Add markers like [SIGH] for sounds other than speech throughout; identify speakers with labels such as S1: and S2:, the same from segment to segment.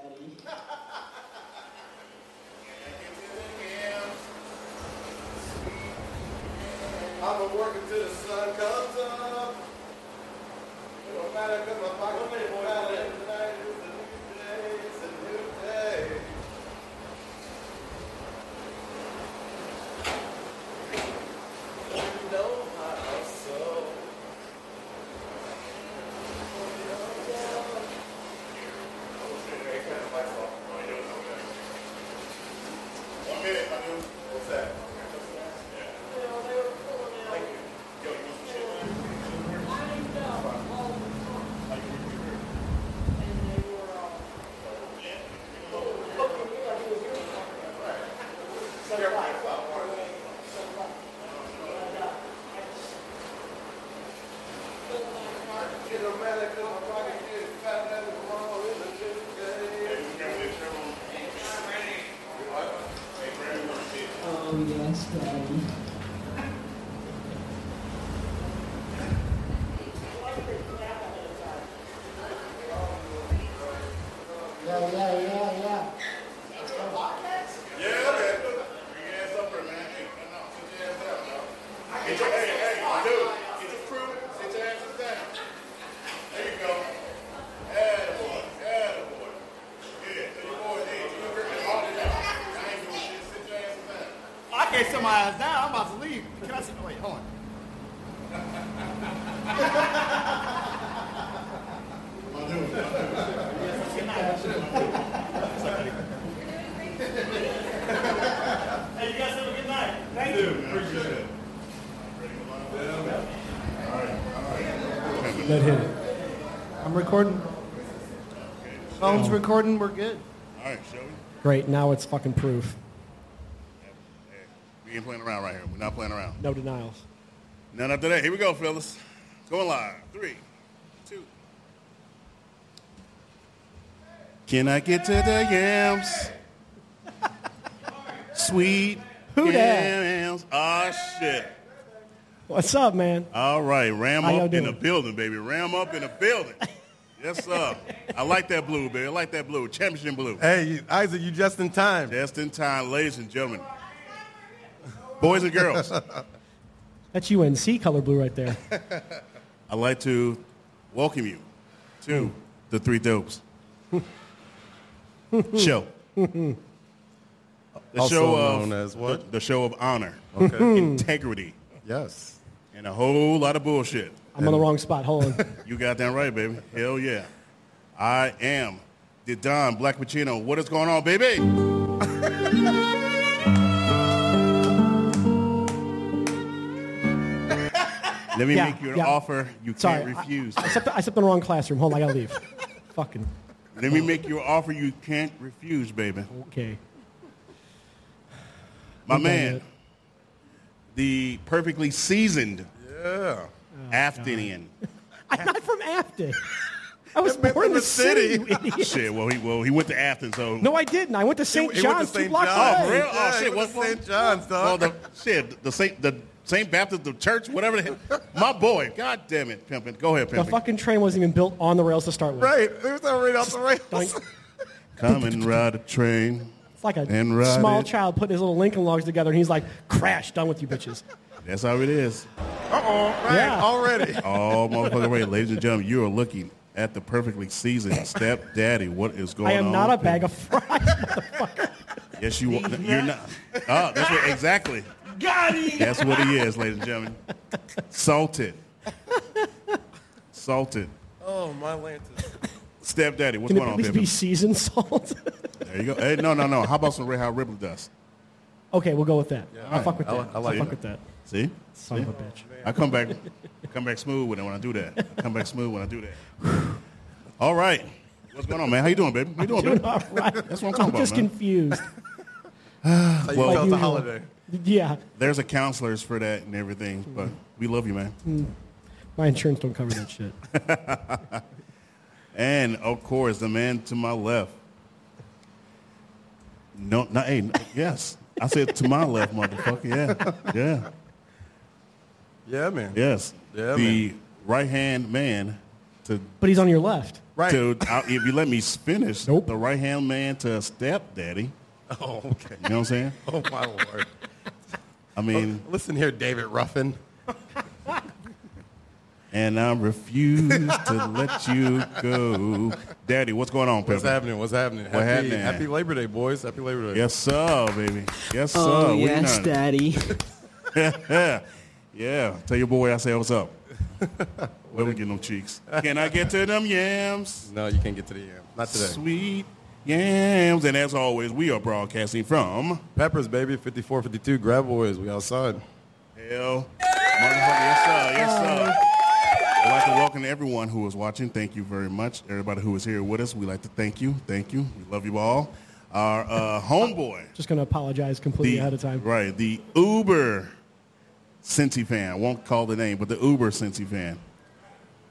S1: study.
S2: I've been working till the sun comes up. It don't matter 'cause my pocket is fat every night. It's a new day. It's a new day. You know how so.
S3: One minute, my dude.
S2: What's that?
S3: Yeah.
S1: You know, they were pulling out.
S3: Thank you. Yo, you want some shit, man?
S1: lined up all the time,
S3: Like, you- you heard.
S1: and they were all,
S3: Yeah.
S1: looking, you know, who you're talking about. So like, so like, but, uh, I just. Feel like heart,
S2: It don't matter 'cause my pocket is fat every night. It's a new
S3: Hey,
S2: day.
S3: we got this, everyone. Hey, Brandon, you wanna see it?
S1: Oh, yes, Daddy. Yeah, yeah, yeah, yeah.
S3: Yeah, man. Bring your ass up here, man. Hey, no, no, sit your ass down, dog. Get your, hey, hey, dude, get your crew, sit your asses down. There you go. Attaboy, attaboy. Yeah, so your boy, hey, you heard me all the time. I ain't doing shit, sit your asses down.
S4: I can't sit my ass down. I'm about to leave. Can I sit? Wait, hold on.
S3: My dude, my dude.
S4: Hey, you guys have a good night. Thank
S3: Dude, man, appreciate it. Bring him along. All right, all right.
S5: Let hit it.
S6: I'm recording. Phone's recording. We're good.
S3: All right, shall we?
S5: Great. Now it's fucking proof.
S3: We ain't playing around right here. We're not playing around.
S5: No denials.
S3: None after that. Here we go, fellas. Going live. Three, two. Can I get to the yams?
S5: [LAUGHS]
S3: Sweet
S5: Who dat?
S3: yams. Ah, shit.
S5: What's up, man?
S3: All right, ram
S5: How y'all
S3: up in
S5: doing?
S3: the building, baby. Ram up in the building. yes, sir. I like that blue, baby. I like that blue. Championship blue.
S2: Hey, Isaac, you just in time.
S3: Just in time, ladies and gentlemen. Boys and girls.
S5: That's UNC color blue right there.
S3: I'd like to welcome you to the Three Dopes show. The
S2: Also
S3: show of
S2: known as what?
S3: The, the show of honor,
S2: [LAUGHS] Okay.
S3: integrity,
S2: yes.
S3: and a whole lot of bullshit.
S5: I'm on the wrong spot. Hold on.
S3: You got that right, baby. Hell yeah. I am the Don Black Pacino. What is going on,
S5: [LAUGHS]
S3: baby? Let me
S5: Yeah,
S3: make you an
S5: yeah.
S3: offer you
S5: Sorry.
S3: can't
S5: [LAUGHS]
S3: refuse.
S5: I stepped, I stepped in the wrong classroom. Hold on. I gotta leave. fucking.
S3: Let me make you an offer you can't refuse, baby.
S5: Okay.
S3: My
S5: Okay.
S3: man, the perfectly seasoned
S2: Yeah.
S3: Aftenian.
S5: I'm not from Afton. I was
S2: That man
S5: born
S2: from
S5: in Oh, the
S2: the
S5: city.
S2: city.
S5: you
S3: [LAUGHS]
S5: idiot.
S3: Shit, well, he, well, he went to Afton, so.
S5: No, I didn't. I went to St.
S2: It- it went to
S5: John's two
S2: St.
S5: blocks
S2: John's.
S3: Oh,
S5: away.
S3: for real? Oh,
S2: Yeah, he
S3: shit.
S2: went
S3: What's
S2: to St. John's,
S3: Well,
S2: dog.
S3: the, shit, the St. The, St. Baptist the church, whatever the hell. My boy, god damn it, Pimpin. Go ahead,
S5: The
S3: Pimpin.
S5: fucking train wasn't even built on the rails to start with.
S2: Right. It was already off the [LAUGHS] rails.
S5: Doink.
S3: Come and ride a train.
S5: It's like a
S3: And ride
S5: small
S3: it.
S5: child putting his little Lincoln logs together, and he's like, "Crash, done with you bitches."
S3: That's how it is.
S2: Uh-oh. Right.
S5: Yeah.
S2: Already.
S3: All motherfucking way. Ladies and gentlemen, you are looking at the perfectly seasoned stepdaddy. What is going
S5: I
S3: on?
S5: am not a bag of fries.
S3: Yes, you are. You're not. Ah, that's what, exactly.
S4: [LAUGHS] Got him.
S3: That's what he is, ladies and gentlemen. Salted. Salted.
S2: Oh, my lantern.
S3: Stepdaddy, what's
S5: Can it
S3: going
S5: at
S3: on,
S5: least be
S3: baby?
S5: seasoned salt? [LAUGHS]
S3: There you go. Hey, no, no, no. How about some Red Hot Ripple Dust?
S5: okay, we'll go with that. I fuck with
S2: I
S5: that.
S2: li- I like
S5: fuck
S2: it.
S5: with that.
S3: See?
S5: Son of a bitch.
S3: I come back, come back smooth when I, when I do that. I come back smooth when I do that. All right. What's going on, man? How you doing, baby? How you doing,
S5: Doing
S3: baby?
S5: all [LAUGHS]
S3: [LAUGHS]
S5: right.
S3: That's what I'm talking
S5: I'm
S3: about,
S5: just
S3: man.
S5: confused. [LAUGHS]
S2: How you felt
S3: Well-
S2: the
S5: Unusual.
S2: holiday?
S5: Yeah,
S3: There's a counselors for that and everything, but we love you, man.
S5: my insurance don't cover that shit.
S3: And of course, the man to my left. No, not hey, no- yes. I said to my left, motherfucker. Yeah, yeah,
S2: Yeah, man.
S3: yes.
S2: [LAUGHS] Yeah,
S3: the right hand man to
S5: But he's on your left. [LAUGHS]
S6: Right.
S3: to I, if you let me finish
S5: Nope.
S3: the right hand man to a stepdaddy.
S7: Oh, okay.
S3: You know what I'm saying?
S7: [LAUGHS] Oh, my Lord.
S3: I mean,
S7: Listen here, David Ruffin.
S3: and I refuse to let you go. Daddy, what's going on,
S7: What's
S3: Pepper?
S7: happening? What's happening?
S3: What
S7: happy,
S3: happening?
S7: happy Labor Day, boys. Happy Labor Day.
S3: Yes, sir, baby. Yes, sir.
S8: Oh,
S3: We
S8: yes,
S3: done.
S9: [LAUGHS]
S8: Daddy.
S3: yeah. [LAUGHS] yeah. Tell your boy I say what's up. Where we get them cheeks? Can I get to them yams?
S7: No, you can't get to the yam. Not today.
S3: Sweet yams. And as always, we are broadcasting from
S7: Peppers, baby. 5452. Grab boys. We outside.
S3: hell. Motherfucker, yes, sir. Yes, sir. I'd like to welcome everyone who is watching. Thank you very much. Everybody who is here with us, we like to thank you. Thank you. We love you all. Our uh, [LAUGHS] homeboy.
S5: Just going to apologize completely
S3: the,
S5: ahead of time.
S3: Right. The Uber Cincy fan. I won't call the name, but the Uber Cincy fan.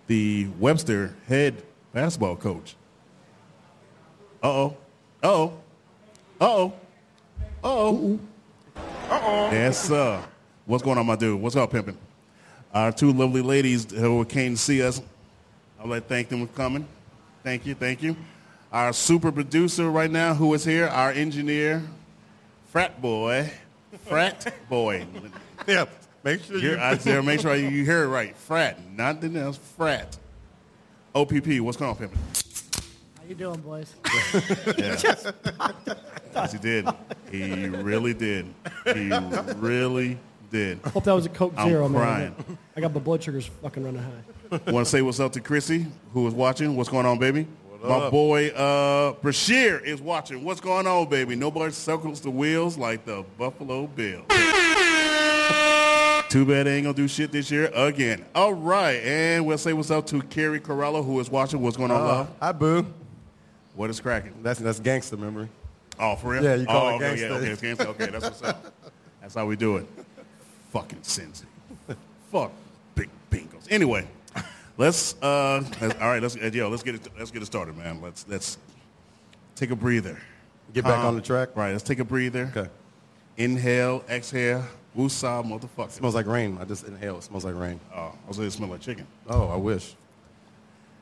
S3: The Webster head basketball coach. Uh-oh. Uh-oh. Uh-oh. Uh-oh. Uh-oh. Yes, sir. What's going on, my dude? What's up, pimpin'? Our two lovely ladies who came to see us. I'd like to thank them for coming. Thank you, thank you. Our super producer right now who is here, our engineer, frat boy, frat boy. [LAUGHS]
S7: Yeah. Make sure
S3: You're, I said, make sure you, you hear it right. Frat, not the else, frat. OPP, what's going on, Pimpin?
S9: How you doing, boys?
S3: Yes, he did. He really did. He really did.
S5: Hope that was a Coke
S3: I'm
S5: Zero, man.
S3: crying.
S5: [LAUGHS] I got my blood sugars fucking running high.
S3: Want to say what's up to Chrissy, who is watching. What's going on, baby? My boy uh, Brashear is watching. What's going on, baby? Nobody circles the wheels like the Buffalo Bill. Too bad they ain't gonna do shit this year again. All right, and we'll say what's up to Carrie Corella, who is watching. What's going on,
S7: Uh,
S3: love?
S7: hi, Boo.
S3: What is cracking?
S7: That's, that's gangster, memory.
S3: Oh, for real?
S7: Yeah, you call
S3: oh,
S7: it
S3: okay,
S7: gangsta.
S3: Yeah, okay, it's gangsta. Okay, that's what's up. That's how we do it. Fucking sins. Fuck big bingos. Anyway, let's. Uh, let's all right, let's uh, yo, let's get it. Let's get it started, man. Let's let's take a breather.
S7: Get back
S3: Calm.
S7: on the track.
S3: Uh-huh. Right, let's take a breather.
S7: Okay.
S3: Inhale, exhale, woosah, motherfucker.
S7: Smells like rain. I just inhale. It smells like rain.
S3: oh, I was gonna smell like chicken.
S7: Oh, I wish.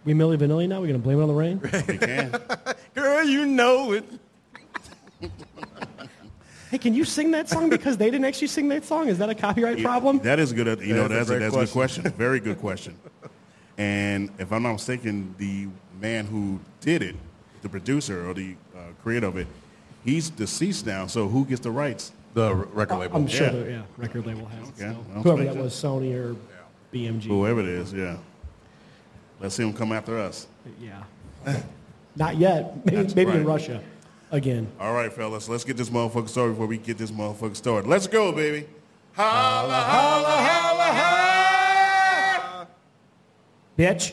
S5: We Millie Vanilli now? We going to blame it on the rain?
S3: You can.
S7: Girl, you know it.
S5: hey, can you sing that song? Because they didn't actually sing that song. Is that a copyright problem?
S3: That is a good. uh, You know,
S7: That is
S3: that's
S7: a
S3: a,
S7: great
S3: that's a good question. Very good question. And if I'm not mistaken, the man who did it, the producer or the uh, creator of it, he's deceased now. So who gets the rights?
S7: The r- record label.
S5: I'm sure,
S3: Yeah.
S5: that, yeah, record label has it.
S3: Okay,
S5: so.
S3: well,
S5: Whoever
S3: thank
S5: that
S3: you.
S5: was, Sony or BMG.
S3: Whoever it is, yeah. Let's see him come after us.
S5: Yeah. [LAUGHS] Not yet. Maybe,
S3: That's
S5: maybe
S3: right.
S5: in Russia again.
S3: All right, fellas, let's get this motherfucker started before we get this motherfucker started. Let's go, baby. Holla, holla, holla, holla.
S5: Bitch.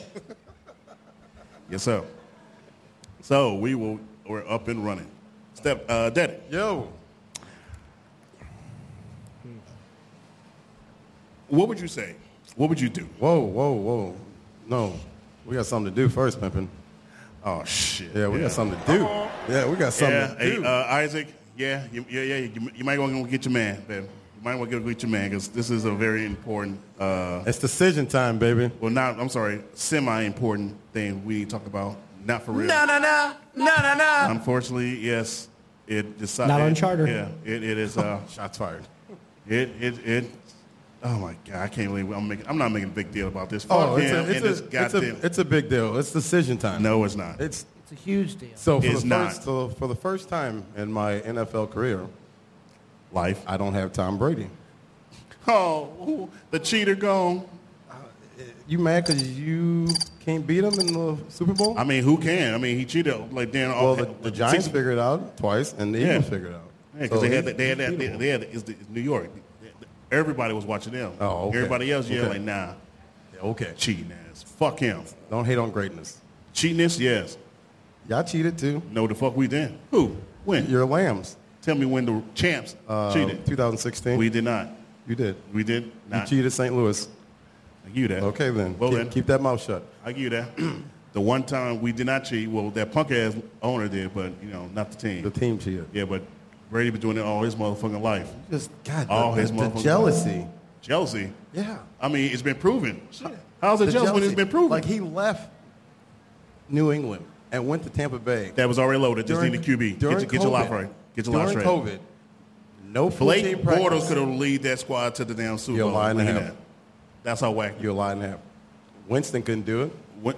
S3: Yes, sir. So we will. We're up and running. Step, uh, Daddy.
S7: Yo.
S3: What would you say? What would you do?
S7: Whoa, whoa, whoa. No. We got something to do first, Pimpin.
S3: Oh shit! Uh-huh.
S7: Yeah, we got something to do. Yeah, we got something
S3: Yeah,
S7: to
S3: hey,
S7: do.
S3: uh, Isaac. Yeah, you, yeah, yeah. You, you might want to go get your man, baby. You might want to go get your man because this is a very important. Uh,
S7: it's decision time, baby.
S3: well, not. I'm sorry. Semi-important thing we need to talk about. Not for real.
S7: no, no. No, no, no.
S3: Unfortunately, yes. It decided.
S5: Not on charter.
S3: Yeah. It, it is. Uh,
S7: [LAUGHS] Shots fired.
S3: it, it it. Oh my god! I can't believe I'm making. I'm not making a big deal about this. Fuck
S7: Oh, it's
S3: him
S7: a,
S3: and this
S7: it's, a, it's,
S3: goddamn.
S7: a, it's a big deal. It's decision time.
S3: no, it's not.
S7: It's
S9: It's a huge deal.
S7: so for
S3: It's
S7: the
S3: not.
S7: first so for the first time in my NFL career,
S3: life.
S7: I don't have Tom Brady.
S3: Oh, ooh, the cheater gone.
S7: You mad because you can't beat him in the Super Bowl?
S3: I mean, who can? I mean, he cheated like Dan.
S7: well, the, the Giants figured it out twice, and the
S3: Yeah.
S7: Eagles figured it out.
S3: Yeah, because
S7: So
S3: they had
S7: it's
S3: that. They had that. They,
S7: beatable.
S3: they had it's the, it's New York. Everybody was watching them.
S7: Oh, okay.
S3: Everybody else, yeah,
S7: Okay.
S3: like nah,
S7: Yeah, okay.
S3: cheating ass. Fuck him.
S7: Don't hate on greatness.
S3: Cheating this, yes.
S7: Y'all cheated too.
S3: No, the fuck we did. Who? When?
S7: Your lambs.
S3: Tell me when the champs
S7: Uh,
S3: cheated.
S7: 2016.
S3: We did not.
S7: you did.
S3: We did
S7: You
S3: not.
S7: cheated St. Louis.
S3: I give you that.
S7: Okay then.
S3: Well
S7: keep,
S3: then,
S7: keep that mouth shut.
S3: I give you that. [CLEARS THROAT] the one time we did not cheat, well, that punk ass owner did, but you know, not the team.
S7: The team cheated.
S3: yeah, but Brady been doing it all his motherfucking life.
S7: Just God.
S3: All
S7: the,
S3: his
S7: the
S3: motherfucking-
S7: jealousy.
S3: Jealousy.
S7: Yeah.
S3: I mean, it's been proven. How's it
S7: The
S3: jealous when it's
S7: jealousy.
S3: been proven?
S7: Like he left New England and went to Tampa Bay.
S3: That was already loaded. Just need a QB. Get your,
S7: during
S3: get your
S7: COVID-
S3: life right. Get your life
S7: during
S3: straight.
S7: COVID, no full
S3: Blake
S7: team practice.
S3: Bortles could have lead that squad to the damn Super
S7: You're
S3: Bowl.
S7: lying to
S3: Look at
S7: him.
S3: that. That's how wacky.
S7: You're lying now. Winston couldn't do it.
S3: What,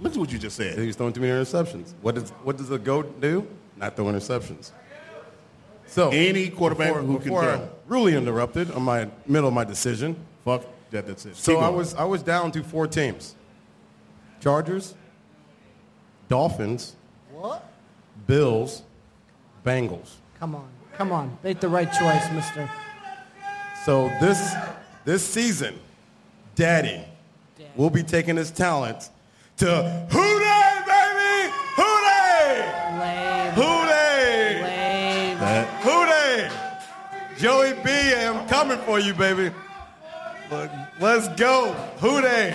S3: look at what you just
S7: He
S3: said.
S7: was throwing too many interceptions. What does what does a goat do? Not throw interceptions. So
S3: Any quarterback who can
S7: before I
S3: throw.
S7: really interrupted on my middle of my decision.
S3: Fuck that. That's it.
S7: So
S3: Keep
S7: I
S3: going.
S7: was [LAUGHS] I was down to four teams: Chargers, Dolphins,
S9: What?
S7: Bills, Bengals.
S9: Come on. Come on. Make the right choice, mister.
S7: So this this season, Daddy
S9: Daddy.
S7: will be taking his talent to Houday, baby, Houday,
S9: Lame.
S7: Houday,
S9: Lame.
S3: That-
S7: Houday. Joey B, I'm coming for you, baby. Look, let's go, Houday.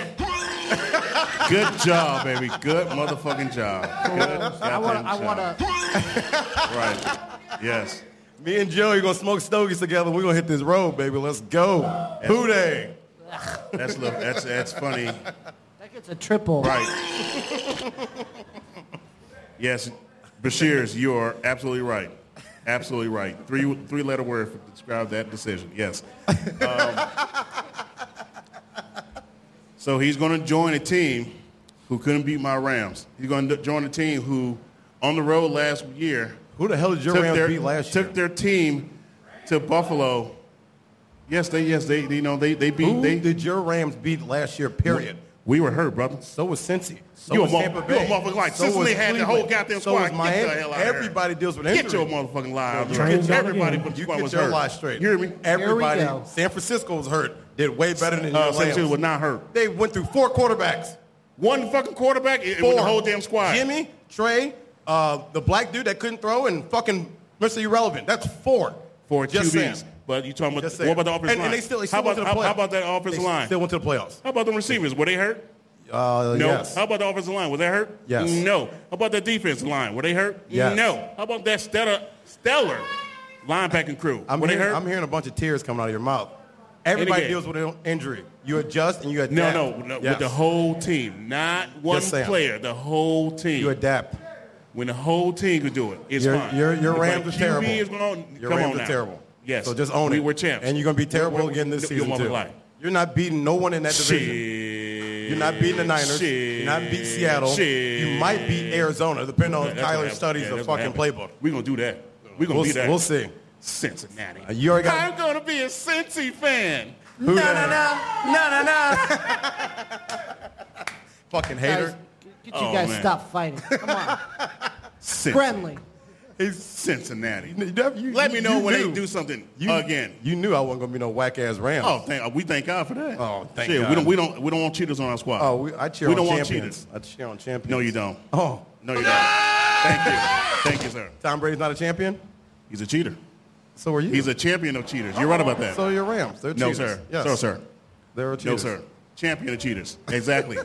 S3: Good job, baby. Good motherfucking job. Good
S9: I want to. I
S3: goddamn job.
S9: want to.
S7: [LAUGHS]
S3: Right. Yes.
S7: Me and Joey gonna smoke stogies together. We're gonna hit this road, baby. Let's go, Houday.
S3: That's look. That's that's funny.
S9: That gets a triple.
S3: Right. Yes, Bashir's. You are absolutely right. Absolutely right. Three three letter word to describe that decision. Yes. Um, so he's going to join a team who couldn't beat my Rams. He's going to join a team who, on the road last year,
S7: Who the hell did your
S3: took
S7: Rams
S3: their,
S7: beat last
S3: took
S7: year?
S3: their team to Buffalo. Yes, they yes they you know they they beat
S7: Who
S3: they
S7: did your Rams beat last year? Period.
S3: We were hurt, brother.
S7: So was Cincy. So
S3: You a
S7: was
S3: mo-
S7: Tampa
S3: you a
S7: Bay.
S3: motherfucker like Cincinnati
S7: was
S3: had the
S7: Cleveland.
S3: whole goddamn
S7: So
S3: squad.
S7: was
S3: Get the
S7: Miami.
S3: hell out of here.
S7: Everybody deals with
S3: Get
S7: injuries.
S3: your motherfucking lie out
S7: Train
S3: there.
S7: y'all
S3: Everybody but the
S7: you
S3: squad
S7: get
S3: was
S7: your
S3: hurt.
S7: lie straight.
S3: You hear me?
S7: Everybody.
S9: go.
S7: San Francisco was hurt. Did way better than
S3: Uh,
S7: your
S3: St. Jude
S7: Rams.
S3: was not hurt.
S7: They went through four quarterbacks.
S3: One fucking quarterback and
S7: Four.
S3: the whole damn squad.
S7: Jimmy, Trey, uh, the black dude that couldn't throw, and fucking Mr. Irrelevant. That's four.
S3: for
S7: Just
S3: QBs.
S7: saying.
S3: But you talking about
S7: Just
S3: the,
S7: saying.
S3: what about the offensive
S7: and,
S3: line?
S7: And they still, they still
S3: how about
S7: went to the
S3: how,
S7: playoffs.
S3: how about that offensive
S7: They
S3: line?
S7: Still went to the playoffs.
S3: how about the receivers? Were they hurt?
S7: Uh,
S3: No.
S7: Yes.
S3: How about the offensive line? Were they hurt?
S7: Yes.
S3: No. How about the defensive line? Were they hurt?
S7: Yes.
S3: No. How about that stellar stellar linebacking crew?
S7: I'm
S3: Were
S7: hearing,
S3: they hurt?
S7: I'm hearing a bunch of tears coming out of your mouth. Everybody
S3: game.
S7: deals with an injury. You adjust and you adapt.
S3: No, no, no
S7: Yes.
S3: with the whole team, not one
S7: Yes, Sam.
S3: player, the whole team.
S7: You adapt.
S3: when the whole team can do it, it's
S7: your,
S3: fine.
S7: Your, your
S3: But
S7: Rams are
S3: QB
S7: terrible.
S3: Is going,
S7: your
S3: come
S7: Rams
S3: on
S7: are
S3: now.
S7: terrible.
S3: Yes.
S7: So just own
S3: we
S7: it.
S3: were champs.
S7: And you're going to be terrible
S3: We're-
S7: again this
S3: you're
S7: season,
S3: gonna
S7: too.
S3: lie.
S7: You're not beating no one in that division.
S3: Shit.
S7: You're not beating the Niners.
S3: Shit.
S7: You're not beating Seattle.
S3: Shit.
S7: You might beat Arizona, depending on
S3: Yeah, that's what
S7: Tyler
S3: happened.
S7: studies
S3: Yeah,
S7: the
S3: that's what
S7: fucking
S3: happened.
S7: playbook.
S3: We're going to do that. We're going
S7: We'll,
S3: to do that.
S7: we'll see.
S3: Cincinnati.
S7: Uh, you already got-
S3: I'm going to be a Cincy fan.
S7: Who
S3: no, no,
S7: that-
S3: no. No, no, no.
S7: Fucking
S9: Guys,
S7: hater.
S9: get you
S3: Oh,
S9: guys
S3: man.
S9: stop fighting. Come on.
S3: Cincy.
S9: Friendly.
S3: He's Cincinnati.
S7: [LAUGHS] You- you-
S3: Let me
S7: you-
S3: know
S7: you
S3: when
S7: knew.
S3: they do something
S7: You-
S3: again.
S7: You knew I wasn't going to be no whack ass Rams.
S3: Oh, thank, we thank God for that.
S7: Oh, thank
S3: Shit,
S7: God.
S3: We don't, we don't, we don't want cheaters on our squad.
S7: Oh, we, I cheer
S3: we
S7: on
S3: don't want
S7: champions.
S3: cheaters.
S7: I cheer on champions.
S3: No, you don't.
S7: Oh,
S3: No, you don't. Thank you. Thank you, sir.
S7: Tom Brady's not a champion?
S3: He's a cheater.
S7: So are you.
S3: He's a champion of cheaters. You're right about that.
S7: so you're Rams. They're
S3: no,
S7: cheaters.
S3: sir.
S7: Yes.
S3: No, sir.
S7: They're
S3: No,
S7: cheaters.
S3: sir. Champion of cheaters. Exactly.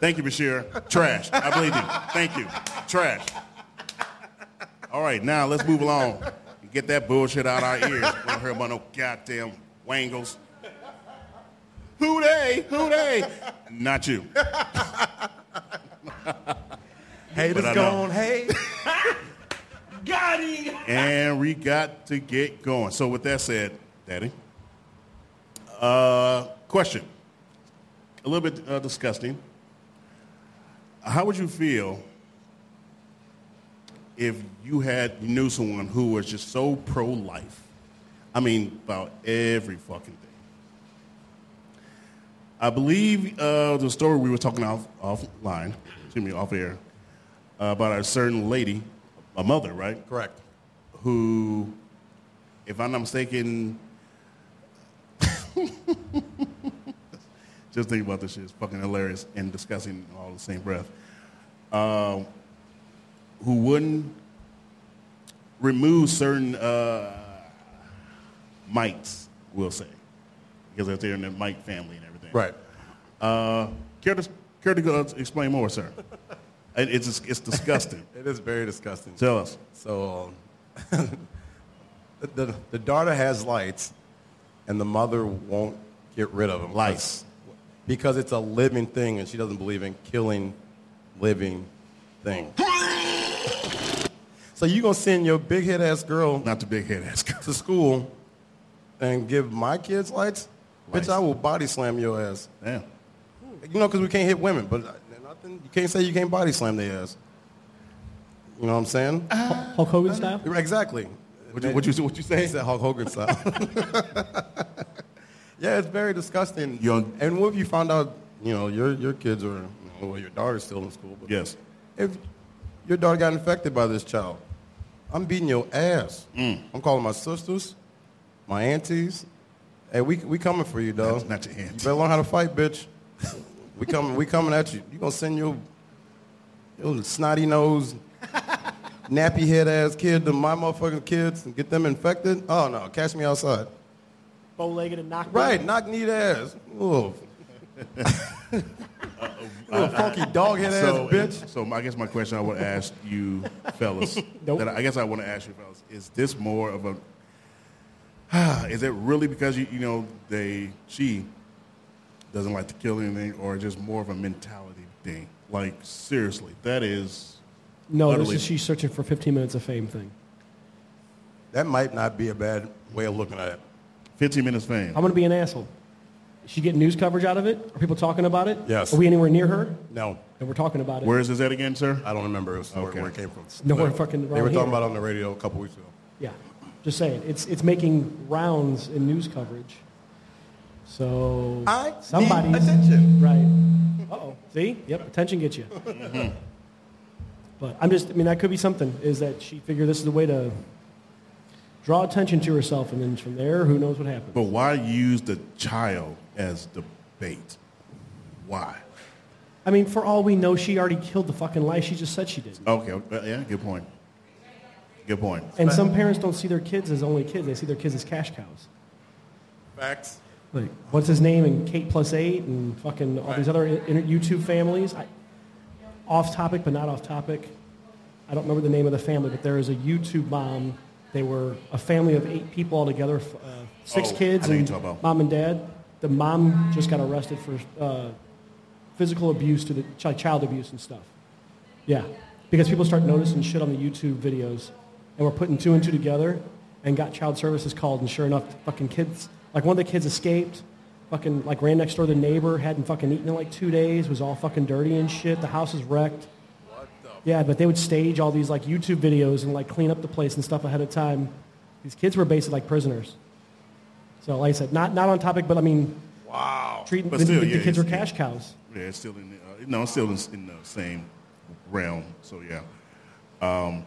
S3: Thank you, Bashir. Trash. I believe you. Thank you. Trash. All right, now let's move along and get that bullshit out our ears. We don't hear about no goddamn wangles. Who they? Who they? Not you.
S7: Haters
S3: But I know.
S7: gone. Hey. [LAUGHS]
S3: And we got to get going. So with that said, Daddy, uh, question, a little bit uh, disgusting. How would you feel if you had you knew someone who was just so pro-life? I mean, about every fucking thing. I believe uh, the story we were talking off offline, excuse me, off air, uh, about a certain lady, a mother, right?
S7: Correct.
S3: who, if I'm not mistaken, [LAUGHS] just think about this shit. It's fucking hilarious and disgusting all in the same breath. Um, who wouldn't remove certain uh, mites, we'll say, because they're in the mite family and everything.
S7: Right.
S3: Uh, care to care to go explain more, sir? It- it's it's disgusting.
S7: It is very disgusting.
S3: Tell us.
S7: So [LAUGHS] um, the, the, the daughter has lights, and the mother won't get rid of them.
S3: Lice.
S7: Because it's a living thing, and she doesn't believe in killing living thing. So you gonna send your big head ass girl
S3: Not the big head ass girl.
S7: to school and give my kids lights?
S3: Lights.
S7: Bitch, I will body slam your ass.
S3: Damn.
S7: You know, because we can't hit women, but I- nothing. You can't say you can't body slam their ass. You know what I'm saying?
S5: Hulk Hogan style?
S7: Exactly.
S3: What you, what you, what you say?
S7: He said Hulk Hogan style. [LAUGHS] yeah, it's very disgusting.
S3: Young-
S7: And what if you found out, you know, your, your kids are, you know, well, your daughter's still in school, but
S3: Yes.
S7: if your daughter got infected by this child, I'm beating your ass.
S3: Mm.
S7: I'm calling my sisters, my aunties. Hey, we, we coming for you, dog.
S3: That's not your
S7: You
S3: auntie.
S7: better learn how to fight, bitch. we coming we coming at you. You gonna send your your
S3: [LAUGHS]
S7: snotty nose, nappy head ass kid to my motherfucking kids and get them infected? Oh no, catch me outside.
S5: Bow legged and knocked
S7: Right, knock knee ass. Ooh.
S3: [LAUGHS]
S7: [LAUGHS] Little funky dog head
S3: So,
S7: ass bitch.
S3: so my- I guess my question I would ask
S5: [LAUGHS]
S3: you fellas,
S5: Nope.
S3: that I, I guess I want to ask you fellas, is this more of a, [SIGHS] is it really because you, you know, they, she doesn't like to kill anything or just more of a mentality thing? Like, seriously, that is,
S5: No,
S3: Utterly.
S5: this is she searching for 15 minutes of fame thing.
S7: That might not be a bad way of looking at it.
S3: 15 minutes fame.
S5: I'm going to be an asshole. Is she getting news coverage out of it? Are people talking about it?
S7: Yes.
S5: Are we anywhere near her?
S7: No,
S5: And we're talking about it.
S3: Where is this at again, sir?
S7: I don't remember where,
S3: Okay.
S7: where it came from.
S5: Nowhere
S7: But
S5: fucking
S7: They
S5: around
S7: were
S5: here.
S7: talking about it on the radio a couple weeks ago.
S5: Yeah, just saying. It's it's making rounds in news coverage. So
S7: I need
S5: somebody's
S7: attention.
S5: right? Uh oh. See, yep, attention gets you. but I'm just. I mean, that could be something. Is that she figured this is the way to draw attention to herself, and then from there, who knows what happens?
S3: But why use the child as the bait? Why?
S5: I mean, for all we know, she already killed the fucking lie. She just said she did.
S3: Okay, uh, yeah, good point. Good point.
S5: And some parents don't see their kids as only kids; they see their kids as cash cows.
S7: Facts.
S5: like what's his name and Kate plus eight and fucking all these other in- in- YouTube families. I, off topic, but not off topic. I don't remember the name of the family, but there is a YouTube mom. They were a family of eight people all together, f- uh, six
S3: Oh, I
S5: kids
S3: know you're
S5: and
S3: talking about.
S5: mom and dad. The mom just got arrested for uh, physical abuse to the chi- child abuse and stuff. Yeah, because people start noticing shit on the YouTube videos, and we're putting two and two together, and got child services called, and sure enough, fucking kids, like one of the kids escaped, fucking like ran next door to the neighbor, hadn't fucking eaten in like two days, was all fucking dirty and shit. The house is wrecked. Yeah, but they would stage all these like YouTube videos and like clean up the place and stuff ahead of time. These kids were basically like prisoners. So, like I said, not not on topic, but I mean, wow, treating
S3: But
S5: the,
S3: still,
S5: the
S3: yeah,
S5: kids were
S3: it's-
S5: cash cows.
S3: Yeah, it's still in. The, uh, no, it's still in, in the same realm. So yeah. Um,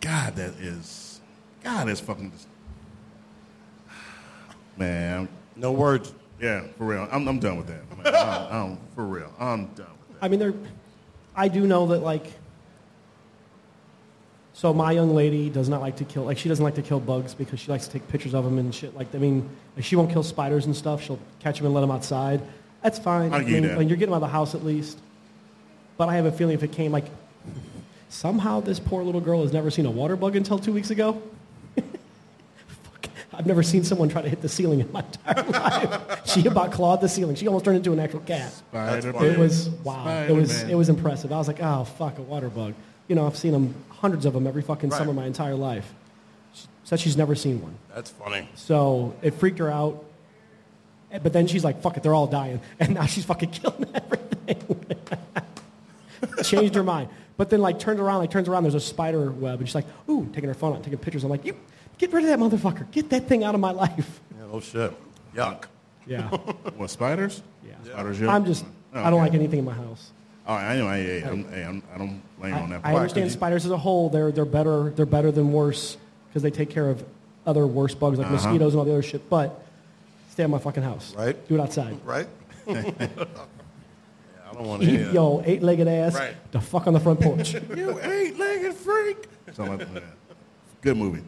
S3: God, that is. God, that's fucking. Dis- Man,
S7: No words.
S3: yeah, for real. I'm, I'm done with that. Man, I'm, I'm- for real, I'm done with that.
S5: I mean, there. I do know that like. So my young lady does not like to kill. Like she doesn't like to kill bugs because she likes to take pictures of them and shit. Like I mean, like, she won't kill spiders and stuff. She'll catch them and let them outside. That's fine.
S3: I'll give you
S5: mean,
S3: that.
S5: like, you're getting them out of the house at least. But I have a feeling if it came like. Somehow this poor little girl has never seen a water bug until two weeks ago. [LAUGHS] Fuck. I've never seen someone try to hit the ceiling in my entire [LAUGHS] life. she about clawed the ceiling. She almost turned into an actual cat. It
S3: Spider-Man.
S5: was wow. It was
S3: Spider-Man.
S5: it was impressive. I was like, oh fuck, a water bug. You know, I've seen them hundreds of them every fucking summer my entire life. She said she's never seen one,
S7: That's funny.
S5: so it freaked her out. Eh, But then she's like, fuck it, they're all dying, [LAUGHS] and now she's fucking killing [LAUGHS] everything. [LAUGHS] Changed her mind, but then like turned around, like turns around. There's a spider web, and she's like, ooh, taking her phone out, taking pictures. I'm like, you get rid of that motherfucker. Get that thing out of my life. [LAUGHS]
S7: Yeah, oh shit. Yuck.
S5: Yeah,
S3: What spiders?
S5: Yeah.
S3: Spiders. yeah.
S5: I'm just.
S3: Oh,
S5: I don't
S3: okay.
S5: like anything in my house.
S3: All right, I know. I, I, I'm, I, I'm, I don't blame you on
S5: I,
S3: that.
S5: I
S3: part.
S5: understand spiders as a whole. They're, they're, better, they're better than worse because they take care of other worse bugs
S3: Uh-huh.
S5: like mosquitoes and all the other shit. But stay out of my fucking house.
S7: Right.
S5: Do it outside.
S7: [LAUGHS] Right? yeah, I don't want to hear that.
S5: Yo, eight-legged ass,
S7: Right.
S5: the fuck on the front porch. [LAUGHS]
S3: You eight-legged freak. Something like that. Good movie.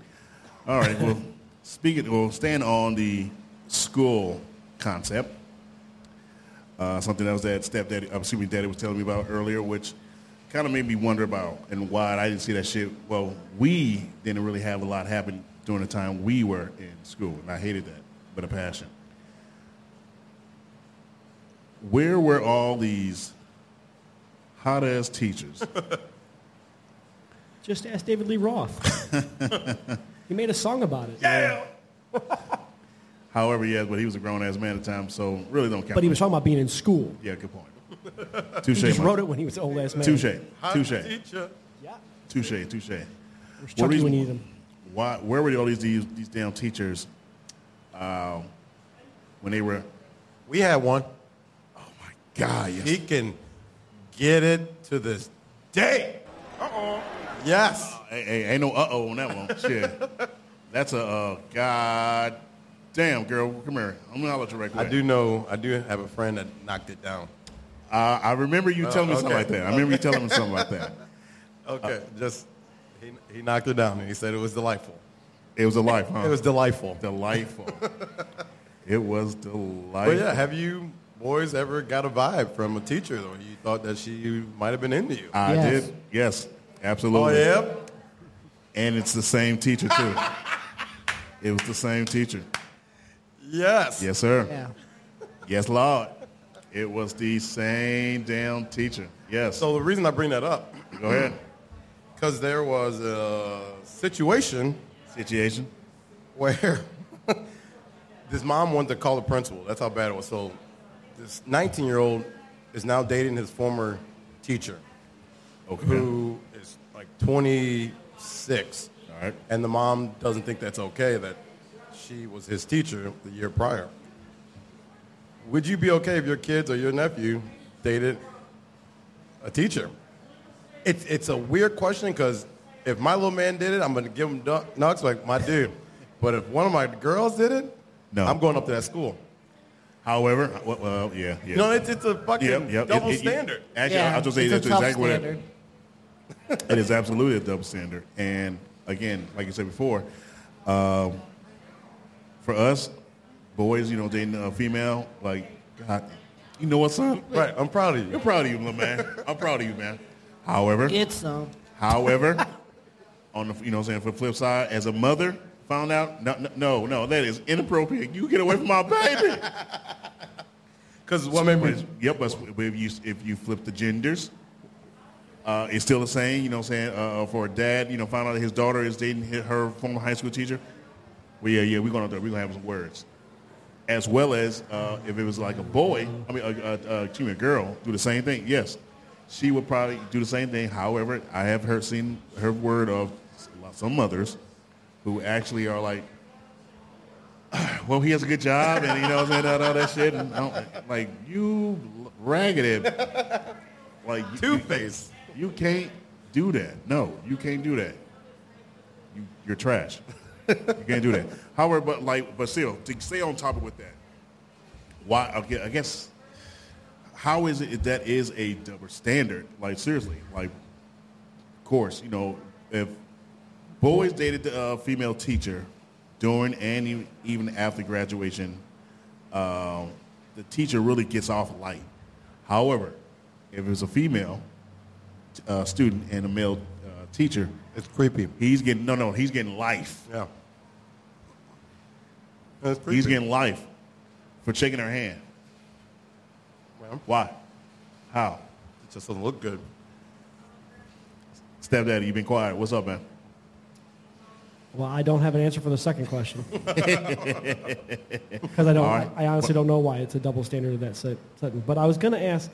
S3: All right. Well, speaking, well, staying on the school concept, uh, something else that stepdaddy, uh, excuse me, daddy was telling me about earlier, which kind of made me wonder about and why I didn't see that shit. Well, we didn't really have a lot happen during the time we were in school, and I hated that with a passion. Where were all these hot ass teachers.
S5: Just ask David
S3: [LAUGHS]
S5: Lee Roth. he made a song about it.
S3: However, yes, but he was a grown ass man at the time, so really don't count.
S5: But he was talking about being in school.
S3: yeah, good point.
S5: He
S3: Touche.
S5: just
S3: Mike.
S5: wrote it when he was an old ass man.
S3: Touche.
S2: Hot
S3: Touche.
S2: Teacher.
S3: Touche. Touche.
S5: Where's
S3: What
S5: Chucky
S3: reason-
S5: when you need him?
S3: Why? Where were all these these, these damn teachers uh, when they were?
S7: We had one.
S3: God, yes.
S7: He can get it to this day. Uh-oh. Yes.
S3: Hey, hey, ain't no uh oh on that
S7: [LAUGHS]
S3: one. Shit. That's a uh, god damn girl. Come here. I'm gonna holler at you right
S7: I
S3: quick.
S7: do know, I do have a friend that knocked it down.
S3: Uh, I remember you telling me something
S7: okay.
S3: like that. I remember you telling me something like that.
S7: Okay. Uh, just, he, he knocked it down and he said it was delightful.
S3: It was a life, huh?
S7: [LAUGHS] It was Uh-huh. delightful.
S3: delightful. it was delightful.
S7: But Oh, yeah, have you boys ever got a vibe from a teacher though? You thought that she might have been into you.
S3: I
S9: Yes.
S3: did. Yes,
S7: oh
S3: absolutely.
S7: yeah.
S3: And it's the same teacher
S7: [LAUGHS]
S3: too. it was the same teacher.
S7: Yes.
S3: Yes, sir.
S9: Yeah.
S3: Yes, Lord. It was the same damn teacher. Yes.
S7: So the reason I bring that up,
S3: Go ahead.
S7: because there was a situation [LAUGHS]
S3: Situation.
S7: where this mom wanted to call the principal. That's how bad it was. So this 19 year old is now dating his former teacher,
S3: Okay.
S7: who is like 26.
S3: All right.
S7: And the mom doesn't think that's okay that she was his teacher the year prior. Would you be okay if your kids or your nephew dated a teacher? It's, it's a weird question because if my little man did it, I'm going to give him du- nuts like my dude. But if one of my girls did it,
S3: No.
S7: I'm going up to that school.
S3: However, uh, well, well, yeah, yeah.
S7: You know, it's, it's a fucking
S3: Yep, yep.
S7: double
S3: It- it-
S7: standard.
S3: Actually,
S9: yeah.
S3: I was just say
S9: it's a
S3: that's
S9: tough
S3: exactly what
S9: standard.
S3: it, [LAUGHS] it is. Absolutely a double standard. And again, like you said before, um, for us boys, you know, dating a female, like God, you know what, son?
S7: right, I'm proud of
S3: I'm
S7: you.
S3: proud of you, little man. I'm proud of you, man. However,
S9: Get some.
S3: However, [LAUGHS] on the you know what I'm saying for the flip side, as a mother found out, no, no, no, no, that is inappropriate. You get away from my
S7: [LAUGHS]
S3: baby.
S7: Because what made me
S3: But, yep, but if you if you flip the genders, uh, it's still the same. You know what I'm saying uh, for a dad, you know, found out his daughter is dating hi- her former high school teacher. Well, yeah, yeah, we're gonna we're gonna have some words. As well as uh, if it was like a boy, I mean, uh, uh, uh, excuse me, a girl, do the same thing. Yes, she would probably do the same thing. However, I have heard seen her word of some mothers who actually are like, [SIGHS] well, he has a good job, and you know, what I'm saying, and all that shit, and I don't, like you ragged, like you-
S7: two face.
S3: You can't do that. No, you can't do that. You, you're trash. you can't do that. However, but like, but still, to stay on topic with that, why? I gue- I guess how is it that is a double standard? Like seriously, like, of course, you know, if boys dated the uh, female teacher during and e- even after graduation, um, the teacher really gets off light. However, if it's a female t- uh, student and a male uh, teacher,
S7: It's creepy.
S3: he's getting no, no, he's getting life.
S7: Yeah. That's
S3: He's
S7: creepy.
S3: getting life for shaking her hand.
S7: Well.
S3: Why? How?
S7: It just doesn't look good.
S3: Stepdaddy, you've been quiet. What's up, man?
S5: Well, I don't have an answer for the
S3: [LAUGHS]
S5: second question because I don't. I, I honestly don't know why it's a double standard of that set- setting. But I was going to ask.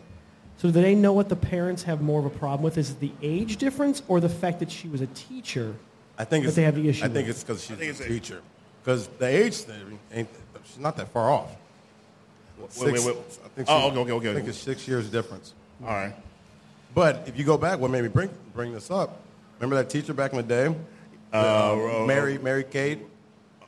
S5: So do they know what the parents have more of a problem with? Is it the age difference or the fact that she was a teacher?
S7: I think
S5: But
S7: it's,
S5: they have the issue
S7: I think
S5: with it.
S7: it's because she's
S3: think
S7: a
S3: it's a-
S7: teacher. Because the age thing, ain't, she's not that far off.
S3: wait, wait, wait.
S7: I think
S3: Oh,
S7: she-
S3: okay, okay, okay.
S7: I think it's six years difference.
S3: All right.
S7: But if you go back, what made me bring, bring this up? Remember that teacher back in the day? um,
S3: Uh,
S7: Mary, Mary Kate?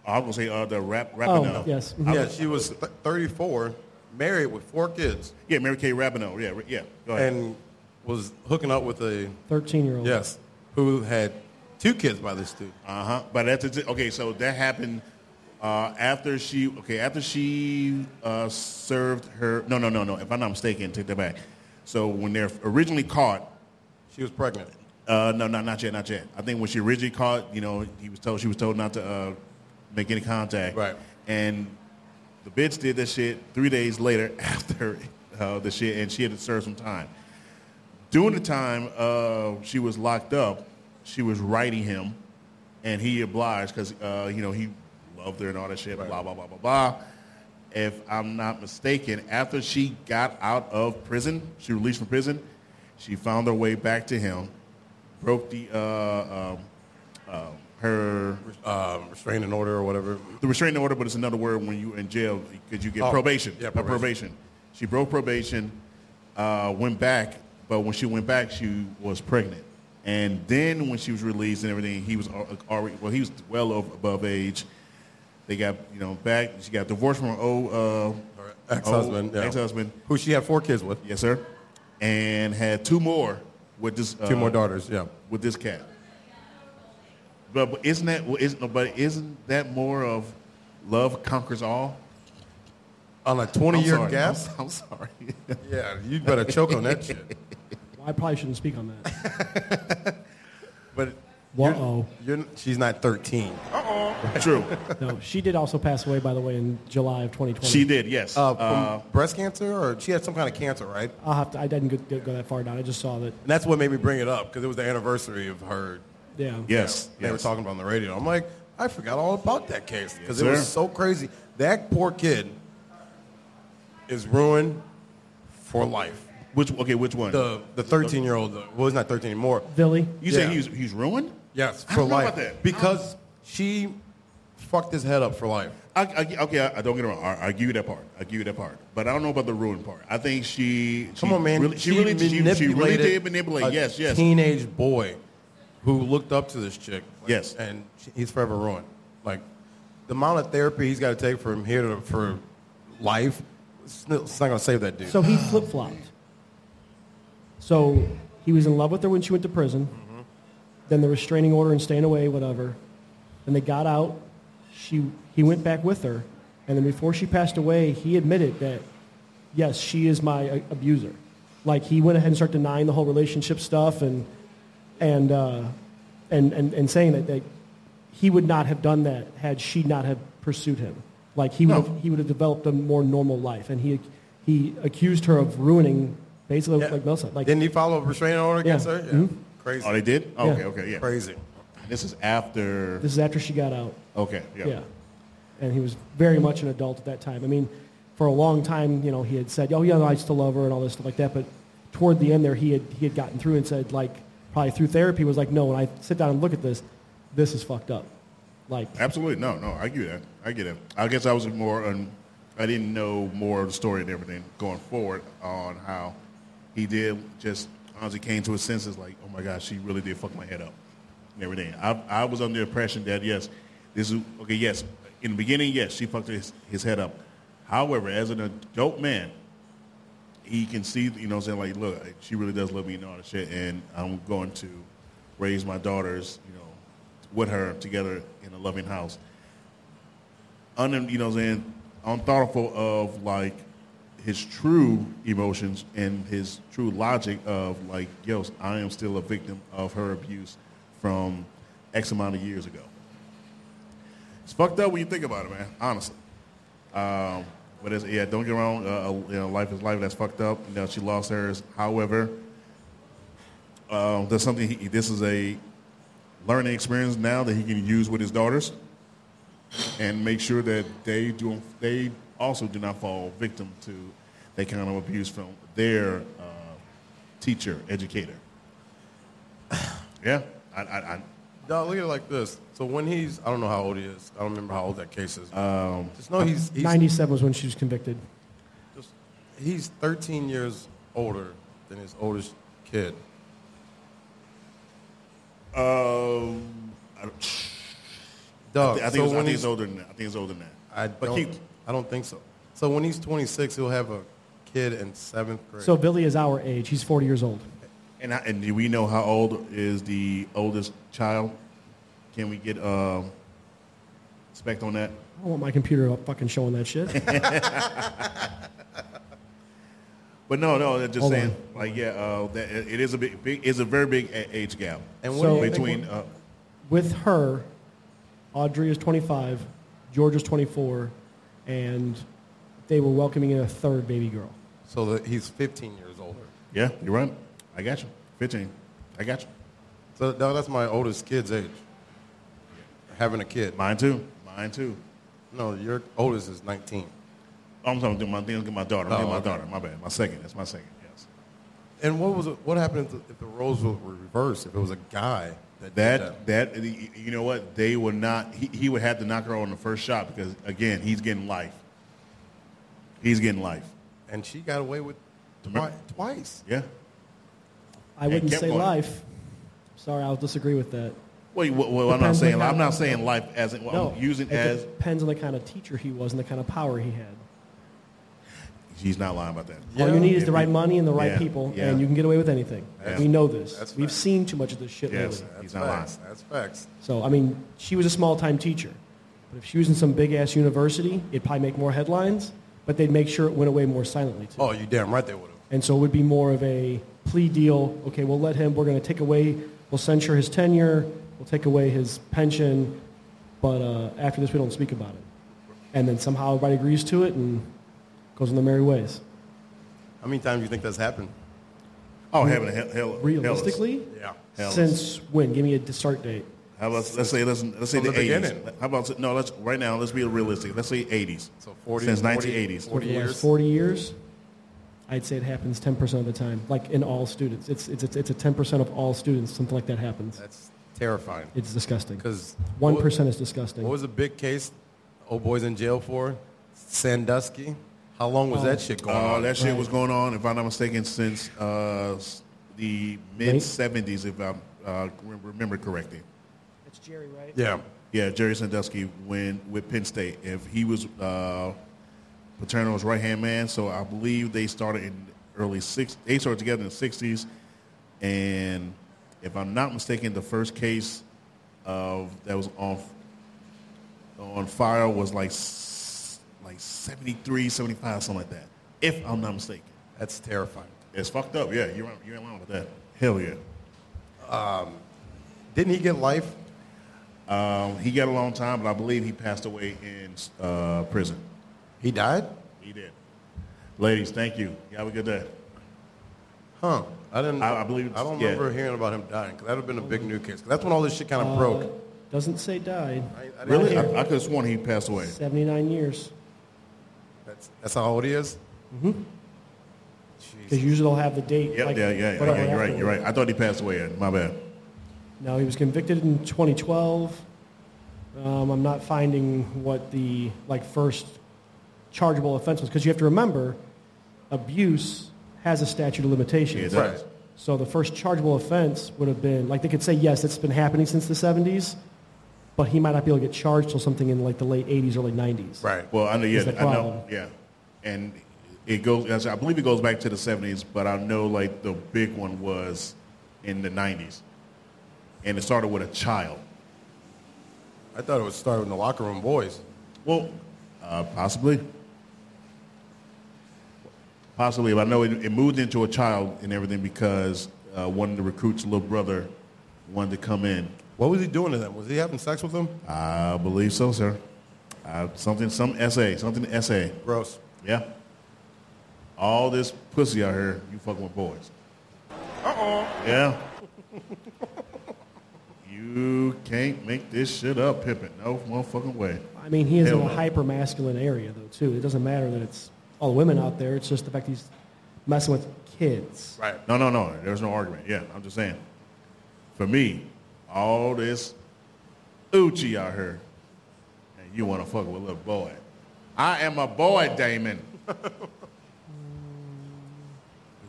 S3: I was gonna say uh, the rap,
S5: Oh,
S3: Rapinoe.
S5: yes. Mhm.
S7: Yeah, she was th- 34, married with four kids,
S3: Yeah, Mary Kay Rapinoe. Yeah, yeah. Go ahead.
S7: and was hooking up with a,
S5: mm-hmm, Thirteen-year-old.
S7: yes, who had two kids by this dude.
S3: Uh huh. But that's it. okay. So that happened uh, after she okay after she uh, served her. No, no, no, no. If I'm not mistaken, take that back. So when they're originally caught,
S7: She was pregnant.
S3: uh, no, not not yet, not yet. I think when she originally caught, you know, he was told she was told not to uh, make any contact.
S7: Right.
S3: And the bitch did [LAUGHS] that shit three days later after uh, the shit, and she had to serve some time. During the time uh, she was locked up, she was writing him, and he obliged because uh, you know he loved her and all that shit. Blah blah blah blah blah. If I'm not mistaken, after she got out of prison, she released from prison, she found her way back to him, broke the uh, um, uh, her
S7: Um, restraining order or whatever.
S3: the restraining order, but it's another word when you're in jail because you get
S7: Oh,
S3: probation.
S7: yeah,
S3: Uh,
S7: probation.
S3: She broke probation, uh, went back, but when she went back, she was pregnant. And then when she was released and everything, he was al- uh, already well, he was well over, above age. They got you know back. She got divorced from her old uh,
S7: Her Oh, ex-husband,
S3: old
S7: yeah.
S3: ex-husband,
S7: Who she had four kids with.
S3: yes sir, and had two more with this uh,
S7: Two more daughters, yeah.
S3: with this cat. But, but isn't that well, isn't but isn't that more of love conquers all?
S7: On a
S3: I'm
S7: 20 year
S3: sorry.
S7: gap?
S3: I'm, I'm sorry. [LAUGHS]
S7: Yeah, you better choke on that [LAUGHS] shit.
S5: Well, I probably shouldn't speak on that.
S7: But
S5: Whoa.
S7: you're, she's not 13.
S3: True.
S5: No, she did also pass away, by the way, in July of 2020.
S3: She did, yes.
S7: Uh, from breast cancer, or she had some kind of cancer, right?
S5: I'll have to, I didn't go, go that far down. I just saw that.
S7: And that's what made me bring it up because it was the anniversary of her.
S5: Yeah.
S3: yes.
S7: They were
S3: yes.
S7: talking about it on the radio. I'm like, I forgot all about that case because
S3: Yes,
S7: it
S3: sir.
S7: was so crazy. That poor kid is ruined for life.
S3: Which okay, which one?
S7: The the 13 year old, well, he's not 13 anymore.
S5: Billy?
S3: you say
S7: yeah.
S3: he's he's ruined?
S7: Yes,
S3: I
S7: for
S3: don't know
S7: life
S3: about that.
S7: because she fucked his head up for life.
S3: I, I, okay, I, I don't get it wrong. I, I give you that part. I give you that part. But I don't know about the ruined part. I think she. she
S7: Come on, man.
S3: Really, she, really she, she really did manipulate.
S7: a
S3: Yes, yes.
S7: Teenage boy who looked up to this chick. like,
S3: Yes.
S7: and she- he's forever ruined. Like the amount of therapy he's got to take from here to for life, it's not, it's not gonna save that dude.
S5: So he flip flopped. So he was in love with her when she went to prison. Then the restraining order and staying away, whatever. Then they got out. She, he went back with her. And then before she passed away, he admitted that, yes, she is my uh, abuser. Like he went ahead and started denying the whole relationship stuff and, and, uh, and, and, and saying that, that he would not have done that had she not have pursued him. Like he would have, he would have developed a more normal life, and he he accused her of ruining basically like Mel said. Like
S7: Didn't he follow a restraining order against
S5: Yeah. Mm-hmm.
S7: her? Yeah. Crazy.
S3: oh, they did. Okay,
S5: Yeah.
S3: okay, yeah.
S7: Crazy.
S3: This is after.
S5: this is after she got out.
S3: okay, yeah.
S5: Yeah, and he was very much an adult at that time. I mean, for a long time, you know, he had said, "Oh yeah, no, I still love her" and all this stuff like that. But toward the end, there he had he had gotten through and said, like, probably through therapy, was like, "No, when I sit down and look at this, this is fucked up." Like,
S3: Absolutely. No, no. I get that. I get it. I guess I was more on. I didn't know more of the story and everything going forward on how he did just honestly came to his senses like, oh my gosh, she really did fuck my head up and everything. I, I was under the impression that, yes, this is, okay, yes, in the beginning, yes, she fucked his, his head up. However, as an adult man, he can see, you know, what I'm saying like, look, she really does love me and all that shit, and I'm going to raise my daughters, you know, with her together in a loving house. Un, you know, what I'm saying unthoughtful of like his true emotions and his true logic of like, yo, I am still a victim of her abuse from X amount of years ago. It's fucked up when you think about it, man. Honestly. Um, but it's, yeah, don't get me wrong. Uh, you know, life is life. That's fucked up. You know, she lost hers. However, um, there's something. He, this is a learning experience now that he can use with his daughters, and make sure that they do. They also do not fall victim to that kind of abuse from their uh, teacher, educator. [SIGHS] Yeah, I, I, I,
S7: Dog, look at it like this. So when he's, I don't know how old he is. I don't remember how old that case is. Um, Just know he's, he's
S5: ninety-seven was when she was convicted.
S7: he's 13 years older than his oldest kid.
S3: um, I,
S7: Dog,
S3: I think,
S7: Uh, so
S3: it's, I
S7: when
S3: think
S7: he's
S3: it's older than that. I think it's older than that.
S7: I
S3: but
S7: don't,
S3: keep-
S7: I don't think so. So when he's 26, he'll have a kid in seventh grade.
S5: So Billy is our age. He's forty years old.
S3: And, I, and do we know how old is the oldest child? Can we get um, spec on that?
S5: I don't want my computer up fucking showing that shit.
S3: But no, no, they're just
S5: Hold
S3: saying, like, yeah, uh, that it it is a big, big, it's a very big a- age gap.
S7: and
S5: so-
S7: do you think
S3: between,
S7: would-
S3: uh,
S5: with her, Audrey is 25, George is 24, and they were welcoming in a third baby girl.
S7: so that he's 15 years older.
S3: yeah, you're right. I got you. 15. I got you.
S7: So no, that's my oldest kid's age. Having a kid.
S3: Mine too. Mine too. Oh,
S7: No, your oldest is 19.
S3: I'm talking to my things with my daughter. Me
S7: Oh,
S3: and my
S7: okay.
S3: daughter. My bad. My second. That's my second. Yes.
S7: And what was what happened if the, if the roles were reversed? If it was a guy that did
S3: That that you know what they would not. He, he would have to knock her on the first shot because again he's getting life. He's getting life.
S7: and she got away with twi-
S3: Remember-
S7: twice.
S3: Yeah.
S5: I wouldn't
S3: kept
S5: say
S3: on it.
S5: life. Sorry, I'll disagree with that.
S3: Wait. Well, well I'm not
S5: Depends
S3: saying.
S5: on
S3: li-
S5: how-
S3: I'm not saying life as in, well,
S5: No,
S3: I'm using
S5: it
S3: as.
S5: depends on the kind of teacher he was and the kind of power he had.
S3: She's not lying about that.
S5: All you need is
S3: Yeah,
S5: the right
S3: yeah.
S5: money and the right
S3: Yeah,
S5: people,
S3: yeah.
S5: and you can get away with anything.
S3: That's-
S5: we know this.
S7: that's
S5: We've
S7: facts.
S5: seen too much of this shit
S3: Yes.
S5: lately.
S3: He's
S7: That's
S3: not lying.
S7: facts. That's facts.
S5: So, I mean, she was a small-time teacher. But if she was in some big-ass university, it'd probably make more headlines, but they'd make sure it went away more silently, too.
S7: Oh, you damn right they would have.
S5: And so it would be more of a plea deal. Okay, we'll let him. We're going to take away. We'll censure his tenure. We'll take away his pension. But uh, after this, we don't speak about it. And then somehow everybody agrees to it and goes on their merry ways.
S7: How many times do you think that's happened?
S3: Oh, heaven, hell, hell,
S5: Realistically,
S7: Yeah.
S3: Hell is-
S5: since when? Give me a start date.
S3: How about let's say let's let's say
S7: From
S3: the,
S7: the
S3: 80s.
S7: beginning.
S3: How about no? Let's right now. Let's be realistic. Let's say 80s.
S7: So 40,
S3: since
S7: 40,
S3: 1980s.
S7: 40
S5: For the last
S7: years.
S5: 40 years, I'd say it happens 10% of the time, like in all students. It's, it's, it's, it's a 10% of all students, something like that happens.
S7: That's terrifying.
S5: It's disgusting.
S7: Because
S5: 1% is disgusting.
S7: What was a big case old boys in jail for? Sandusky. How long was that shit going
S3: Uh,
S7: on?
S3: that shit was going on, if I'm not mistaken, since uh, s- the mid
S5: Late?
S3: 70s, if I uh, rem- remember correctly.
S9: That's Jerry, right?
S7: yeah.
S3: Yeah, Jerry Sandusky when with Penn State. If he was uh, Paterno's right hand man, so I believe they started in early six. They started together in the 60s, and if I'm not mistaken, the first case of that was on on fire was like s- like 73, 75, something like that. If I'm not mistaken.
S7: That's terrifying.
S3: It's fucked up. Yeah, you're you're in line with that. Hell yeah.
S7: Didn't he get life?
S3: Um, he got a long time, but I believe he passed away in uh, prison.
S7: He died?
S3: He did. Ladies, thank you. You have a good day.
S7: Huh. I didn't.
S3: I- I believe it's-
S7: I don't
S3: yeah.
S7: remember hearing about him dying. 'cause that would have been a big new case. 'Cause That's when all this shit kind of broke.
S5: Doesn't say died.
S7: I- I didn't
S3: Really?
S7: hear-
S3: I, I could have sworn he passed away.
S5: 79 years.
S7: That's, that's how old he is.
S5: Because usually they'll have the date.
S3: Yeah,
S5: like,
S3: yeah, yeah, yeah.
S5: whatever
S3: you're right. You're
S5: afterward.
S3: right. I thought he passed away. My bad.
S5: Now, he was convicted in 2012. Um, I'm not finding what the like first chargeable offense was because you have to remember, abuse has a statute of
S3: Yeah,
S5: limitations.
S3: it does.
S7: Right.
S5: So the first chargeable offense would have been like they could say yes, it's been happening since the 70s, but he might not be able to get charged till something in like the late 80s, early 90s.
S7: Right.
S3: Well, I know. Yeah,
S5: Is the
S3: I
S5: problem.
S3: know. Yeah, and it goes. as- I believe it goes back to the '70s, but I know like the big one was in the '90s, and it started with a child.
S7: I thought it was starting in the locker room boys.
S3: Well, uh, possibly. Possibly, but I know it, it moved into a child and everything because uh, one of the recruits' little brother wanted to come in.
S7: What was he doing to them? Was he having sex with them?
S3: I believe so, sir. Uh, something, some essay, something essay.
S7: Gross.
S3: Yeah. All this pussy out here, you fucking with boys. Uh oh. Yeah. you can't make this shit up, Pippin. No motherfucking way.
S5: I mean, he is
S3: Hell
S5: in a
S3: no.
S5: hyper masculine area though too. It doesn't matter that it's all women out there. It's just the fact he's messing with kids.
S7: Right.
S3: No, no, no. There's no argument. Yeah, I'm just saying. For me, all this Uchi out here, and you want to fuck with a little boy. I am a boy, Damon.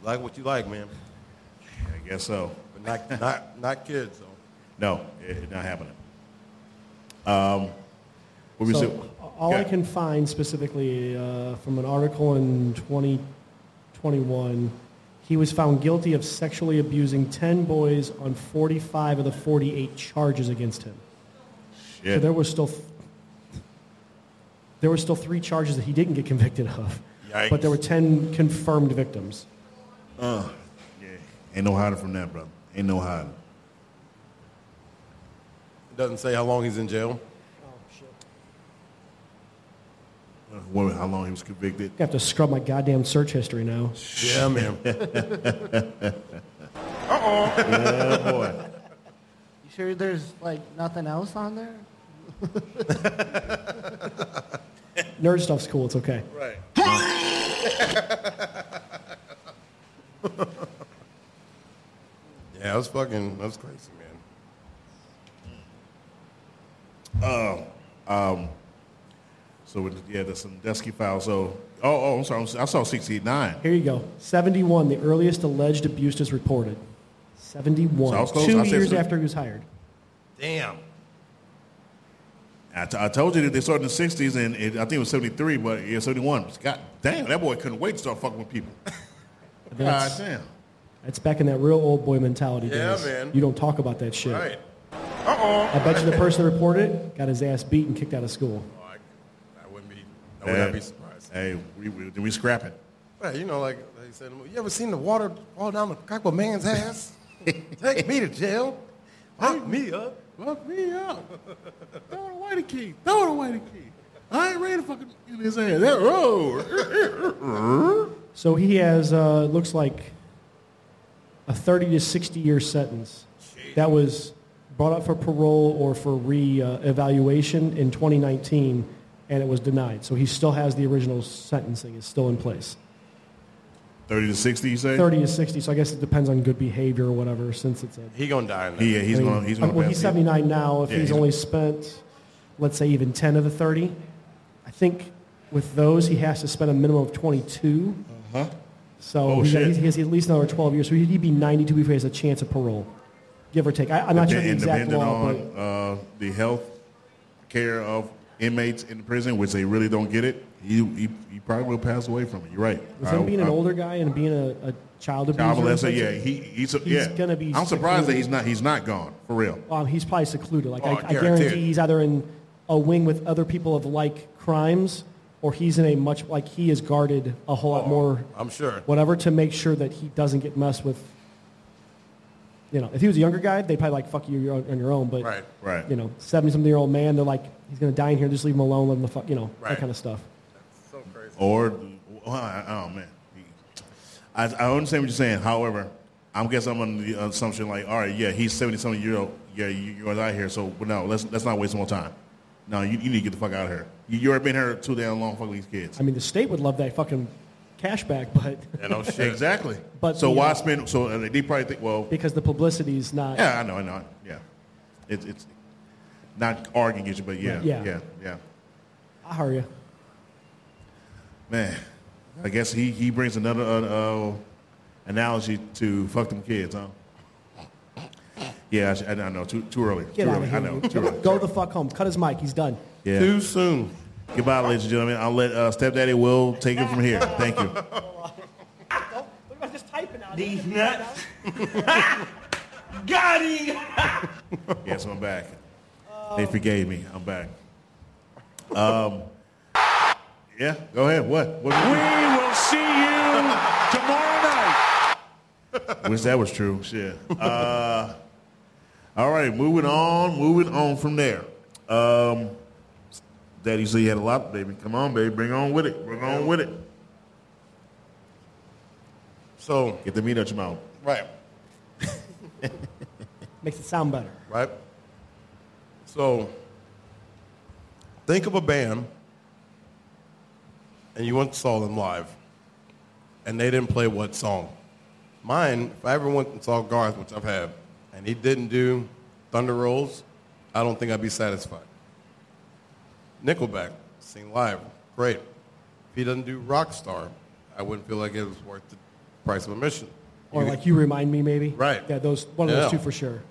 S7: You like what you like, man.
S3: I guess so.
S7: But not, not, not kids, though.
S3: No, it's not happening. Um, what we
S5: So
S3: say-
S5: all I
S3: Yeah.
S5: can find specifically uh, from an article in 2021, he was found guilty of sexually abusing 10 boys on 45 of the 48 charges against him. So
S3: Shit.
S5: there was still there were still three charges that he didn't get convicted of, but there were 10 confirmed victims.
S3: Yeah. Ain't no hiding from that, brother. Ain't no hiding.
S7: It doesn't say how long he's in jail.
S3: Uh, Woman, how long he was convicted?
S5: I have to scrub my goddamn search history now.
S7: Yeah, man.
S8: Yeah, boy.
S9: You sure there's like nothing else on there?
S5: Nerd stuff's cool. It's okay.
S3: Right.
S7: Yeah, that's fucking, that's crazy, man.
S3: So with, yeah, there's some Dusky Files. So oh oh, I'm sorry, I saw 69.
S5: Here you go. 71, the earliest alleged abuse is reported. 71.
S3: So I was close.
S5: Two
S3: I said
S5: years
S3: three.
S5: after he was hired.
S7: Damn.
S3: I, t- I told you that they started in the 60s, and it, I think it was 73, but yeah, 71. God damn, that boy couldn't wait to start fucking with
S5: [LAUGHS]
S3: people. God
S5: That's,
S3: damn.
S5: that's back in that real old boy mentality.
S7: Yeah,
S5: days.
S7: man.
S5: You don't talk about that shit.
S7: Right.
S5: I bet you the person that reported it got his ass beat and kicked out of school.
S7: Oh, I, I wouldn't be, I would not be surprised.
S3: Hey, we, we, we scrap it.
S7: Right, you know, like they said, in the movie, you ever seen the water fall down the crack of a man's [LAUGHS] ass? Take me to jail. Lock me up.
S3: Fuck me up. Throw it away the key. Throw it away the key. I ain't ready to fucking in his ass. That road.
S5: So he has, uh, looks like, a 30 to 60 year sentence that was brought up for parole or for re uh, evaluation in 2019, and it was denied. So he still has the original sentencing, it's still in place.
S3: 30 to 60, you say?
S5: 30 to 60, so I guess it depends on good behavior or whatever since it's a.
S7: He gonna die in there.
S3: He, yeah, he's
S5: I mean,
S3: going to he's gonna
S5: well,
S3: pass
S5: he's
S3: it.
S5: 79 now. If
S3: Yeah,
S5: he's
S3: he's-
S5: only spent, let's say, even 10 of the 30, I think with those, he has to spend a minimum of 22. So
S3: Oh,
S5: he's,
S3: shit.
S5: he's- he has at least another 12 years. So he'd be 92 before he has a chance of parole, give or take. I, I'm not sure the
S3: And
S5: exact
S3: depending
S5: law,
S3: on uh, the health care of inmates in prison, which they really don't get it, he, he, he probably will pass away from it. You're right.
S5: but with him
S3: I-
S5: being an
S3: I-
S5: older guy and being a, a child abuser,
S3: child molester, yeah,
S5: essentially,
S3: he, he's, a,
S5: He's
S3: yeah.
S5: gonna be
S3: I'm surprised that
S5: secluded.
S3: he's not he's not gone for real.
S5: um, he's probably secluded. Like
S7: Oh,
S5: I, I
S7: guaranteed.
S5: guarantee he's either in a wing with other people of like crimes, or he's in a much like he is guarded a whole
S3: Oh.
S5: lot more.
S7: I'm sure.
S5: whatever to make sure that he doesn't get messed with. You know, if he was a younger guy, they'd probably like fuck you you're on on your own. But
S7: Right,
S3: right.
S5: you know, seventy something year old man, they're like he's gonna die in here. Just leave him alone. Let him the fuck. You know,
S7: Right.
S5: that kind of stuff.
S7: So crazy.
S3: Or oh, I- oh, man, I, I understand what you're saying. However, I'm guess I'm under the assumption like, all right, yeah, he's 70 something year old. Yeah, you, you're out here, so but no, let's let's not waste more time. No, you, you need to get the fuck out of here. You, you already been here too damn long. Fuck these kids.
S5: I mean, the state would love that fucking cash back, [LAUGHS] but
S7: Yeah, no shit.
S3: Exactly.
S5: But
S3: so
S5: the,
S3: why
S5: uh,
S3: spend? So uh, they probably think, well,
S5: because the publicity is not.
S3: yeah, I know, I know, yeah. It's it's not arguing against you, but yeah,
S5: Right, yeah.
S3: yeah, yeah.
S5: I hear you.
S3: Man, I guess he, he brings another uh, uh, analogy to fuck them kids, huh? Yeah, I, sh- I, I know. Too, too early.
S5: Get
S3: too
S5: out
S3: early.
S5: of here.
S3: I know.
S5: you-
S3: Too early.
S5: Go the fuck home. Cut his mic. He's done.
S3: yeah.
S7: Too soon.
S3: Goodbye, ladies and gentlemen. I'll let uh, Stepdaddy Will take it from here. Thank you.
S1: What about just typing out?
S8: These nuts. Got him.
S3: Yes, I'm back. They forgave me. I'm back. Um, yeah, go ahead. What?
S8: We
S3: what
S8: will see you tomorrow night.
S3: [LAUGHS] wish that was true. Shit. Uh, all right, moving on, moving on from there. Um, Daddy said you had a lot, baby. Come on, baby. Bring on with it. Bring on with it.
S7: So,
S3: Get the meat out your mouth.
S7: right,
S5: Makes it sound better.
S7: right. So, think of a band, and you went and saw them live, and they didn't play what song? Mine, if I ever went and saw Garth, which I've had, and he didn't do Thunder Rolls, I don't think I'd be satisfied. Nickelback, sing live, great. If he doesn't do Rockstar, I wouldn't feel like it was worth the price of admission.
S5: Or
S7: You-
S5: like you remind me, maybe.
S7: Right.
S5: Yeah, those one of
S7: Yeah.
S5: those two for sure.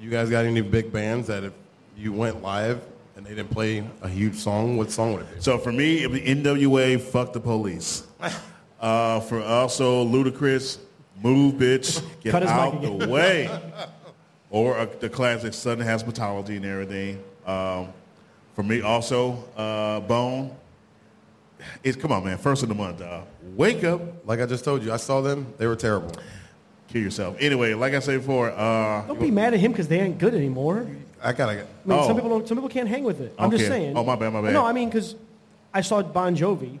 S7: You guys got any big bands that if you went live and they didn't play a huge song, what song would it be?
S3: So for me, it was NWA, fuck the police. Uh, for also Ludacris, move, bitch,
S5: [LAUGHS]
S3: get
S5: Cut his mic
S3: out
S5: again.
S3: the
S5: [LAUGHS]
S3: way. Or uh, the classic Southern Hospitality and everything. Um, for me, also uh, Bone. It's come on, man. First of the month, dog. Wake up,
S7: Like I just told you, I saw them. They were terrible.
S3: kill yourself. Anyway, like I said before, uh,
S5: Don't be mad at him because they ain't good anymore.
S7: I gotta get.
S5: I mean,
S3: Oh.
S5: some people don't, some people can't hang with it. I'm just
S3: Okay.
S5: saying.
S3: Oh, my bad, my bad.
S5: No, I mean because I saw Bon Jovi.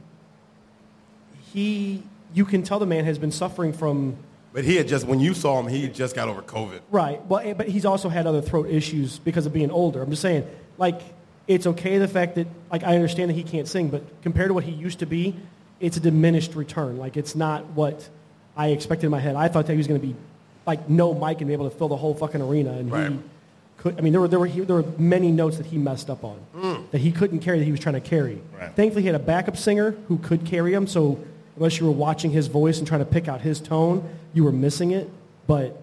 S5: He, you can tell the man has been suffering from
S7: But he had just, when you saw him, he had just got over COVID.
S5: Right. Well, eh, but he's also had other throat issues because of being older. I'm just saying, like, it's okay the fact that, like, I understand that he can't sing, but compared to what he used to be, it's a diminished return. Like, it's not what I expected in my head. I thought that he was going to be, like, no mic and be able to fill the whole fucking arena, and he
S7: Right.
S5: could. I mean, there were there were he, there were many notes that he messed up on
S3: Mm.
S5: that he couldn't carry that he was trying to carry.
S7: Right.
S5: Thankfully, he had a backup singer who could carry him. So unless you were watching his voice and trying to pick out his tone, you were missing it. But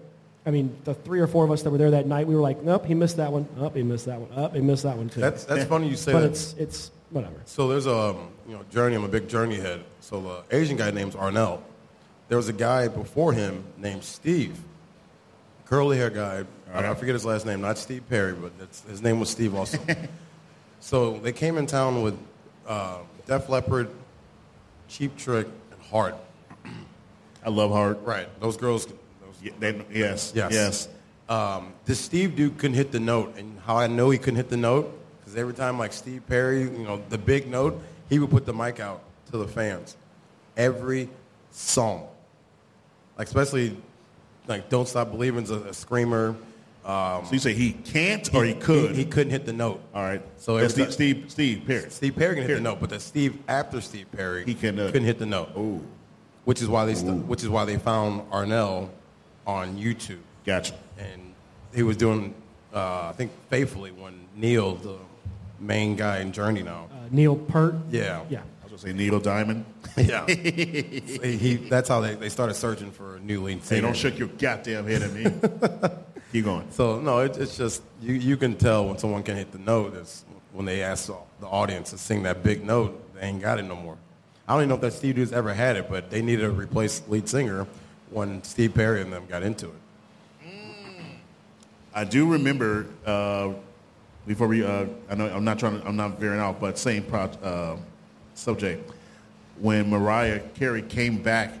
S5: I mean, the three or four of us that were there that night, we were like, nope, he missed that one. Up, he missed that one. Up, he missed that one too.
S7: That's,
S5: [LAUGHS]
S7: that's funny you say
S5: but
S7: that.
S5: it's it's whatever.
S7: So there's a um, you know journey. I'm a big journey head. So uh, Asian guy named Arnell. There was a guy before him named Steve, curly hair guy. I, I forget his last name. Not Steve Perry, but that's, his name was Steve also. so they came in town with uh, Def Leppard, Cheap Trick, and Heart.
S3: I love Hart.
S7: Right. Those girls. Those,
S3: Yeah, they, yes,
S7: Yes.
S3: yes.
S7: Um, this Steve dude couldn't hit the note, and how I know he couldn't hit the note because every time like Steve Perry, you know, the big note, he would put the mic out to the fans, every song, like especially like "Don't Stop Believing's a, a screamer. Um,
S3: So you say he can't or Oh, he could?
S7: he, he couldn't hit the note.
S3: All right. So
S7: So every
S3: Steve,
S7: time-
S3: Steve, Steve, Perry.
S7: Steve Perry can hit
S3: Perry.
S7: the note, but the Steve after Steve Perry,
S3: He can, uh,
S7: couldn't hit the note.
S3: Oh,
S7: which is why they st- which is why they found Arnell on YouTube.
S3: gotcha.
S7: and he was doing, uh, I think, faithfully when Neil, the main guy in Journey now.
S5: Uh, Neil Peart.
S7: Yeah.
S5: Yeah.
S3: I was gonna say Neil Diamond.
S7: Yeah. he, he- that's how they, they started searching for a new lead
S3: Hey,
S7: singer.
S3: don't shake your goddamn head at me. Keep going.
S7: So, no, it, it's just, you, you can tell when someone can hit the note. It's when they ask the the audience to sing that big note, they ain't got it no more. I don't even know if that Steve Dude's ever had it, but they needed a replace lead singer when Steve Perry and them got into it.
S3: I do remember uh, before we. Uh, I know I'm not trying. To, I'm not veering off, but same pro, uh, subject. When Mariah Carey came back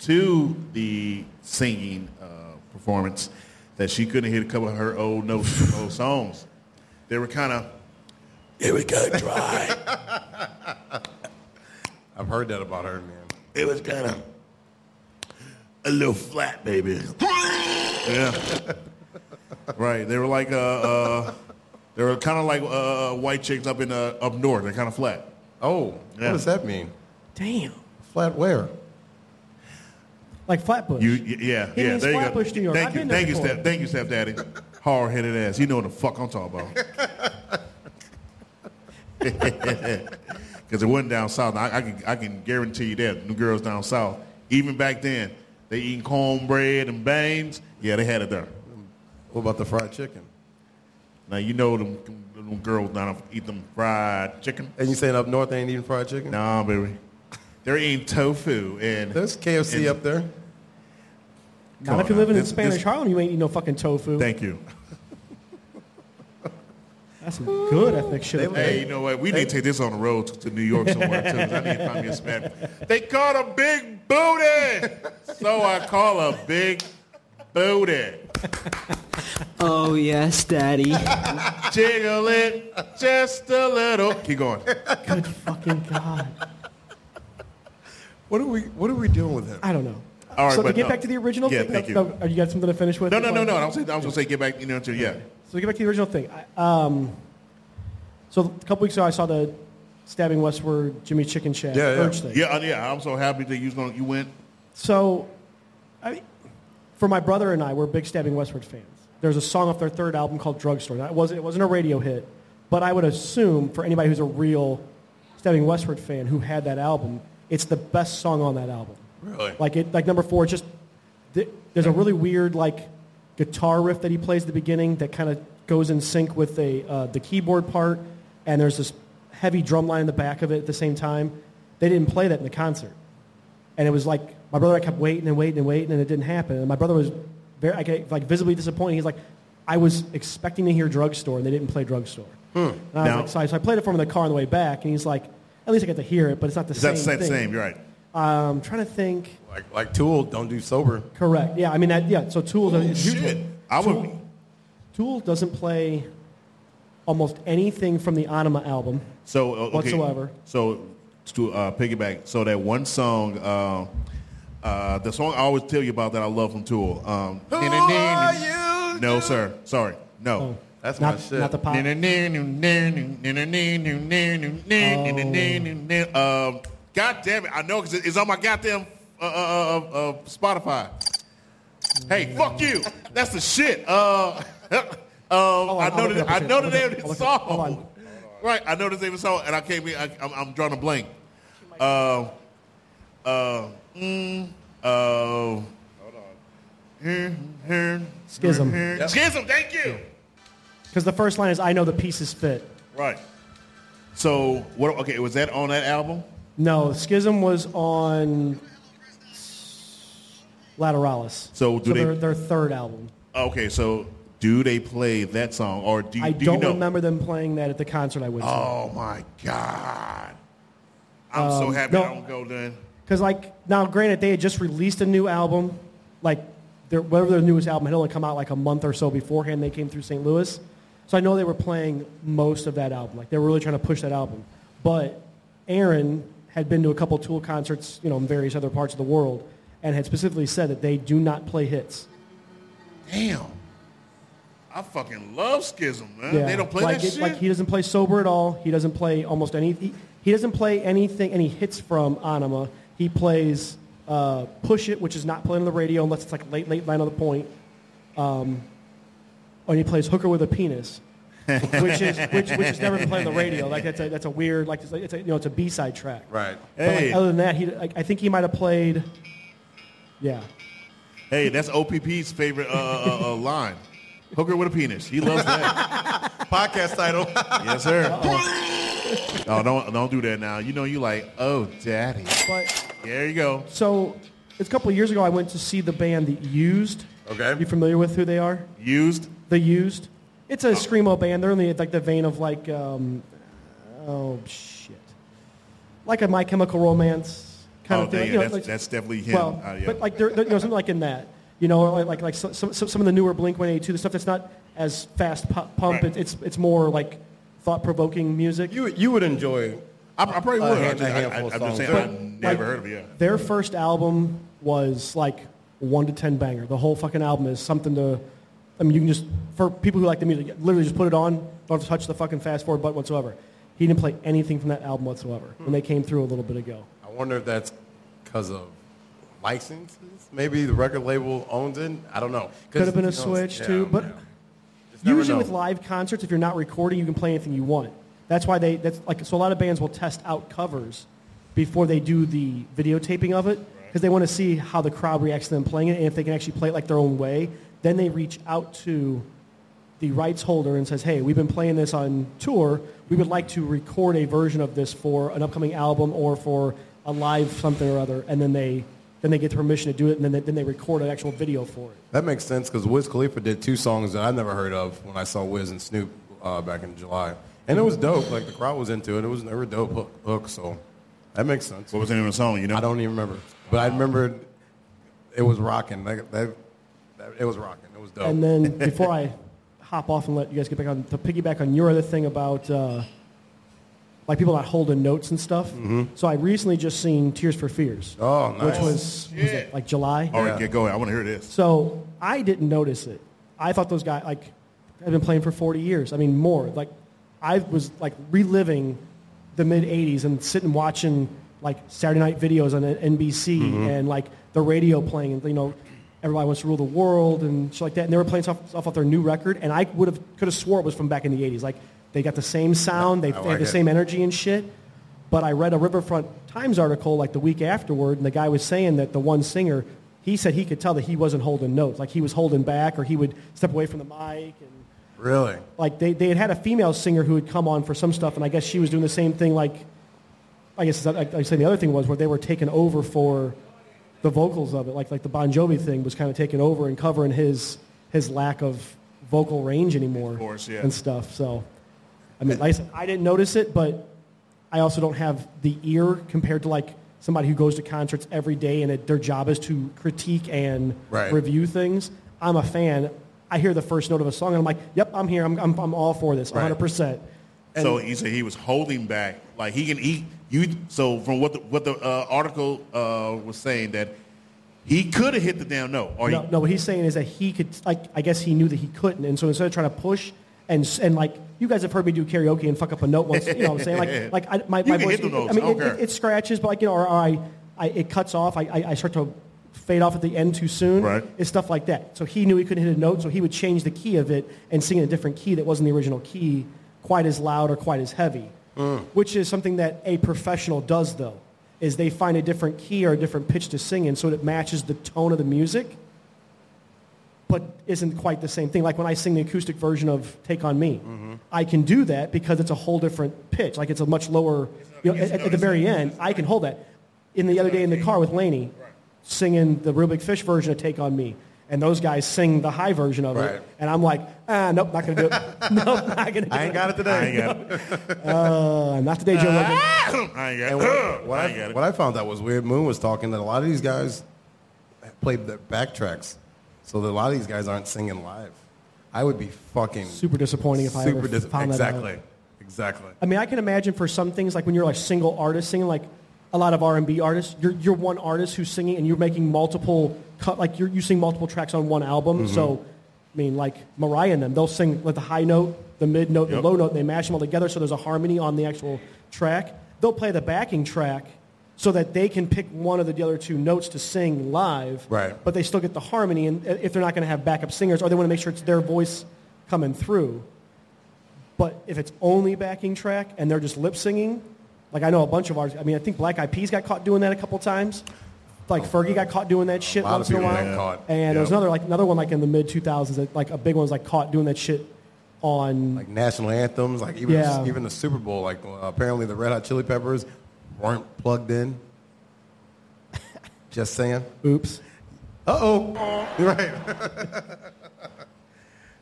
S3: to the singing uh, performance, that she couldn't hit a couple of her old notes, from old songs. They were kind of.
S7: Here we go, dry. I've heard that about her, man.
S3: It was kind of a little flat, baby. yeah. Right. They were like uh, uh they were kind of like uh, white chicks up in uh, up north. They're kind of flat.
S7: Oh, what
S3: Yeah.
S7: does that mean?
S5: Damn.
S7: Flat where?
S5: Like Flatbush.
S3: You, y- yeah,
S5: He
S3: yeah.
S5: means
S3: There you go.
S5: Flatbush, New York.
S3: Thank
S5: I've
S3: you,
S5: been there
S3: thank you,
S5: before.
S3: step, thank you, stepdaddy. Hard headed ass. You know what the fuck I'm talking about. [LAUGHS] Because it wasn't down south. I, I can I can guarantee you that the girls down south, even back then, they eating cornbread and beans. Yeah, they had it there.
S7: What about the fried chicken?
S3: Now you know them, them girls down eat them fried chicken.
S7: And you saying up north they ain't eating fried chicken?
S3: Nah, baby, they're eating tofu and
S7: There's KFC
S3: and-
S7: up there.
S5: Not if
S3: on
S5: you're
S3: now.
S5: living in
S3: This-
S5: Spanish
S3: this-
S5: Harlem, you ain't eat no fucking tofu.
S3: Thank you.
S5: That's some good ethnic shit. up there.
S3: Hey, you know what? We need to take this on the road to, to New York somewhere too. 'cause I need to find me a Spanish. They caught a big booty, so I call a big booty.
S9: Oh yes, Daddy.
S3: Jiggle it just a little. Keep going.
S5: Good fucking god.
S7: What are we What are we doing with him?
S5: I don't know.
S3: All right,
S5: so to
S3: but
S5: get
S3: no.
S5: back to the original
S3: Yeah,
S5: thing,
S3: thank you.
S5: no, no, you got something to finish with?
S3: No, no, no, no. I
S5: Before-
S3: was, I was gonna say get back. You know, to yeah.
S5: So to get back to the original thing, I, um, so a couple weeks ago I saw the stabbing Westward Jimmy Chicken Shack
S7: Yeah, yeah.
S5: urge thing.
S3: Yeah, uh, yeah. I'm so happy that you going you went.
S5: So, I mean, for my brother and I, we're big stabbing Westward fans. There's a song off their third album called Drugstore. That wasn't it wasn't a radio hit, but I would assume for anybody who's a real stabbing Westward fan who had that album, it's the best song on that album.
S7: Really?
S5: Like it, like number four, just th- there's a really weird like guitar riff that he plays at the beginning that kind of goes in sync with the uh, the keyboard part, and there's this heavy drum line in the back of it at the same time. They didn't play that in the concert, and it was like my brother. I kept waiting and waiting and waiting, and it didn't happen. And my brother was very I get, like visibly disappointed. He's like, I was expecting to hear Drugstore, and they didn't play Drugstore. And I was
S3: Hmm. Now-
S5: like, sorry. So I played it for him in the car on the way back, and he's like, at least I got to hear it, but it's not the
S3: Is
S5: same.
S3: that same,
S5: thing.
S3: same? You're right.
S5: I'm trying to think.
S7: Like Like Tool, don't do sober.
S5: Correct. Yeah, I mean that. Yeah. So Tool doesn't.
S7: shit.
S3: I would.
S5: Tool, Tool doesn't play almost anything from the Anima album.
S3: So uh, okay.
S5: Whatsoever.
S3: So to uh, piggyback, so that one song, uh, Uh, the song I always tell you about that I love from Tool. Um,
S7: Who are you?
S3: No, sir. Sorry. No.
S7: That's
S5: Not,
S7: my shit.
S5: not the pop. Oh.
S3: Um, God damn it. I know 'cause it's on my goddamn uh, uh, uh, uh, Spotify.
S5: Mm.
S3: Hey, fuck you. That's the shit. Uh, [LAUGHS] um, I
S5: I'll
S3: know
S5: look it
S3: the,
S5: up
S3: I
S5: and see.
S3: know
S5: I'll
S3: the
S5: look
S3: name
S5: it up.
S3: of the
S5: I'll look it up. Hold on.
S3: song. Right, I know the name of the song, and I can't be, I, I'm, I'm drawing a blank. Um, Uh, uh, mm, uh,
S5: Schism.
S3: Schism, thank you.
S5: Because the first line is, I know the pieces fit.
S3: Right. So what? Okay, was that on that album?
S5: No, Schism was on Lateralis.
S3: So do they-
S5: their, their third album.
S3: Okay, so do they play that song, or do you,
S5: I
S3: do
S5: don't
S3: you know?
S5: remember them playing that at the concert I went to.
S3: Oh my god! I'm so happy
S5: Um, no.
S3: I don't go then.
S5: Because like now, granted, they had just released a new album, like their whatever their newest album had only come out like a month or so beforehand. They came through St. Louis, so I know they were playing most of that album. Like they were really trying to push that album. But Aaron had been to a couple Tool concerts, you know, in various other parts of the world, and had specifically said that they do not play hits.
S3: Damn. I fucking love Schism, man. They don't play
S5: like,
S3: that
S5: it-
S3: shit.
S5: Like he doesn't play sober at all. He doesn't play almost any. He, he doesn't play anything. Any hits from Anima. He plays uh, Push It, which is not playing on the radio unless it's like late, late line on the point. Um, and he plays Hooker with
S3: [LAUGHS]
S5: a penis, which is which, which is never been played on the radio. Like that's a that's a weird like it's, a- it's a you know it's a B side track.
S7: right.
S5: But like,
S3: Hey.
S5: other than that, he like, I think he might have played. Yeah.
S3: hey, that's OPP's favorite uh, uh, uh, line. Hooker with a penis. He loves that. [LAUGHS]
S7: Podcast title.
S3: yes, [LAUGHS] sir. Oh, don't don't do that now. You know you like, oh, daddy.
S5: But
S3: There you go.
S5: so it's a couple of years ago I went to see the band The Used.
S7: Okay.
S5: You familiar with who they are?
S3: Used.
S5: The Used. It's a screamo band. They're in the, like the vein of like, um, oh shit, like a My Chemical Romance kind
S3: Oh,
S5: of thing.
S3: yeah,
S5: You know,
S3: that's-
S5: like-
S3: that's definitely him.
S5: Well,
S3: Uh, yeah.
S5: but like they're, they're- you know something like in that. You know, like like, like some, some some of the newer Blink One Eighty Two, the stuff that's not as fast pu- pump.
S3: Right.
S5: It's it's it's more like thought provoking music.
S7: You you would enjoy.
S3: I, I probably
S7: Uh,
S3: would.
S7: hand-
S3: I just,
S7: a
S3: I,
S7: handful
S3: I,
S7: of
S3: I'm just
S7: songs.
S3: saying,
S7: But,
S3: I've never heard of it. Yeah.
S5: Their first album was like one to ten banger. The whole fucking album is something to. I mean, you can just for people who like the music, literally just put it on. Don't have to touch the fucking fast forward button whatsoever. He didn't play anything from that album whatsoever when they came through a little bit ago.
S7: I wonder if that's because of licenses. Maybe the record label owns it. I don't know. 'Cause,
S5: Could have been a
S7: you know,
S5: switch
S7: yeah,
S5: too, but
S7: yeah. Just never
S5: usually
S7: know.
S5: with live concerts, if you're not recording, you can play anything you want. That's why they that's like so a lot of bands will test out covers before they do the videotaping of it because they want to see how the crowd reacts to them playing it and if they can actually play it like their own way. Then they reach out to the rights holder and says, "Hey, we've been playing this on tour. We would like to record a version of this for an upcoming album or for a live something or other." And then they then they get the permission to do it, and then they, then they record an actual video for it.
S7: That makes sense because Wiz Khalifa did two songs that I never heard of when I saw Wiz and Snoop uh, back in July, and it was dope. Like the crowd was into it. It was never dope hook, hook so that makes sense.
S3: What was the name of the song? You know.
S7: I don't even remember, but I remember it was rocking. Like, that, that, it was rocking. It was dope.
S5: And then before I hop off and let you guys get back on, to piggyback on your other thing about uh, like people not holding notes and stuff. So I recently just seen Tears for Fears,
S7: oh, nice.
S5: which was, was it, like July.
S3: All right, get going. I want to hear this.
S5: So I didn't notice it. I thought those guys like I've been playing for 40 years. I mean more. Like I was like reliving the mid 80s and sitting watching like Saturday night videos on NBC and like the radio playing and you know everybody wants to rule the world and shit like that. And they were playing stuff, stuff off their new record and I would have could have swore it was from back in the 80s. Like they got the same sound, they,
S7: Oh, I
S5: they had
S7: like
S5: the
S7: it.
S5: same energy and shit. But I read a Riverfront Times article like the week afterward, and the guy was saying that the one singer, he said he could tell that he wasn't holding notes. Like he was holding back or he would step away from the mic. And
S7: really.
S5: like they, they had had a female singer who had come on for some stuff, and I guess she was doing the same thing. Like I guess like I said, the other thing was where they were taking over for the vocals of it. Like like the Bon Jovi thing was kind of taking over and covering his his lack of vocal range anymore
S3: Of course, yeah.
S5: and stuff. So I mean, like I said, I didn't notice it, but I also don't have the ear compared to like somebody who goes to concerts every day and it, their job is to critique and
S7: Right.
S5: review things. I'm a fan. I hear the first note of a song and I'm like, yep, I'm here. I'm, I'm, I'm all for this, 100%.
S3: so he said he was holding back, like he can eat. You so from what the, what the uh, article uh, was saying that He could have hit the damn note. Or
S5: No,
S3: he,
S5: no, what he's saying is that he could, like, I guess he knew that he couldn't. And so instead of trying to push and, s- and like, you guys have heard me do karaoke and fuck up a note once, you know what
S3: [LAUGHS]
S5: I'm saying? Like, like I, my,
S3: You
S5: my
S3: can
S5: voice,
S3: hit the notes,
S5: I mean,
S3: I don't
S5: it,
S3: care.
S5: it, it scratches, but like, you know, or, or I, I, it cuts off. I, I, I start to fade off at the end too soon.
S3: Right.
S5: It's stuff like that. So he knew he couldn't hit a note, so he would change the key of it and sing in a different key that wasn't the original key, quite as loud or quite as heavy.
S3: Mm.
S5: Which is something that a professional does, though, is they find a different key or a different pitch to sing in so that it matches the tone of the music but isn't quite the same thing. Like when I sing the acoustic version of "Take on Me,"
S7: Mm-hmm.
S5: I can do that because it's a whole different pitch. Like it's a much lower. You know, at, at the very end, I can hold that. In the other day in the car with Laney, singing the Rubik Fish version of "Take on Me," and those guys sing the high version of
S7: Right.
S5: it, and I'm like, ah, nope, not gonna do it. [LAUGHS] nope, not gonna. Do
S7: I ain't got it
S3: I
S7: today.
S3: ain't got
S7: [LAUGHS]
S3: it.
S5: Uh, not today, Joe. Rogan.
S3: I ain't got
S7: And
S3: it.
S7: [LAUGHS] what, what
S3: I
S7: I,
S3: ain't got it.
S7: what I found out was weird. Moon was talking that a lot of these guys played their backtracks, so that a lot of these guys aren't singing live. I would be fucking
S5: Super disappointing if I
S7: super
S5: ever
S7: dis-
S5: found that out.
S7: exactly, exactly.
S5: I mean, I can imagine for some things, like when you're like single artist singing, like a lot of R&B artists, you're, you're one artist who's singing and you're making multiple, cut, like you're, you sing multiple tracks on one album. So, I mean, like Mariah and them, they'll sing like the high note, the mid note,
S3: Yep.
S5: the low note, and they mash them all together so there's a harmony on the actual track. They'll play the backing track so that they can pick one of the other two notes to sing live.
S7: Right.
S5: But they still get the harmony and uh, if they're not going to have backup singers or they want to make sure it's their voice coming through. But if it's only backing track and they're just lip singing, like I know a bunch of artists. I mean, I think Black Eyed Peas got caught doing that a couple times. Like Fergie got caught doing that shit
S7: lot of
S5: once in a
S7: people
S5: while.
S7: got caught.
S5: And there was
S7: Yeah.
S5: another like another one like in the mid 2000s, that, like a big one was like caught doing that shit on.
S7: Like national anthems, like even
S5: Yeah.
S7: even the Super Bowl. Like uh, apparently the Red Hot Chili Peppers weren't plugged in. Just saying.
S5: oops,
S7: Uh oh. Right.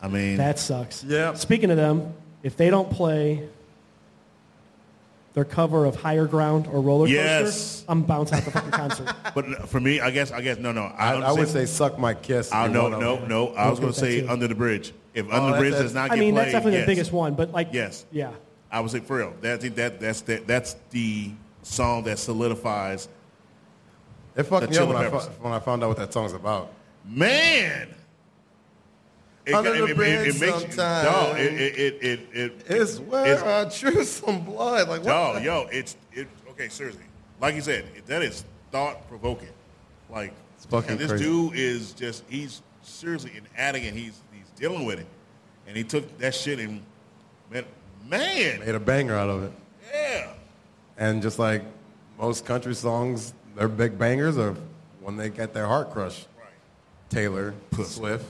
S3: I mean,
S5: that sucks.
S7: Yeah.
S5: Speaking of them, if they don't play their cover of Higher Ground or Roller
S3: Yes.
S5: Coaster, I'm bouncing out the fucking concert.
S3: but for me, I guess, I guess, no, no.
S7: I, I would
S3: understand-
S7: say suck my kiss.
S3: I
S7: be
S3: no,
S7: one of
S3: no,
S7: them.
S3: no. I was
S5: We'll
S3: going to
S5: get that
S3: say
S5: too.
S3: under the bridge. If
S7: Oh,
S3: under the
S7: that's-
S3: bridge
S7: that's-
S3: does not
S5: I
S3: get
S5: mean,
S3: played,
S5: that's definitely
S3: yes.
S5: the biggest one. But like,
S3: Yes.
S5: yeah,
S3: I would say for real. That, that that's that, that's the song that solidifies.
S7: It fucked
S3: The
S7: me up
S3: Chili
S7: when I,
S3: Peppers.
S7: fo- when I found out what that song's about.
S3: Man, it,
S7: Under
S3: got-
S7: the bridge
S3: you,
S7: sometime.
S3: dog. It it it it, it
S7: It's where
S3: it's- Oh,
S7: I drew some blood. Like what?
S3: Yo,
S7: the-
S3: yo, it's it. Okay, seriously, like you said, that is thought provoking. Like,
S7: It's fucking
S3: and this
S7: crazy.
S3: dude is just he's seriously an addict, and he's he's dealing with it, and he took that shit and man, man,
S7: Made a banger out of it.
S3: yeah,
S7: And just like most country songs, their big bangers are when they get their heart crushed. Right. Taylor Swift.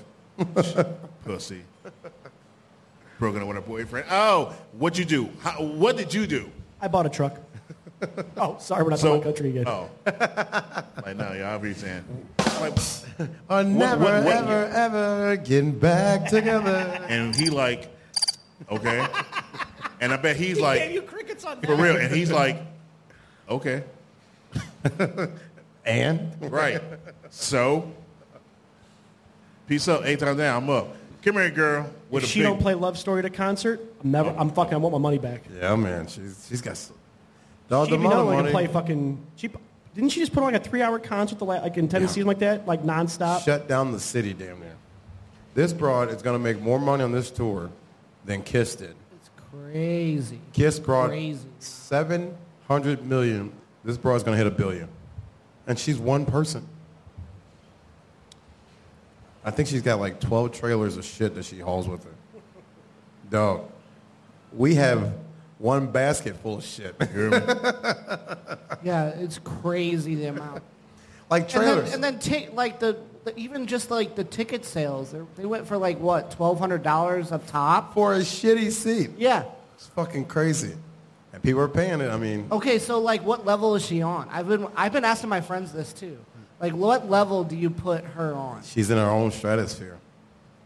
S3: pussy, broken up with her boyfriend. Oh, what you do? How, what did you do?
S5: I bought a truck. oh, sorry, we're not talking about country [LAUGHS] again.
S3: Oh, [LAUGHS] like no, y'all be saying. Like,
S7: Are never,
S3: what- what-
S7: ever, ever getting back together.
S3: and he like, okay, and I bet he's like.
S4: Gave you crickets on
S3: For real. And he's like, okay,
S7: and
S3: right. So, peace up, eight times down, I'm up. Come here, girl. With
S5: If
S3: a
S5: she
S3: big,
S5: don't play Love Story at a concert, I'm never. I'm fucking. I want my money back.
S7: yeah, man, she's she's got. s- Dog,
S5: She
S7: the
S5: even
S7: amount of
S5: know like
S7: money.
S5: to play fucking. She didn't she just put on like a three-hour concert the la- like in Tennessee something like that, like nonstop.
S7: shut down the city damn near. This broad is going to make more money on this tour than Kiss did.
S9: It's crazy.
S7: Kiss brought
S9: Crazy.
S7: 700 million. This broad's going to hit a billion. And she's one person. I think she's got like 12 trailers of shit that she hauls with her. Dog, we have one basket full of shit. [LAUGHS]
S3: [LAUGHS]
S9: Yeah, it's crazy
S3: [LAUGHS]
S9: the amount.
S7: like
S9: and then,
S7: trailers.
S9: and then ta- like the, the even just like the ticket sales, they're- they went for like what twelve hundred dollars up top.
S7: for a shitty seat.
S9: Yeah.
S7: It's fucking crazy. And people are paying it. I mean,
S9: Okay, so like what level is she on? I've been I've been asking my friends this too. Like what level do you put her on?
S7: she's in her own stratosphere.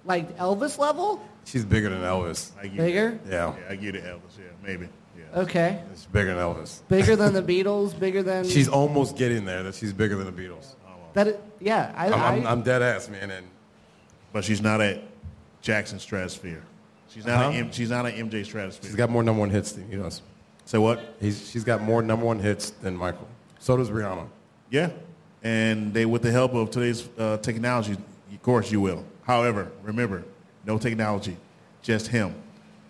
S9: Like Elvis level?
S7: She's bigger than Elvis.
S3: I get
S9: Bigger?
S3: it.
S7: Yeah.
S3: Yeah, I get it, Elvis. Yeah, maybe. Yeah.
S9: Okay.
S7: She's bigger than Elvis.
S9: Bigger than the Beatles, bigger than
S7: She's almost getting there that she's bigger than the Beatles.
S9: that it, yeah, I,
S7: I'm, I'm,
S9: I-
S7: I'm dead ass, man. And
S3: But she's not at Jackson Stratosphere. She's not at M- she's not at MJ Stratosphere.
S7: Uh-huh. she's got more number one hits than he does.
S3: so what?
S7: He's, she's got more number one hits than Michael. So does Rihanna.
S3: Yeah. and they, with the help of today's uh, technology, of course you will. However, remember, no technology, just him,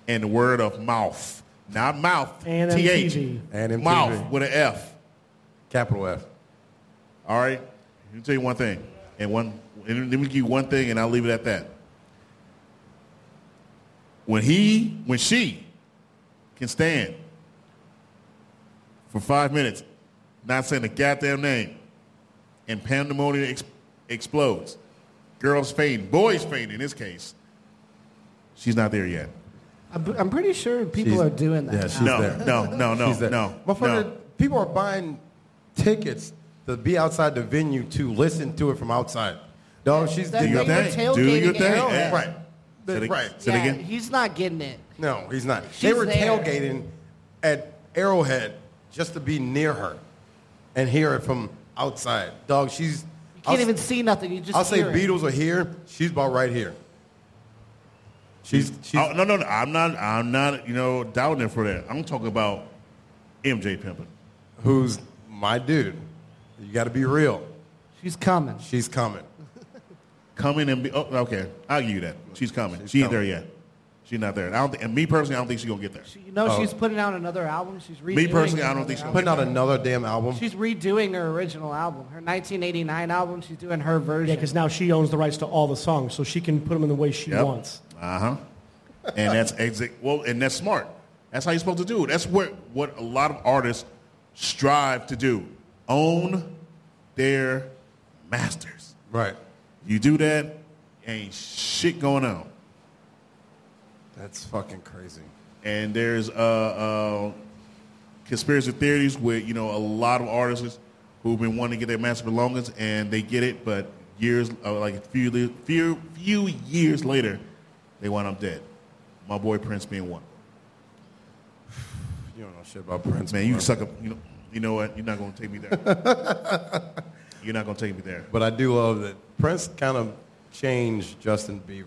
S3: and the word of mouth, not mouth.
S5: And
S3: th,
S5: MTV.
S7: And MTV.
S3: mouth with an F.
S7: Capital F.
S3: All right. Let me tell you one thing, and one. And let me give you one thing, and I'll leave it at that. When he, when she, can stand for five minutes, not saying a goddamn name, and pandemonium ex- explodes. Girls fainting, boys fainting. In this case, she's not there yet.
S9: I'm, I'm pretty sure people
S7: She's-
S9: are doing that.
S7: yeah,
S9: now.
S7: she's-
S3: No,
S7: there.
S3: no, no, no,
S7: She's that-
S3: no,
S7: Motherfucker,
S3: no.
S7: people are buying tickets to be outside the venue to listen to it from outside. Dog, she's
S9: That
S3: Do
S7: digging
S3: your
S7: up
S9: thing
S7: that.
S9: with
S3: thing. Do your
S9: tailgating
S3: thing.
S9: Arrowhead.
S3: Yeah.
S7: Right.
S3: Say it ag-
S7: right.
S3: Say it
S9: Yeah,
S3: again.
S9: He's not getting it.
S7: No, he's not. they
S9: She's
S7: were
S9: there.
S7: tailgating at Arrowhead just to be near her and hear it from outside. Dog, she's.
S9: You can't even see nothing. You just
S7: I'll say
S9: hear it.
S7: Beatles are here. She's about right here. She's. she's
S3: Oh, no, no, no. I'm not. I'm not. You know, doubting it for that. I'm talking about MJ pimping.
S7: who's my dude. You got to be real.
S9: She's coming.
S7: She's coming.
S3: coming and be. Oh, okay, I'll give you that. She's coming.
S7: She's
S3: she ain't there
S7: coming.
S3: yet. She's not there. I don't. Think, and me personally, I don't think she's gonna get there.
S9: She, you know she's putting out another album. She's redoing.
S3: Oh. personally, I don't
S9: another
S3: think she-
S9: album.
S7: Putting out another damn album.
S9: She's redoing her original album, her 1989 album. She's doing her
S5: Yeah,
S9: version.
S5: because now she owns the rights to all the songs, so she can put them in the way she wants.
S3: Uh huh. And that's exit. Well, and that's smart. That's how you're supposed to do. it. That's what what a lot of artists strive to do. Own their masters.
S7: Right.
S3: You do that, ain't shit going on.
S7: That's fucking crazy.
S3: and there's uh, uh, conspiracy theories with you know a lot of artists who've been wanting to get their master belongings and they get it, but years uh, like a few li- few few years later, they wind up dead. My boy Prince being one.
S7: You don't know shit about Prince.
S3: Man, you
S7: bro.
S3: suck up. You know, you know what? You're not gonna take me there. You're not gonna take me there.
S7: But I do love that Prince kind of changed Justin Bieber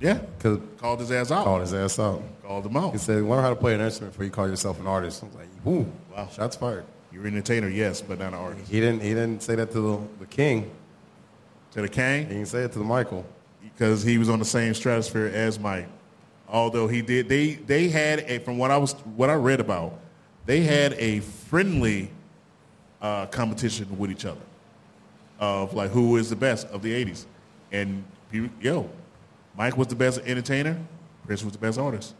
S3: Yeah,
S7: because
S3: called his ass out.
S7: called his ass out.
S3: Called him out.
S7: He said, "Learn how to play an instrument before you call yourself an artist." I was like, "Ooh,
S3: Wow.
S7: shots fired."
S3: You're an entertainer, yes, but not an artist.
S7: He didn't. He didn't say that to the, the king.
S3: To the
S7: He
S3: Kang,
S7: didn't say it to the Michael.
S3: because he was on the same stratosphere as Mike. Although he did, they they had a from what I was what I read about, they had a friendly uh, competition with each other of like who is the best of the '80s, and people- yo, Mike was the best entertainer, Chris was the best artist.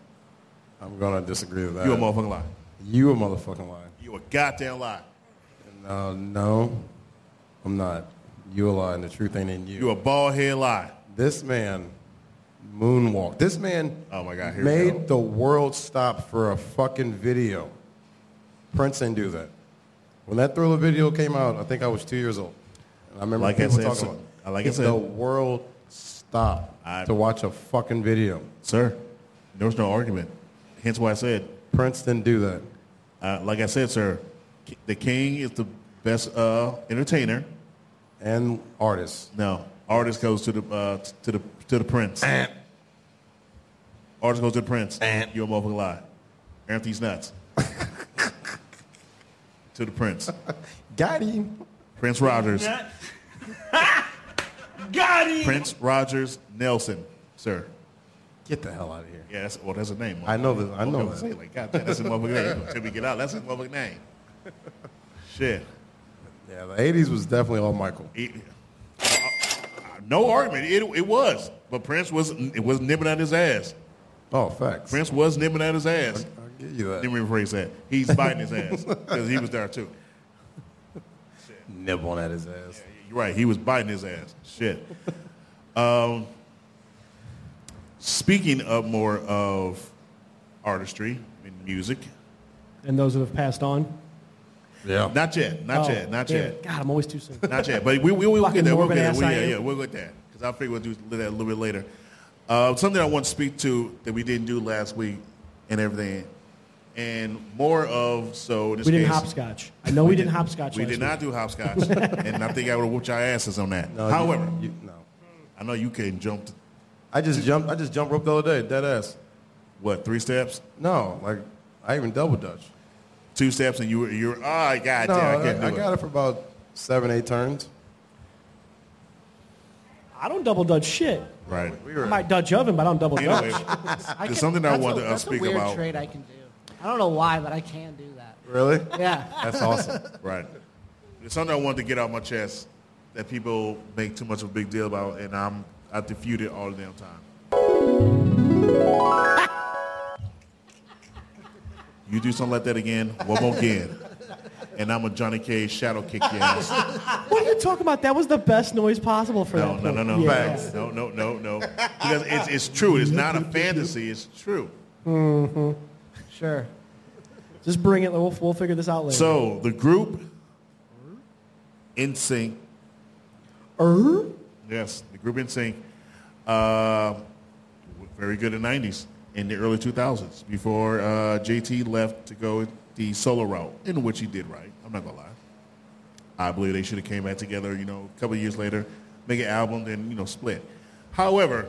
S7: I'm gonna disagree with that.
S3: You a motherfucking lie.
S7: You a motherfucking lie.
S3: Uh, You a goddamn lie.
S7: No, no, I'm not. You a lie, and the truth ain't in you.
S3: You a bald head lie.
S7: This man moonwalked. This man
S3: Oh my God, here we go.
S7: made the world stop for a fucking video. Prince didn't do that. When that thriller video came out, I think I was two years old. And I remember
S3: Like I
S7: people
S3: said,
S7: talking
S3: so-
S7: about
S3: I like I
S7: it.
S3: said.
S7: The world stopped
S3: I-
S7: to watch a fucking video.
S3: sir. There was no argument. Hence why I said
S7: Prince didn't do that.
S3: Uh, like I said, sir, K- the king is the best uh, entertainer.
S7: And artists.
S3: No, artist goes to the uh, t- to the to the prince. Artist goes to the prince. You're a motherfucking lie. Anthony's
S8: [LAUGHS]
S3: nuts. to the prince,
S7: Got him.
S3: Prince Rogers,
S8: [LAUGHS] Got him!
S3: Prince Rogers Nelson, sir.
S7: Get the hell out of here.
S3: Yeah, that's well, that's his name.
S7: I know that- I know
S3: Okay,
S7: that.
S3: Say it like, God, that's his motherfucking name. Till we get out, that's his motherfucking
S7: [LAUGHS]
S3: name. Shit.
S7: Yeah, the 80s was definitely all Michael.
S3: It- uh, no argument. It, it was, but Prince was it was nipping at his ass.
S7: Oh, facts.
S3: Prince was nipping at his ass.
S7: I'll give you
S3: Let
S7: that.
S3: me rephrase that. He's biting his ass because he was there too.
S7: Nibbling at his ass.
S3: You're right. He was biting his ass. Shit. Um, speaking of more of artistry and music,
S5: And those that have passed on.
S7: Yeah.
S3: not yet, not
S5: Oh,
S3: yet, not
S5: damn
S3: yet.
S5: it. God, I'm always too soon.
S3: Not yet, but we, we, we'll get
S5: Fucking
S3: there. We'll
S5: morbid
S3: get there.
S5: ass
S3: We-
S5: I
S3: yeah,
S5: am.
S3: yeah, we'll get there. Because I figure we'll do that a little bit later. Uh, something I want to speak to that we didn't do last week and everything, and more of so. In this
S5: We didn't
S3: case,
S5: hopscotch. I know we, didn't hopscotch.
S3: We
S5: last
S3: did
S5: week.
S3: not do
S5: [LAUGHS]
S3: hopscotch, and I think I would have whooped your asses on that.
S7: No, you-
S3: However,
S7: you, no.
S3: I know you can jump
S7: I just jumped. I just jumped rope the other day, dead ass.
S3: what three steps.
S7: No, like I even double dutch.
S3: two steps and you were you're oh god damn,
S7: no,
S3: I
S7: I,
S3: can't do
S7: I
S3: it.
S7: got it for about seven, eight turns.
S5: I don't double dutch shit.
S3: Right.
S7: We
S5: I
S7: were
S5: might dutch oven, but [LAUGHS] I don't double
S3: Anyway,
S5: dutch.
S9: I
S3: there's something I
S9: that's
S3: wanted
S9: a,
S3: to uh,
S9: that's
S3: speak
S9: a weird
S3: about.
S9: Trade I can do. I don't know why, but I can do that.
S7: really.
S3: [LAUGHS]
S9: Yeah.
S3: That's awesome. right. There's something I wanted to get out my chest that people make too much of a big deal about, and I'm I defute it all the damn time. you do something like that again, one more again, and I'm a Johnny Cage shadow kick your ass.
S5: what are you talking about? That was the best noise possible for
S3: No,
S5: that.
S3: no, no,
S5: point.
S3: no,
S5: Yeah.
S3: facts. No, no, no, no. Because it's, it's true. It's not a fantasy. It's true.
S9: Sure.
S5: Just bring it. We'll, we'll figure this out later.
S3: So the group, In Sync,
S5: Er?
S3: Yes, the group in sync. Uh, very good in the 90s, in the early 2000s, before uh, JT left to go the solo route, in which he did right. I'm not going to lie. I believe they should have came back together, you know, a couple of years later, make an album, then, you know, split. However,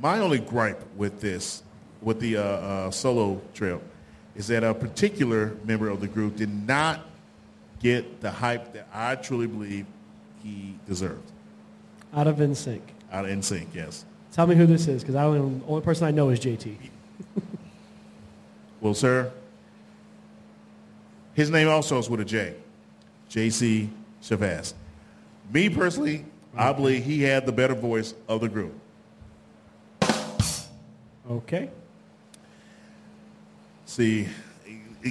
S3: my only gripe with this, with the uh, uh, solo trail, is that a particular member of the group did not get the hype that I truly believe he deserved
S5: Out of NSYNC.
S3: out of NSYNC, yes.
S5: Tell me who this is, because I only, only person I know is JT.
S3: Well, sir, his name also is with a J, J.C. Chavez. Me personally, I believe he had the better voice of the group.
S5: Okay.
S3: See,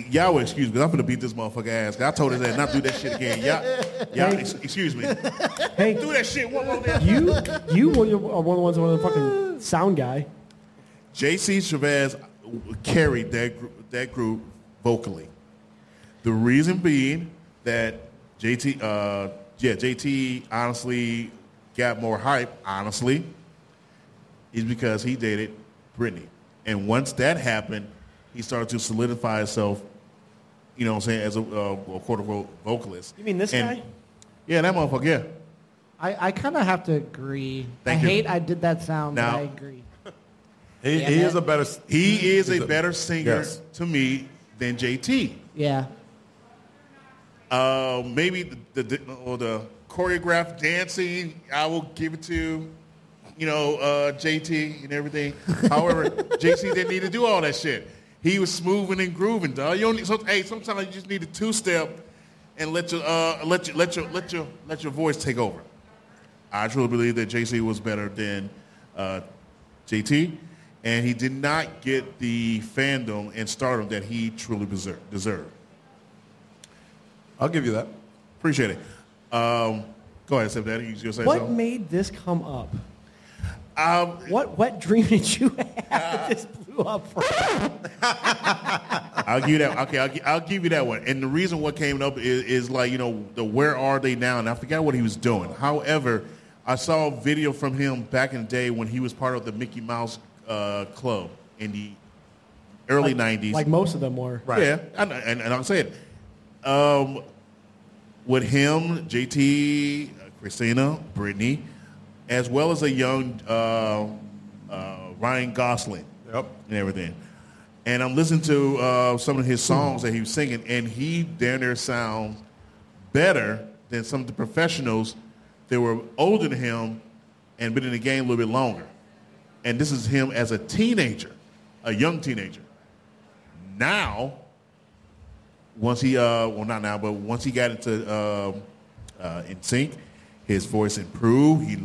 S3: y'all will excuse me. I'm going to beat this motherfucker ass. I told his ass not to do that shit again. Y'all, y'all ex- excuse me.
S5: Hey,
S3: Do that shit one more time.
S5: you you were- are one of the ones who are the fucking sound guy.
S3: J.C. Chavez carried that gr- that group vocally. The reason being that JT, uh, yeah, JT honestly got more hype. Honestly, is because he dated Britney, and once that happened, he started to solidify himself. You know what I'm saying? As a, uh, quote unquote vocalist.
S5: You mean this
S3: And-
S5: guy?
S3: Yeah, that motherfucker. Yeah.
S9: I, I kind of have to agree.
S3: Thank
S9: I
S3: you.
S9: hate I did that sound,
S3: Now-
S9: but I agree.
S7: He,
S9: Yeah,
S7: he
S9: man.
S7: is a better. s-
S3: He is
S7: he's
S3: a better singer
S7: Yes.
S3: to me than JT.
S9: Yeah.
S3: Uh, maybe the, the, the or the choreographed dancing, I will give it to, you know, uh, JT and everything. However, JC didn't need to do all that shit. He was smoothing and grooving, dog. You don't need, so, hey, sometimes you just need a two step and let your uh, let your let your let your let your voice take over. I truly believe that JC was better than uh, JT, and he did not get the fandom and stardom that he truly deser- deserved.
S7: I'll give you that.
S3: Appreciate it. Um, go ahead, Steph Daddy. You just say
S5: What
S3: something?
S5: made this come up?
S3: Um, Uh,
S5: What what dream did you [LAUGHS] have that this blew up from?
S3: I'll give you that. Okay, I'll, gi- I'll give you that one. And the reason what came up is, is like you know the where are they now? And I forgot what he was doing. However, I saw a video from him back in the day when he was part of the Mickey Mouse uh, Club in the early '90s.
S5: Like most of them were.
S3: Yeah, I know, and, and I'll say it. Um, with him, JT, uh, Christina, Brittany, as well as a young uh, uh, Ryan Gosling
S7: Yep.
S3: and everything. And I'm listening to uh, some of his songs that he was singing, and he damn near sounds better than some of the professionals that were older than him and been in the game a little bit longer. And this is him as a teenager, a young teenager. Now, once he uh well not now but once he got into um uh, in sync his voice improved he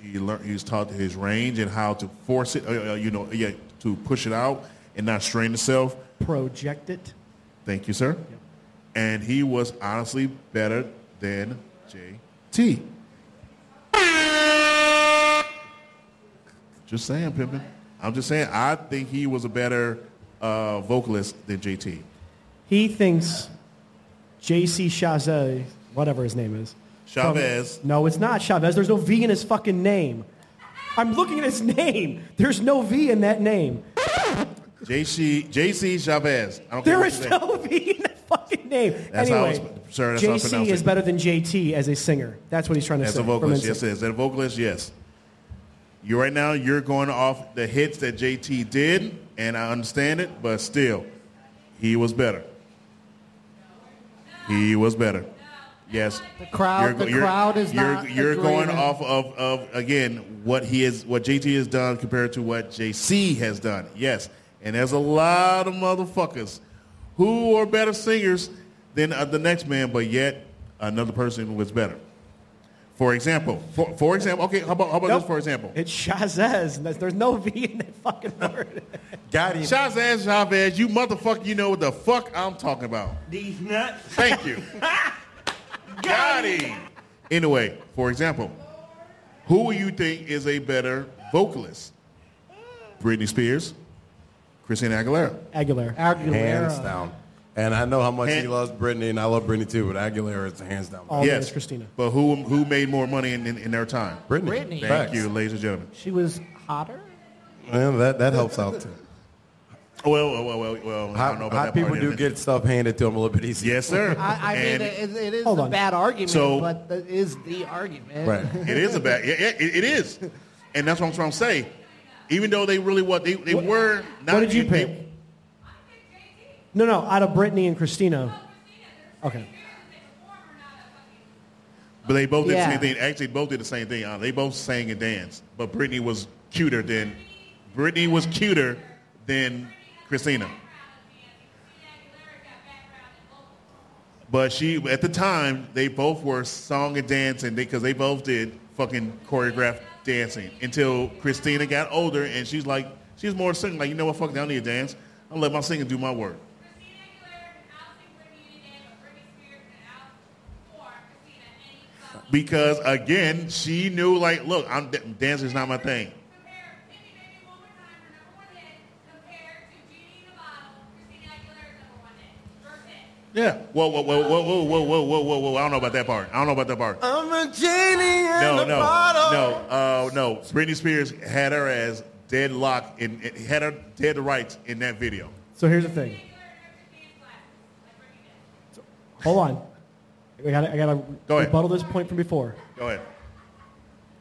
S3: he learned he was taught his range and how to force it uh, uh, you know yeah to push it out and not strain himself
S5: Project it.
S3: thank you sir and he was honestly better than JT just saying Pimpin I'm just saying I think he was a better uh, vocalist than JT
S5: He thinks JC Chavez, whatever his name is. from-
S3: Chavez
S5: no, it's not Chavez. There's no V in his fucking name. I'm looking at his name. There's no V in that name.
S3: JC, JC Chavez. I don't care
S5: There
S3: what
S5: is
S3: you say.
S5: no V in that fucking name.
S3: That's how
S5: anyway,
S3: it's- sir, that's how I
S5: JC
S3: pronounce
S5: is
S3: it.
S5: better than JT as a singer. That's what he's trying to
S3: As
S5: say.
S3: a
S5: from
S3: vocalist,
S5: NSYNC.
S3: yes, as a vocalist, yes. You right now, you're going off the hits that JT did, and I understand it, but still, he was better. He was better. Yes.
S9: The crowd- the crowd is
S3: you're,
S9: not
S3: You're going
S9: agreeing.
S3: off of, of again what he is, what JT has done compared to what JC has done. Yes, and there's a lot of motherfuckers who are better singers than uh, the next man, but yet another person was better. For example, for, for example, okay, how about how about
S5: Nope.
S3: this? For example,
S5: It's Shazaz. and that's- There's no V in that fucking word.
S7: Got him.
S3: Shazaz Chavez, you motherfucker, you know what the fuck I'm talking about.
S10: These nuts.
S3: Thank you. [LAUGHS] Got him. Anyway, for example, who you think is a better vocalist? Britney Spears, Christina Aguilera.
S5: Aguilera.
S7: Hands down. And I know how much he
S3: Hand-
S7: loves Brittany, and I love Brittany too, but Aguilera is hands down.
S5: Always Christina.
S3: But who who made more money in, in, in their time?
S7: Brittany.
S9: Britney.
S3: Thank
S7: Facts.
S3: you, ladies and gentlemen.
S9: She was hotter.
S7: Well, that, that helps out too.
S3: Well, well, well, well, well I
S7: Hot,
S3: don't know about
S7: hot
S3: that
S7: people
S3: part
S7: do
S3: of it.
S7: get stuff handed to them a little bit easier.
S3: Yes, [LAUGHS] sir.
S9: I, I mean,
S3: And
S9: it, it is
S5: Hold
S9: a
S5: on.
S9: bad argument,
S3: So-
S9: but that is the argument.
S7: [LAUGHS] Right.
S3: it is a bad. It, it- it is, and that's what I'm trying to say. Even though they really what they, they were not.
S5: what did you
S3: they-
S5: pick? No, no, out of Brittany and Christina. Okay.
S3: But they both did
S9: Yeah.
S3: the same thing. Actually, both did the same thing. Uh, They both sang and danced. But Britney was cuter than Britney was cuter than Christina. But she, at the time, they both were song and dancing because they both did fucking choreographed dancing until Christina got older and she's like, she's more singing. Like, you know what, fuck, it, I don't need to dance. I'll let my singing do my work. Because again, she knew like, look, I'm dancing's not my thing. Yeah. Whoa, whoa, whoa, whoa, whoa, whoa, whoa, whoa, whoa, whoa. I don't know about that part. I don't know about that part.
S6: I'm a genie in
S3: No,
S6: a
S3: no,
S6: bottle.
S3: no, uh, no. Britney Spears had her as deadlocked and had her dead to rights in that video.
S5: So here's the thing. Hold on. I got I gotta
S3: Go ahead.
S5: rebuttal this point from before.
S3: Go ahead.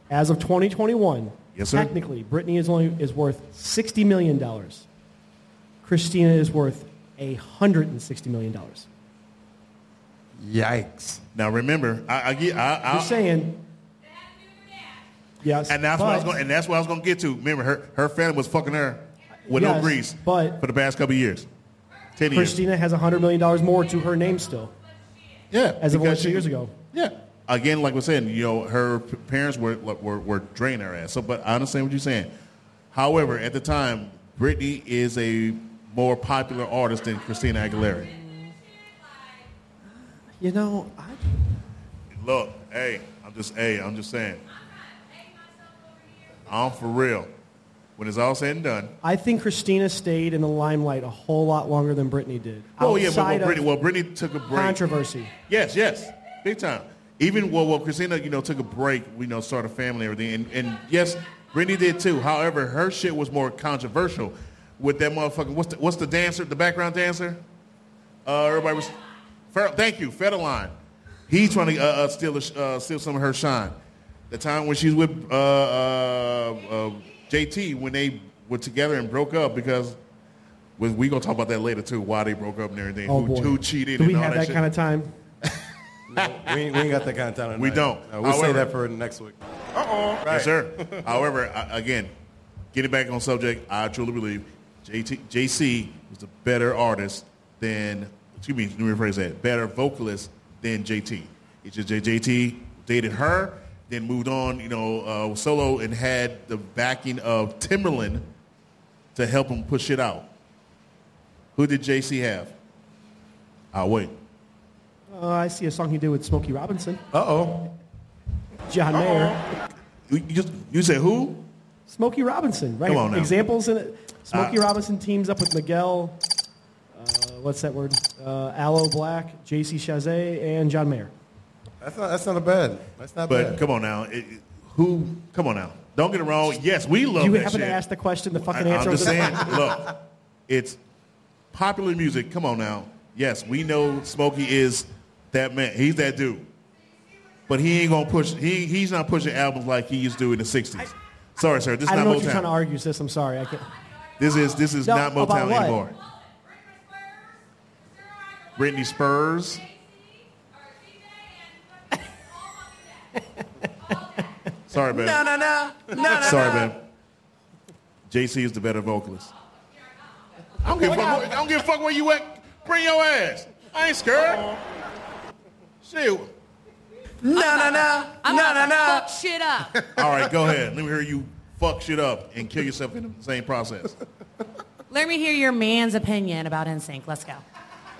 S5: As of 2021,
S3: Yes, sir.
S5: technically, Brittany is only is worth 60 million dollars. Christina is worth 160 million dollars.
S7: Yikes.
S3: Now remember, I, I, get- I, I
S5: Just saying. Yes.
S3: Uh, and that's what I was
S5: but-
S3: going, and that's what I was going to get to. Remember, her her family was fucking her with no
S5: Yes,
S3: grease,
S5: but-
S3: for the past couple of years, ten years.
S5: Christina has 100 million dollars more to her name still,
S3: Yeah,
S5: as of
S3: because
S5: only two
S3: she-
S5: years ago.
S3: Yeah. Again, like we're saying, you know, her p- parents were, were were draining her ass. So, but I understand what you're saying. However, at the time, Britney is a more popular artist than Christina Aguilera.
S9: You know, I,
S3: Look, hey, I'm just, hey, I'm just saying. I'm for real. When it's all said and done.
S5: I think Christina stayed in the limelight a whole lot longer than Britney did.
S3: Oh yeah, but
S5: Outside
S3: well,
S5: of
S3: Britney, well, Britney took a break.
S5: controversy.
S3: Yes, yes, big time. Even well, well, Christina, you know, took a break. You know, started a family, and everything, and, and yes, Brittany did too. However, her shit was more controversial with that motherfucker. What's the, what's the dancer? The background dancer? Uh, everybody was. Fer, thank you, Federline. He's trying to uh, uh, steal the sh- uh, steal some of her shine. The time when she's with uh, uh, uh, JT when they were together and broke up because. We we gonna talk about that later too. Why they broke up and everything.
S5: Oh
S3: who,
S5: boy,
S3: who cheated?
S5: Do we
S3: and all
S5: have that
S3: shit.
S5: kind of time?
S7: we, ain't, we ain't got that kind of time.
S3: We
S7: tonight.
S3: don't.
S7: No, we'll
S3: However-
S7: say that for next week.
S3: Yes, sir. [LAUGHS] However, I, again, getting back on subject, I truly believe JT, JC was a better artist than, excuse me, let me rephrase that, better vocalist than JT. It's just that JT dated her, then moved on, you know, uh, solo and had the backing of Timberland to help him push it out. Who did JC have? I'll wait.
S5: Uh, I see a song he did with Smokey Robinson,
S7: Uh-oh.
S5: John Mayer.
S3: You, you just, you said who?
S5: Smokey Robinson, right?
S3: Come on now. Uh,
S5: Examples in it. Smokey Robinson teams up with Miguel. Uh, what's that word? Uh, Aloe Black, J.C. Chazet, and John Mayer.
S7: That's not, that's not a bad. That's not
S3: But
S7: bad.
S3: come on now, it, it- who? Come on now. Don't get it wrong. Yes, we love
S5: you
S3: that
S5: happen
S3: shit.
S5: to ask the question, the fucking
S3: I,
S5: answer
S3: am
S5: was
S3: just saying.
S5: [LAUGHS]
S3: look, it's popular music. Come on now. Yes, we know Smokey is that man. He's that dude. But he ain't gonna push. He he's not pushing albums like he used to do in the '60s. Sorry, sir. This is
S5: I don't
S3: not
S5: know what you're
S3: Motown.
S5: trying to argue, sis. I'm sorry. I can't.
S3: This is this is
S5: No,
S3: not
S5: about
S3: Motown
S5: what?
S3: anymore. Britney Spurs. Sorry, man.
S9: No, no, no. No, no,
S3: Sorry,
S9: no.
S3: man. JC is the better vocalist. I don't give a fuck. where- I don't give a fuck where you at. Bring your ass. I ain't scared. Shit.
S9: No, no, no.
S10: I'm
S9: No,
S10: gonna
S9: no, no.
S10: fuck shit up.
S9: [LAUGHS]
S3: All right, go ahead. Let me hear you fuck shit up and kill yourself in the same process.
S10: Let me hear your man's opinion about NSYNC. Let's go.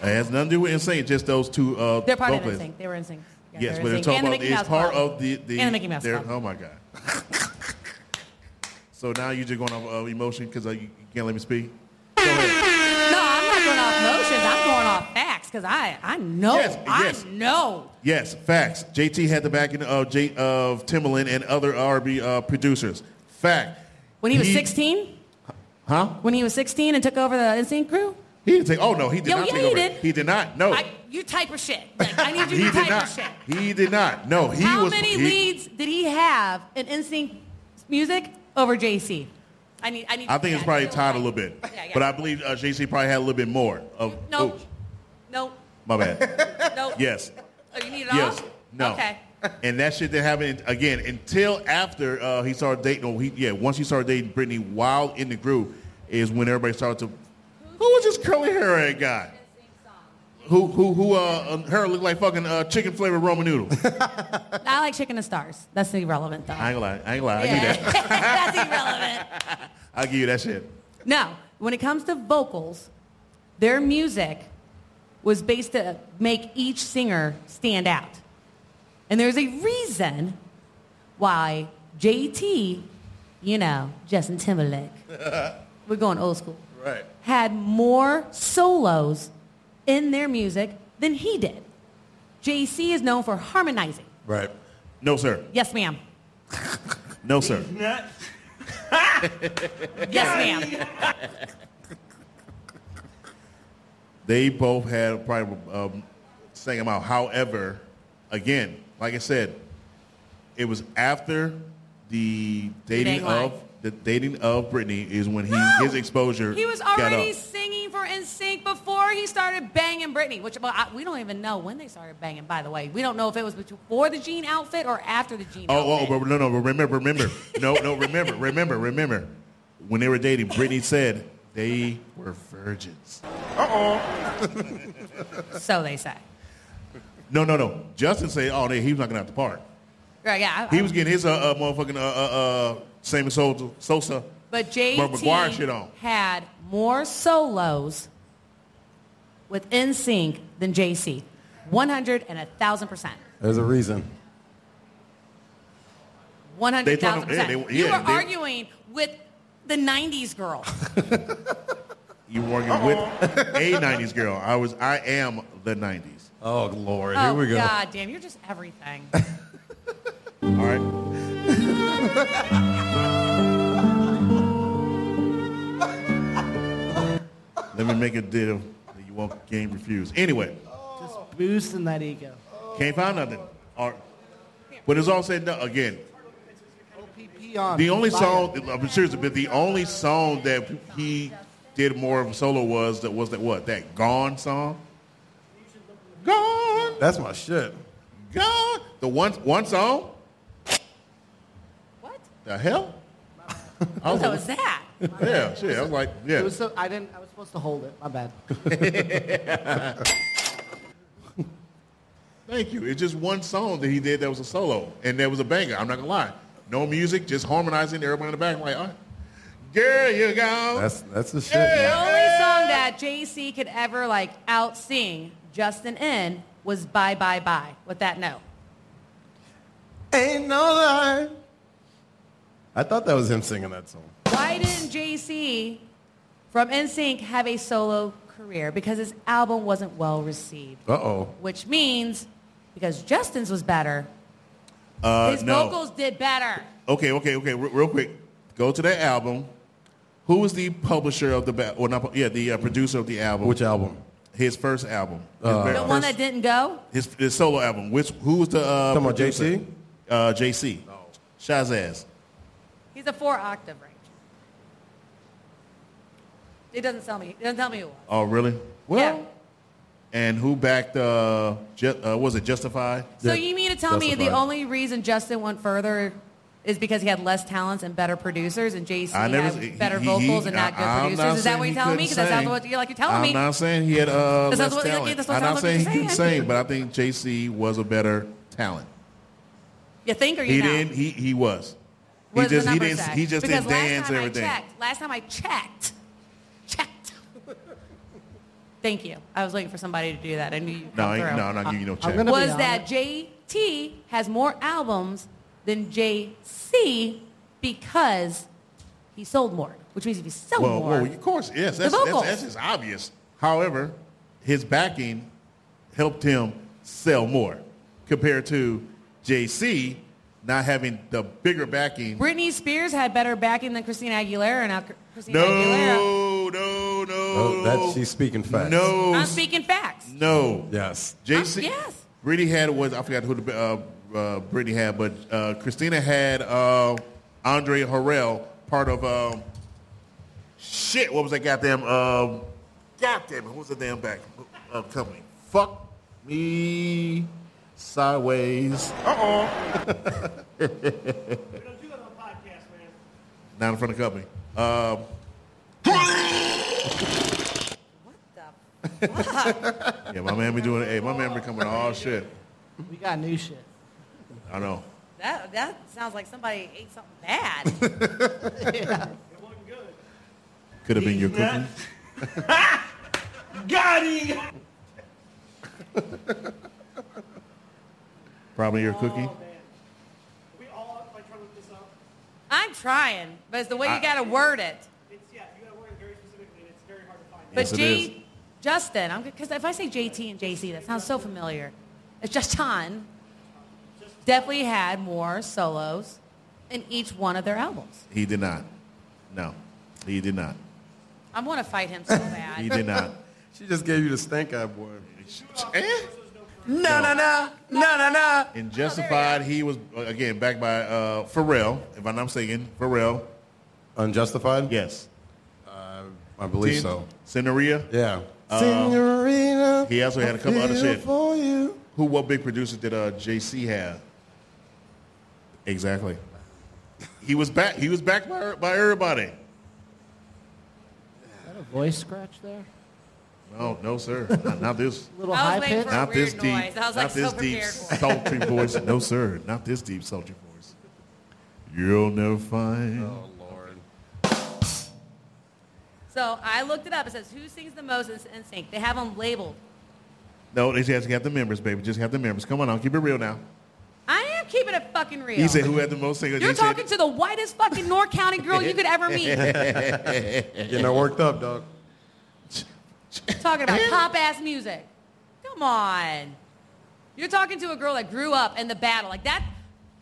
S3: It has nothing to do with insane. Just those two. Uh,
S10: They're part of
S3: vocalists.
S10: NSYNC. They were NSYNC. Yeah,
S3: Yes, but
S10: they were
S3: they're
S10: NSYNC.
S3: talking
S10: And the
S3: about
S10: Mickey
S3: is
S10: Mouse
S3: part
S10: Club.
S3: of the the
S10: and the Mickey Mouse
S3: their-
S10: Club.
S3: Oh my god. [LAUGHS] so now you're just going off of emotion because you can't let me speak.
S10: No, I'm not going off motions. I'm going off facts because I, I know.
S3: Yes, yes.
S10: I know.
S3: Yes, facts. JT had the backing of J of Timbaland and other R&B uh, producers. Fact.
S10: When he was 16?
S3: Huh?
S10: When he was 16 and took over the NSYNC crew?
S3: He didn't take. Oh no, he did
S10: Yo,
S3: not
S10: yeah,
S3: take
S10: he
S3: over.
S10: did.
S3: He did not. No,
S10: I, you type of shit. Like, I need
S3: he
S10: you to
S3: did
S10: type
S3: not.
S10: of shit.
S3: He did not. No, he
S10: How
S3: was.
S10: many
S3: he-
S10: leads did he have in NSYNC music over JC? I need. I need.
S3: I think it's
S10: yeah,
S3: probably tied a little bit,
S10: yeah.
S3: but I believe uh, JC probably had a little bit more. Of,
S10: No.
S3: oh,
S10: No.
S3: my bad. [LAUGHS]
S10: No.
S3: yes.
S10: Oh, you need it all.
S3: Yes. No.
S10: Okay.
S3: And that shit didn't happen again until after uh, he started dating. Oh, he, yeah, once he started dating Brittany, while in the group, is when everybody started to. Who was this curly hair head guy? Who who who? Uh, her looked like fucking uh, chicken flavored Roman noodle. I ain't
S10: I like Chicken and Stars. That's irrelevant though.
S3: gonna lie. [LAUGHS] I ain't gonna lie. I
S10: Yeah.
S3: give you that.
S10: [LAUGHS] That's irrelevant.
S3: I'll give you that shit.
S10: Now, when it comes to vocals, their music was based to make each singer stand out. And there's a reason why JT, you know, Justin Timberlake, we're going old school,
S3: Right.
S10: had more solos in their music than he did. JC is known for harmonizing.
S3: Right. No sir.
S10: Yes, ma'am.
S3: No sir.
S10: Yes, ma'am.
S3: They both had probably um, sang them out. However, again, like I said, it was after the dating
S10: Dating
S3: of
S10: life.
S3: the dating of Britney is when he
S10: No!
S3: his exposure.
S10: He was already singing for NSYNC before he started banging Britney, which well, I, we don't even know when they started banging. By the way, we don't know if it was before the Gene outfit or after the Gene
S3: Got up. Oh,
S10: outfit.
S3: oh, but no, no, remember, remember, no, no, remember, [LAUGHS] remember, remember. When they were dating, Britney said they were virgins.
S10: So they say.
S3: No, no, no. Justin said, "Oh, they, he was not gonna have to part.
S10: Right? Yeah. I-
S3: He was getting his uh, uh motherfucking uh uh, uh same as Sosa, Sosa
S10: but
S3: Mark McGuire shit
S10: JT
S3: on.
S10: had more solos with NSYNC than JC, one hundred and a thousand percent.
S7: There's a reason.
S10: One
S3: They
S10: hundred
S3: told him-
S10: thousand
S3: yeah,
S10: percent.
S3: they-
S10: You were
S3: yeah, they-
S10: arguing with the '90s
S3: [LAUGHS]
S10: girl.
S3: You working with a '90s girl. I was. I am the '90s.
S7: Oh Lord,
S10: oh God damn! You're just
S3: [LAUGHS]
S10: everything.
S3: All right. Let me make a deal that you won't game refuse. Anyway,
S9: Boosting that ego.
S3: can't find nothing. All right. But it's all said and done. again.
S9: PP on.
S3: The only
S9: Fire.
S3: song, I'm serious, but the only song that he did more of a solo was that was that what that Gone song. Gone.
S7: That's my shit.
S3: God, the one one song.
S10: what?
S3: The hell? I
S10: What
S3: was like,
S10: the hell was that?
S3: yeah, shit. I was like, yeah.
S9: It was so, I didn't. I was supposed to hold it. My bad.
S3: Thank you. It's just one song that he did that was a solo, and that was a banger. I'm not gonna lie. No music, just harmonizing. Everybody in the back, like, all right. girl, you go.
S7: That's that's the shit.
S10: The
S3: Yeah.
S10: only song that JC could ever like out sing Justin in was Bye Bye Bye with that note.
S7: Ain't no lie. I thought that was him singing that song.
S10: Why didn't JC from NSYNC have a solo career? Because his album wasn't well received,
S7: Uh oh.
S10: which means because Justin's was better,
S3: Uh,
S10: his
S3: no.
S10: vocals did better.
S3: Okay, okay, okay. Re- real quick, go to that album. Who was the publisher of the ba- or not? pu- Yeah, the uh, producer of the album.
S7: Which Uh, album?
S3: His first album. His very
S10: The one
S3: first-
S10: that didn't go,
S3: his, his solo album. Which who was the uh,
S7: Talking about
S3: producer?
S7: JC?
S3: Uh, JC.
S10: Oh.
S3: Shazazz.
S10: he's a four octave range. It doesn't tell me. It doesn't tell me who. it was.
S3: Oh, really? Well,
S10: Yeah.
S3: and who backed uh, ju- uh was it Justified?
S10: So you mean to tell me the only reason Justin went further is because he had less talents and better producers, and JC
S3: I never s-
S10: had better
S3: he- he-
S10: vocals and
S3: I-
S10: not good
S3: I'm
S10: producers?
S3: not
S10: is that
S3: saying
S10: what
S3: he
S10: you're telling
S3: couldn't
S10: me? Because that sounds
S3: sing.
S10: what you're like you're telling
S3: I'm
S10: me.
S3: not saying he had uh,
S10: That sounds
S3: less
S10: what- like,
S3: talent.
S10: that's what
S3: I'm not
S10: sounds like
S3: saying he
S10: you're
S3: couldn't
S10: saying.
S3: sing, but I think JC was a better talent.
S10: you think or you
S3: He
S10: know?
S3: didn't. He he was.
S10: What
S3: he
S10: does
S3: just he
S10: the numbers
S3: didn't
S10: say?
S3: he just
S10: because
S3: didn't dance
S10: last time
S3: and everything.
S10: I checked, last time I checked, checked. [LAUGHS] Thank you. I was waiting for somebody to do that. I knew you.
S3: No, I, ain't- no, I'm not giving you no check.
S10: was that JT has more albums than JC because he sold more, which means if you sell
S3: well,
S10: more,
S3: well, of course, yes,
S10: Oh, The
S3: that's, that's,
S10: vocals.
S3: that's just obvious. However, his backing helped him sell more compared to JC not having the bigger backing.
S10: Britney Spears had better backing than Christina Aguilera, and now Cr- Christina Aguilera.
S3: No, no, no.
S7: Oh, that she's speaking facts.
S3: No,
S10: I'm speaking facts.
S3: no.
S7: Yes.
S3: JC.
S10: Yes.
S3: Brittany had was I forgot who the uh, uh, Brittany had, but uh, Christina had uh, Andre Harrell, part of um, shit. What was that goddamn? Um, goddamn it! What was the damn back uh, company? Fuck me sideways. Uh oh. Not in front of company. Um, yeah, my man be doing. Hey, my man be coming to all shit.
S9: We got new shit.
S3: I know.
S10: That, that sounds like somebody ate something bad.
S3: Could have been your cooking.
S1: [LAUGHS] Got
S3: [LAUGHS]
S1: him.
S3: Probably your cookie.
S1: We all like trying to look this up.
S10: [LAUGHS] I'm trying, but it's the way you
S3: I-
S10: got to word it.
S1: It's yeah, you gotta work very specifically, and it's very hard to find.
S10: But
S3: Yes, it is.
S10: J, Justin, I'm because if I say JT and JC, that sounds so familiar. It's Justin. Definitely had more solos in each one of their albums.
S3: He did not. No, he did not.
S10: I'm gonna fight him
S3: [LAUGHS]
S10: so bad.
S3: He did
S1: Oh,
S3: not.
S7: She just gave you the stank eye, boy.
S3: Eh? No, no,
S9: no, no, no, no.
S3: In Justified, he was uh, again backed by uh, Pharrell. If I'm not mistaken, Pharrell.
S7: Unjustified?
S3: Yes.
S7: Uh, I believe so.
S3: Signoria.
S7: Yeah.
S3: Signorina. Uh, He also had a couple other shit.
S7: For you.
S3: Who? What big producer did uh, JC have? Exactly. He was back. He was backed by by everybody.
S9: That a voice scratch there?
S3: No, no, sir. Not,
S1: [LAUGHS]
S3: not this.
S9: Little I was high waiting pitch? for a
S3: Not this
S9: weird
S3: deep.
S9: noise. I
S3: not
S9: was, like, so
S3: this deep,
S9: prepared for it.
S3: sultry voice. No, sir. Not this deep, sultry voice. You'll never find. Oh Lord.
S10: So I looked it up. It says who sings the most is NSYNC. They have them labeled.
S3: No, they just have the members, baby. Just have the members. Come on, now, keep it real now.
S10: I am keeping it fucking real.
S3: He said, "Who had the most singles?"
S10: You're
S3: He said-
S10: talking to the whitest fucking North County girl you could ever meet.
S7: Getting all worked up, dog.
S10: talking about pop ass music. Come on. You're talking to a girl that grew up in the battle. Like that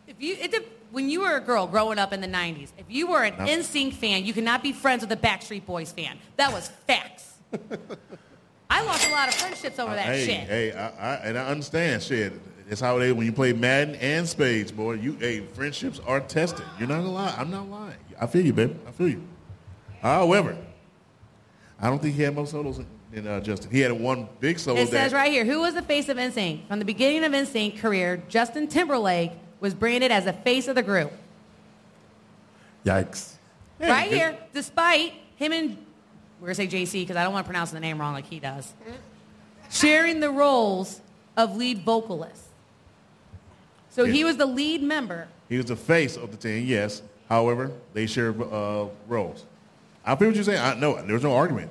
S10: if you it, dep- when you were a girl growing up in the 90s, if you were an
S3: No.
S10: NSYNC fan, you could not be friends with a Backstreet Boys fan. That was facts. I lost a lot of friendships over that
S3: hey,
S10: shit.
S3: Hey, I, I, and I understand shit. It's how they when you play Madden and Spades, boy. You, hey, friendships are tested. You're not gonna lie. I'm not lying. I feel you, baby. I feel you. However, I don't think he had more solos than uh, Justin. He had one big solo.
S10: It says
S3: that-
S10: right here, who was the face of NSYNC? From the beginning of NSYNC career, Justin Timberlake was branded as the face of the group.
S7: Yikes.
S10: right here, despite him and we're gonna say JC because I don't want to pronounce the name wrong like he does, sharing the roles of lead vocalist. So he
S3: Yeah.
S10: was the lead member.
S3: He was the face of the team. Yes. However, they share uh, roles. I feel what you're saying. I know there's no argument.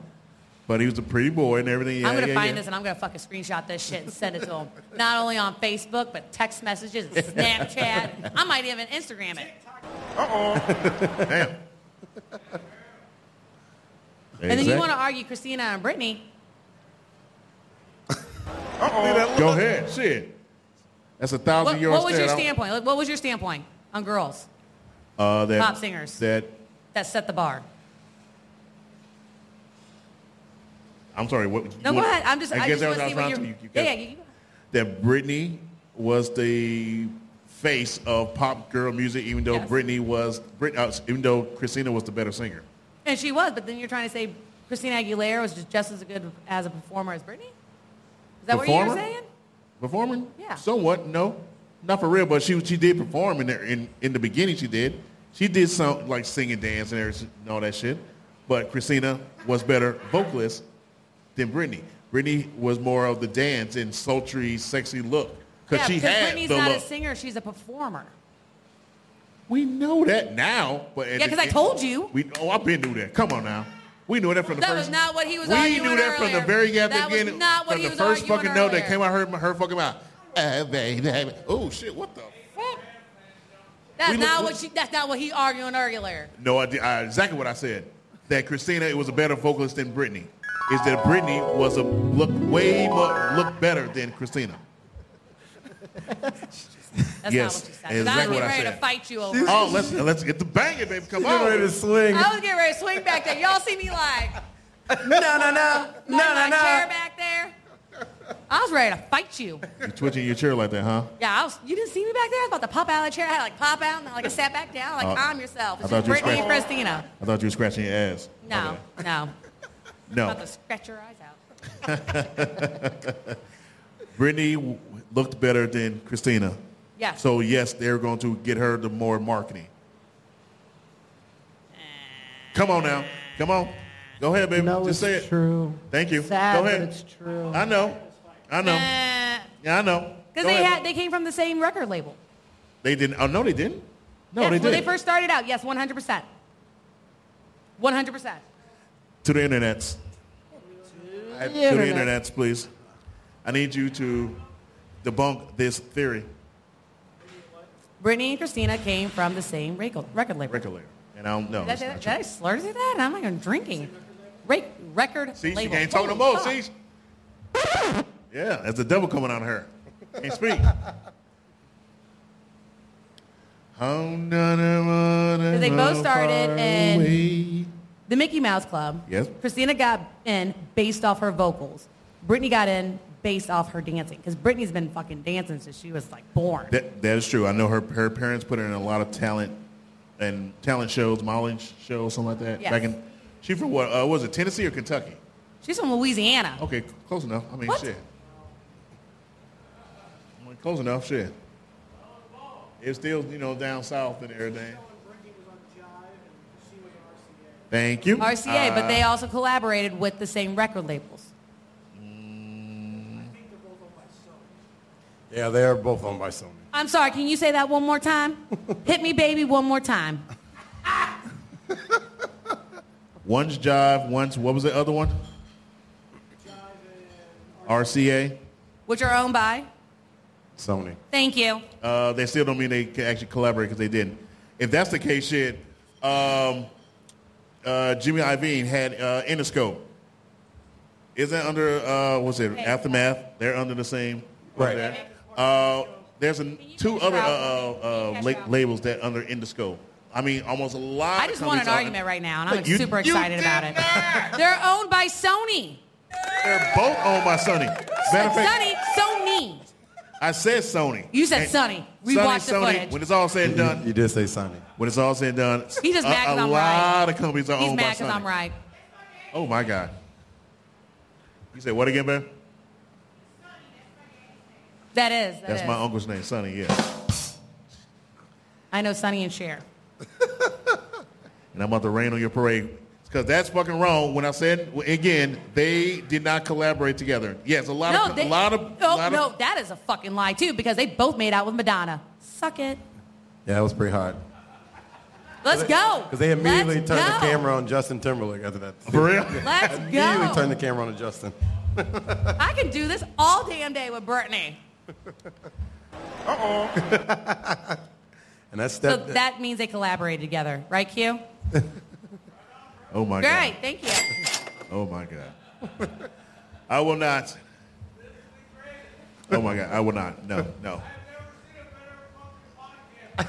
S3: But he was a pretty boy and everything. Yeah,
S10: I'm gonna
S3: yeah,
S10: find
S3: yeah.
S10: this and I'm gonna fucking screenshot this shit and send it to him. Not only on Facebook, but text messages,
S3: [LAUGHS]
S10: and Snapchat. I might even Instagram it.
S3: Damn.
S10: And then you want to argue Christina and Brittany?
S3: Uh-oh. Go ahead. Shit. That's a thousand
S10: What,
S3: yard
S10: what was your
S3: stand. I-
S10: standpoint? Like, what was your standpoint on girls
S3: Uh, that,
S10: Pop singers.
S3: That
S10: that set the bar?
S3: I'm sorry. What?
S10: No,
S3: you
S10: go
S3: want-
S10: ahead. I'm just. I,
S3: guess
S10: just
S3: that was
S10: want to see
S3: I
S10: what
S3: was
S10: you're.
S3: trying to- you- you
S10: yeah, yeah.
S3: got-
S10: You, you-
S3: That Britney was the face of pop girl music, even though
S10: Yes.
S3: Britney was Brit, uh, even though Christina was the better singer.
S10: And she was, but then you're trying to say Christina Aguilera was just, just as good as a performer as Britney? Is that what you were
S3: Performer?
S10: saying?
S3: Performing?
S10: Yeah.
S3: Somewhat, no. Not for real, but she she did perform in there in, in the beginning she did. She did some like singing, dance and everything, and all that shit. But Christina was better vocalist than Britney. Britney was more of the dance and sultry, sexy look. Cause
S10: yeah,
S3: she
S10: because
S3: had
S10: Britney's
S3: the
S10: not a
S3: look.
S10: singer; she's a performer.
S3: we know that now, but at
S10: Yeah,
S3: the
S10: 'cause I
S3: end-
S10: told you.
S3: We oh I've been knew that. Come on now. We knew that from the
S10: That
S3: first
S10: was not what he was
S3: we
S10: arguing
S3: knew that from the
S10: earlier.
S3: very goddamn
S10: That was
S3: beginning.
S10: not what
S3: from
S10: he
S3: the
S10: was
S3: first
S10: arguing
S3: fucking note that
S10: earlier.
S3: came out her her fucking mouth. Uh, baby. Oh shit! What the?
S10: That's
S3: We look-
S10: not
S3: we-
S10: what she. That's not what he arguing earlier.
S3: No, I, did- I exactly what I said. That Christina it was a better vocalist than Britney. Is that Britney was a look way more look better than Christina?
S10: That's
S3: yes,
S10: not what she said. 'Cause I was
S3: exactly
S10: getting
S3: what I
S10: ready
S3: said.
S10: to fight you over.
S3: Oh, let's let's get the banging, baby. Come on, ready to
S7: swing.
S3: Oh.
S10: I was getting ready to swing back there. Y'all see me like
S9: No, no, no.
S10: no, my chair back there. I was ready to fight you.
S3: You're twitching your chair like that, huh?
S10: Yeah, I was. You didn't see me back there. I was about to pop out of the chair. I had to, like pop out and I, like I sat back down. Like
S3: Oh.
S10: calm yourself.
S3: I
S10: It's
S3: thought
S10: just
S3: you were
S10: Brittany and
S3: scratching-
S10: Christina.
S3: I thought you were scratching your ass.
S10: No, no.
S3: No. Oh.
S10: About to scratch your eyes out.
S3: Brittany w- looked better than Christina.
S10: Yeah.
S3: So yes, they're going to get her the more marketing. Come on now, come on, go ahead, baby.
S9: No,
S3: Just say
S9: it's
S3: it.
S9: true.
S3: Thank you.
S9: Sad,
S3: go ahead.
S9: but it's true.
S3: I know, I know, yeah, I know.
S10: Because
S3: Go
S10: Uh, they
S3: ahead.
S10: had they came from the same record label.
S3: They didn't. Oh no, they didn't. No,
S10: yes,
S3: they
S10: when
S3: did.
S10: they first started out. Yes, one hundred percent. One hundred percent.
S3: to the internets. I-
S10: the
S3: to the
S10: internet.
S3: internets, please. I need you to debunk this theory.
S10: Brittany and Christina came from the same record record label.
S3: Record label. And I don't know.
S10: Did I,
S3: It's
S10: say
S3: not
S10: that?
S3: true.
S10: Did I slur through that? I'm not even drinking. Re- record
S3: See,
S10: label.
S3: she can't talk no
S10: Holy
S3: more.
S10: fuck.
S3: See? Yeah, that's the devil coming out of her. Can't
S10: [LAUGHS]
S3: speak.
S10: Because
S3: they
S10: they both started in the Mickey Mouse Club.
S3: Yes.
S10: Christina got in based off her vocals. Brittany got in based off her dancing. Because Brittany's been fucking dancing since she was like born.
S3: That, that is true. I know her, her parents put her in a lot of talent and talent shows, modeling shows, something like that.
S10: Yes.
S3: Back in, she from what? Uh, was it Tennessee or Kentucky?
S10: She's from Louisiana.
S3: Okay, c- close enough. I mean,
S10: What?
S3: shit. I mean, close enough, shit. It's still, you know, down south and everything. Thank you.
S10: RCA, but they
S3: Uh,
S10: also collaborated with the same record labels.
S7: Yeah, they are both owned by Sony.
S10: I'm sorry, can you say that one
S3: [LAUGHS]
S10: more time? Hit me, baby, one more time.
S3: One's Jive, one's, what was the other one? RCA.
S10: Which are owned by?
S7: Sony.
S10: Thank you.
S3: Uh, they still don't mean they can actually collaborate because they didn't. If that's the case, shit, um, uh, Jimmy Iovine had uh, Interscope. Is that under, uh, what's it, Aftermath? They're under the same.
S7: Right.
S3: under that. Uh, there's an, two other uh, uh, uh, la- labels that under Interscope. I mean, almost a lot
S10: I
S3: of
S10: just want an
S3: companies are-
S10: argument right now, and I'm
S3: But you-
S10: super
S3: you
S10: excited
S3: did
S10: about it. They're owned by Sony.
S3: They're both owned by Sony. Matter of fact,
S10: Sony, Sony.
S3: I said Sony.
S10: You said
S3: And-
S10: Sony. We
S3: Sony,
S10: watched the
S3: Sony,
S10: footage.
S3: When it's all said and done,
S7: You did say Sony.
S3: When it's all said and done,
S10: He's just
S3: a,
S10: mad 'cause
S3: a
S10: I'm
S3: lot of companies are
S10: He's
S3: owned
S10: mad
S3: by
S10: because
S3: Sony.
S10: I'm right.
S3: Oh my God. You said what again, man?
S10: That is. that
S3: That's
S10: is.
S3: my uncle's name, Sonny. Yeah.
S10: I know Sonny and Cher.
S3: And I'm about to rain on your parade because that's fucking wrong. When I said again, they did not collaborate together. Yes, a lot
S10: no,
S3: of
S10: they,
S3: a lot of
S10: Oh
S3: lot
S10: no,
S3: of,
S10: that is a fucking lie too because they both made out with Madonna. Suck it.
S7: Yeah, that was pretty hard.
S10: Let's go.
S7: Because they immediately
S10: Let's
S7: turned
S10: go.
S7: the camera on Justin Timberlake after that.
S3: For real? [LAUGHS]
S10: Let's
S7: immediately
S10: go.
S7: turned the camera on to Justin.
S10: I can do this all damn day with Brittany.
S7: And that
S10: So
S7: step.
S10: that means they collaborated together, right, Q?
S3: oh my
S10: Great, thank you.
S3: God. Oh my God. I will not. Oh my God. I will not. No, no. [LAUGHS] yeah,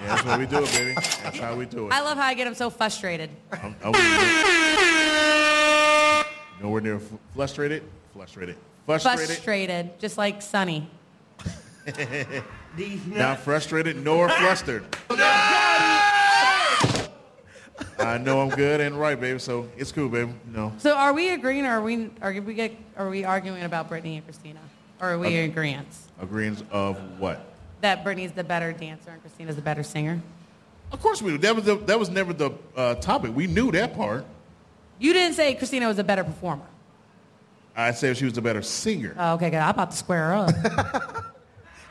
S3: that's what we do it, baby. That's how we do it.
S10: I love how I get him so frustrated.
S3: I'm, I wouldn't do it. Nowhere near f- frustrated. Frustrated. Frustrated.
S10: Frustrated, just like Sonny.
S3: Not frustrated nor flustered. I know I'm good and right, baby. So it's cool, baby. You know.
S10: So are we agreeing or are we, are we, get, are we arguing about Brittany and Christina? Or are we in agreement
S3: Agreements of what?
S10: that Brittany's the better dancer and Christina's the better singer?
S3: Of course we do. That was the, that was never the uh, topic. We knew that part.
S10: You didn't say Christina was a better performer.
S3: I said she was the better singer.
S10: Oh, okay, good. I'm about to square her up.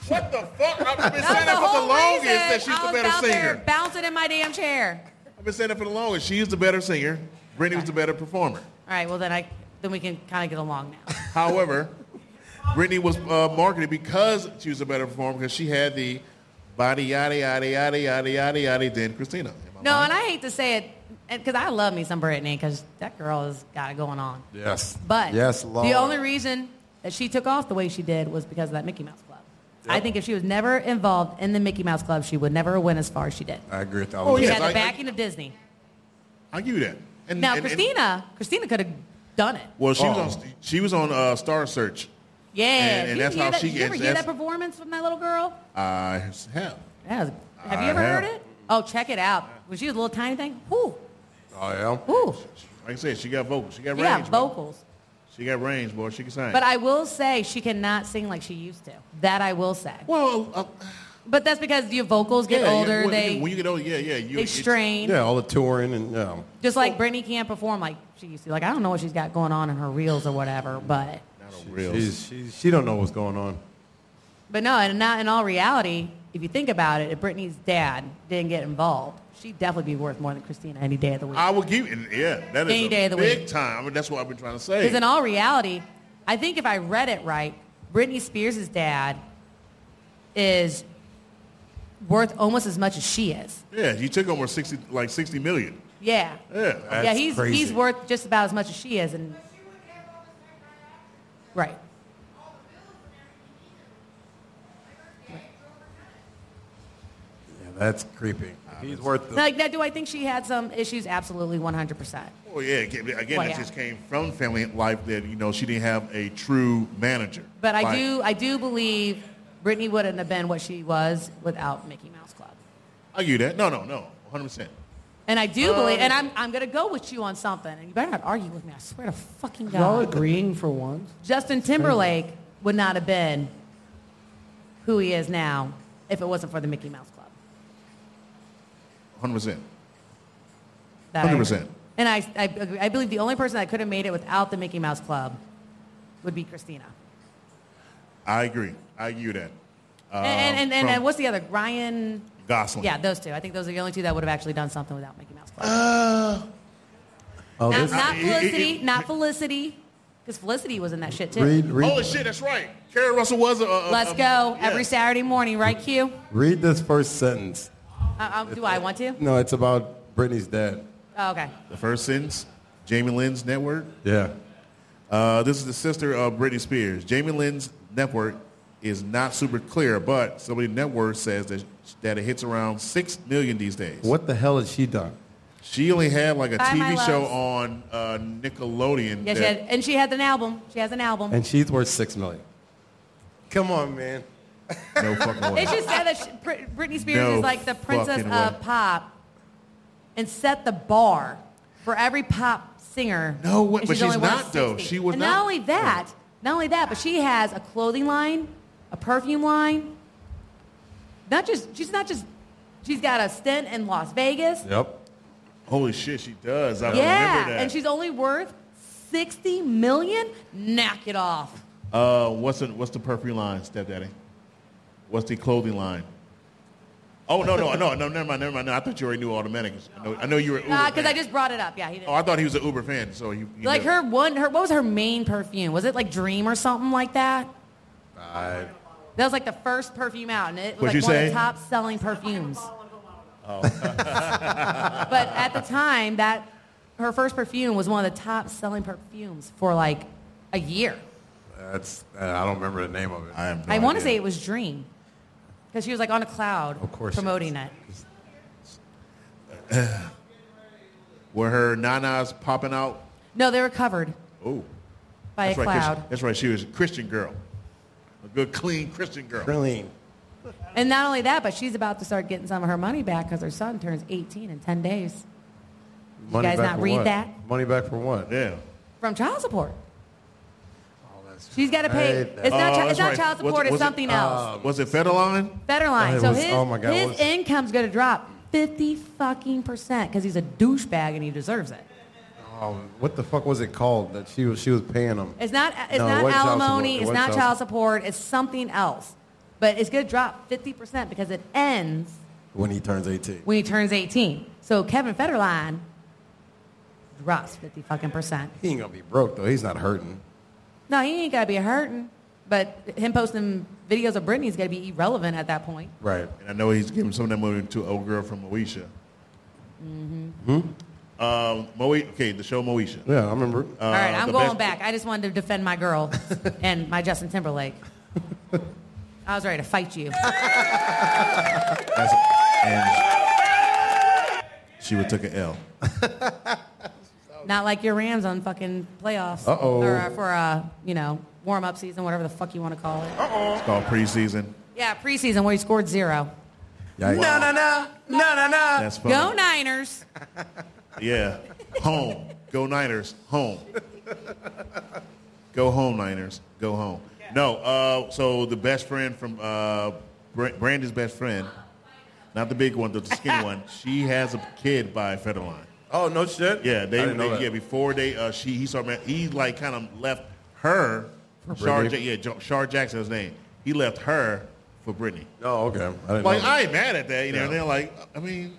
S3: What the fuck? I've been saying
S10: the
S3: that for the
S10: whole
S3: longest
S10: reason
S3: that she's
S10: I
S3: the
S10: was
S3: better
S10: out there
S3: singer.
S10: bouncing in my damn chair.
S3: I've been saying that for the longest. She's the better singer. Brittany was the better performer.
S10: All right, well then I then we can kind of get along now.
S3: However, Brittany was uh, marketed because she was a better performer because she had the body yada yada yada yada yada yada than Christina.
S10: No, and I hate to say it because I love me some Brittany because that girl has got it going on.
S7: Yes.
S10: But
S7: yes, Lord.
S10: the only reason that she took off the way she did was because of that Mickey Mouse Club. I think if she was never involved in the Mickey Mouse Club, she would never win as far as she did.
S7: I agree with that.
S3: Oh,
S10: she
S3: yes,
S10: had the
S3: I-
S10: backing of Disney.
S3: I give you that. And,
S10: now
S3: and- and-
S10: Christina, Christina could have done it.
S3: well, she was on she was on uh, Star Search.
S10: Yeah,
S3: and- and
S10: you
S3: that's
S10: hear
S3: how
S10: that,
S3: she
S10: You ever
S3: gets-
S10: hear that
S3: that's-
S10: performance from that little girl?
S3: I have.
S10: Yeah, it was- have you
S3: I
S10: ever
S3: have.
S10: heard it? Oh, check it out. When she was a little tiny thing, whoo,
S7: Oh yeah.
S10: whoo,
S3: Like I said, she got vocals. She got
S10: she
S3: range.
S10: got vocals.
S3: boy. She got range, boy. She can sing.
S10: But I will say she cannot sing like she used to. That I will say.
S3: Well, uh,
S10: but that's because your vocals get
S3: Yeah, yeah,
S10: older.
S3: when,
S10: they
S3: when you get older, yeah, yeah, you,
S10: they
S3: it's-
S10: strain.
S7: Yeah, all the touring and yeah.
S10: Just like Brittany can't perform like she used to. Like I don't know what she's got going on in her reels or whatever, but
S7: She's, she's, she don't know what's going on.
S10: but no, and not in all reality, if you think about it, if Brittany's dad didn't get involved, she'd definitely be worth more than Christina any day of the week.
S3: I will give you, yeah, that is
S10: Any
S3: a
S10: day of the
S3: big
S10: week.
S3: time. I mean, that's what I've been trying to say.
S10: Because in all reality, I think if I read it right, Britney Spears' dad is worth almost as much as she is.
S3: yeah, he took over sixty, like sixty million.
S10: Yeah.
S3: Yeah,
S10: yeah, he's he's worth just about as much as she is, and right.
S7: Yeah, that's creepy. He's worth the.
S10: Like now, do I think she had some issues? Absolutely, one hundred percent.
S3: Oh yeah, again, again
S10: Well,
S3: that
S10: yeah.
S3: just came from family life that you know she didn't have a true manager.
S10: But I
S3: Like,
S10: do I do believe Britney wouldn't have been what she was without Mickey Mouse Club.
S3: I give you that. No, no, no, one hundred percent.
S10: And I do
S3: Um,
S10: believe, and I'm, I'm going to go with you on something. And you better not argue with me. I swear to fucking God.
S9: Y'all agreeing for once?
S10: Justin Timberlake would not have been who he is now if it wasn't for the Mickey Mouse Club.
S3: One hundred percent.
S10: That I-
S3: 100%.
S10: And I, I, agree- I believe the only person that could have made it without the Mickey Mouse Club would be Christina.
S3: I agree. I give you that. Uh,
S10: and, and, and,
S3: from
S10: and what's the other? Ryan.
S3: Gosling?
S10: Yeah, those two. I think those are the only two that would have actually done something without Mickey Mouse Club.
S7: Oh,
S10: not,
S7: this,
S10: not
S3: Uh, It- it-
S10: Felicity.
S3: it-
S10: not Felicity. Because Felicity was in that shit too.
S7: read,
S3: Holy
S7: read,
S3: Oh, shit, that's right. Carrie Russell was a. a- a-
S10: Let's
S3: a- yeah.
S10: go every Saturday morning, right, Q?
S7: read this first sentence.
S10: Uh, um, do I want to?
S7: No, it's about Britney's dad.
S10: Oh, okay.
S3: The first sentence, Jamie Lynn's network.
S7: Yeah.
S3: Uh, this is the sister of Britney Spears. Jamie Lynn's network is not super clear, but somebody network says that, that it hits around six million these days.
S7: What the hell has she done?
S3: She only had like a
S10: Bye, my
S3: TV show
S10: loves.
S3: on uh, Nickelodeon.
S10: Yeah, she
S3: that-
S10: had, and she had an album. She has an album.
S7: And she's worth six million. Come on, man.
S3: no fucking way.
S10: They just said that she, Brit- Britney Spears
S3: No
S10: is like the princess
S3: fucking
S10: of
S3: way.
S10: pop and set the bar for every pop singer.
S3: No way,
S10: and
S3: but she's
S10: only worth
S3: not, though.
S10: 60.
S3: She was
S10: and
S3: not.
S10: not only that, not only that, but she has a clothing line, a perfume line. Not just she's not just she's got a stint in Las Vegas.
S7: Yep.
S3: Holy shit, she does. I
S10: yeah,
S3: remember that.
S10: and she's only worth sixty million. Knock it off.
S3: uh, what's the what's the perfume line, stepdaddy? What's the clothing line? Oh no no no no never mind never mind. No, I thought you already knew automatic. I know, I know you were. Uber
S10: Because
S3: fan.
S10: Uh, I just brought it up. Yeah, he did.
S3: Oh, I thought he was an Uber fan, so he, he
S10: Like
S3: knew.
S10: her one, her what was her main perfume? Was it like Dream or something like that?
S7: I,
S10: That was like the first perfume out, and it was
S3: What'd
S10: like
S3: you
S10: one of
S3: say?
S10: the top selling perfumes.
S3: Oh. [LAUGHS]
S10: [LAUGHS] but at the time, that her first perfume was one of the top selling perfumes for like a year.
S7: that's, I don't remember the name of it.
S3: I am.
S10: I want to say it was Dream, because she was like on a cloud,
S7: Of course it
S10: promoting it.
S3: were her nanas popping out.
S10: No, they were covered
S3: Oh,
S10: by
S3: that's
S10: a
S3: right.
S10: cloud,
S3: Christian- That's right. She was a Christian girl, a good clean Christian girl.
S7: Brilliant.
S10: and not only that, but she's about to start getting some of her money back because her son turns 18 in 10 days. You guys not
S7: for
S10: read
S7: what?
S10: that?
S7: Money back for what?
S3: Yeah.
S10: From child support. She's got to pay.
S7: Oh, Hey,
S10: It's
S3: Uh,
S10: not,
S7: Oh,
S10: chi- it's
S7: that's
S10: not
S7: right.
S10: child
S7: Was it-
S10: support. it's
S7: was it,
S10: something else.
S3: Was it Federline?
S10: Federline.
S7: it
S10: so
S7: was-
S10: his,
S7: oh my God,
S10: his
S7: what was-
S10: income's going to drop 50 fucking percent because he's a douchebag and he deserves it.
S7: Oh, what the fuck was it called that she was she was paying them?
S10: It's not, it's
S7: No, it
S10: not
S7: wasn't child support.
S10: alimony.
S7: It
S10: It's
S7: wasn't
S10: not
S7: child
S10: child support. It's something else. But it's going to drop 50% because it ends
S7: When he turns 18.
S10: when he turns 18. So Kevin Federline drops 50 fucking percent.
S7: He ain't gonna be broke though. He's not hurting.
S10: No, he ain't got to be hurting. But him posting videos of Britney's got to be irrelevant at that point.
S7: Right.
S3: And I know he's giving some of that money to old girl from Moesha.
S10: Mm-hmm.
S3: Um, Moe, okay, the show Moesha. Uh,
S7: Yeah, I remember.
S10: All right, I'm going back. I just wanted to defend my girl and my Justin Timberlake. I was ready to fight you.
S3: That's, and she would took an L.
S10: Not like your Rams on fucking playoffs.
S3: Uh-oh.
S10: Or uh, for, uh, you know, warm-up season, whatever the fuck you want to call it.
S3: It's called preseason.
S10: Yeah, preseason where he scored zero.
S3: Yikes.
S10: No, no, no. No, no, no.
S3: That's funny.
S10: Uh, Go Niners.
S3: Yeah. Home. Go Niners. Home. Go home, Niners. Go home. No, uh, so the best friend from uh, Bra- Brandon's best friend, not the big one, the
S10: [LAUGHS]
S3: skinny one, she has a kid by Federline.
S7: Oh no shit.
S3: Yeah, they,
S7: I didn't know
S3: they-
S7: that.
S3: yeah before they uh, she he saw he like kind of left her
S7: For
S3: Shar,
S7: Britney?
S3: Ja- yeah Jo- Shar Jackson's name. He left her for Brittany.
S7: Oh, okay. I didn't
S3: like
S7: know
S3: I ain't mad at that, you know.
S7: Yeah.
S3: And they're like, I mean,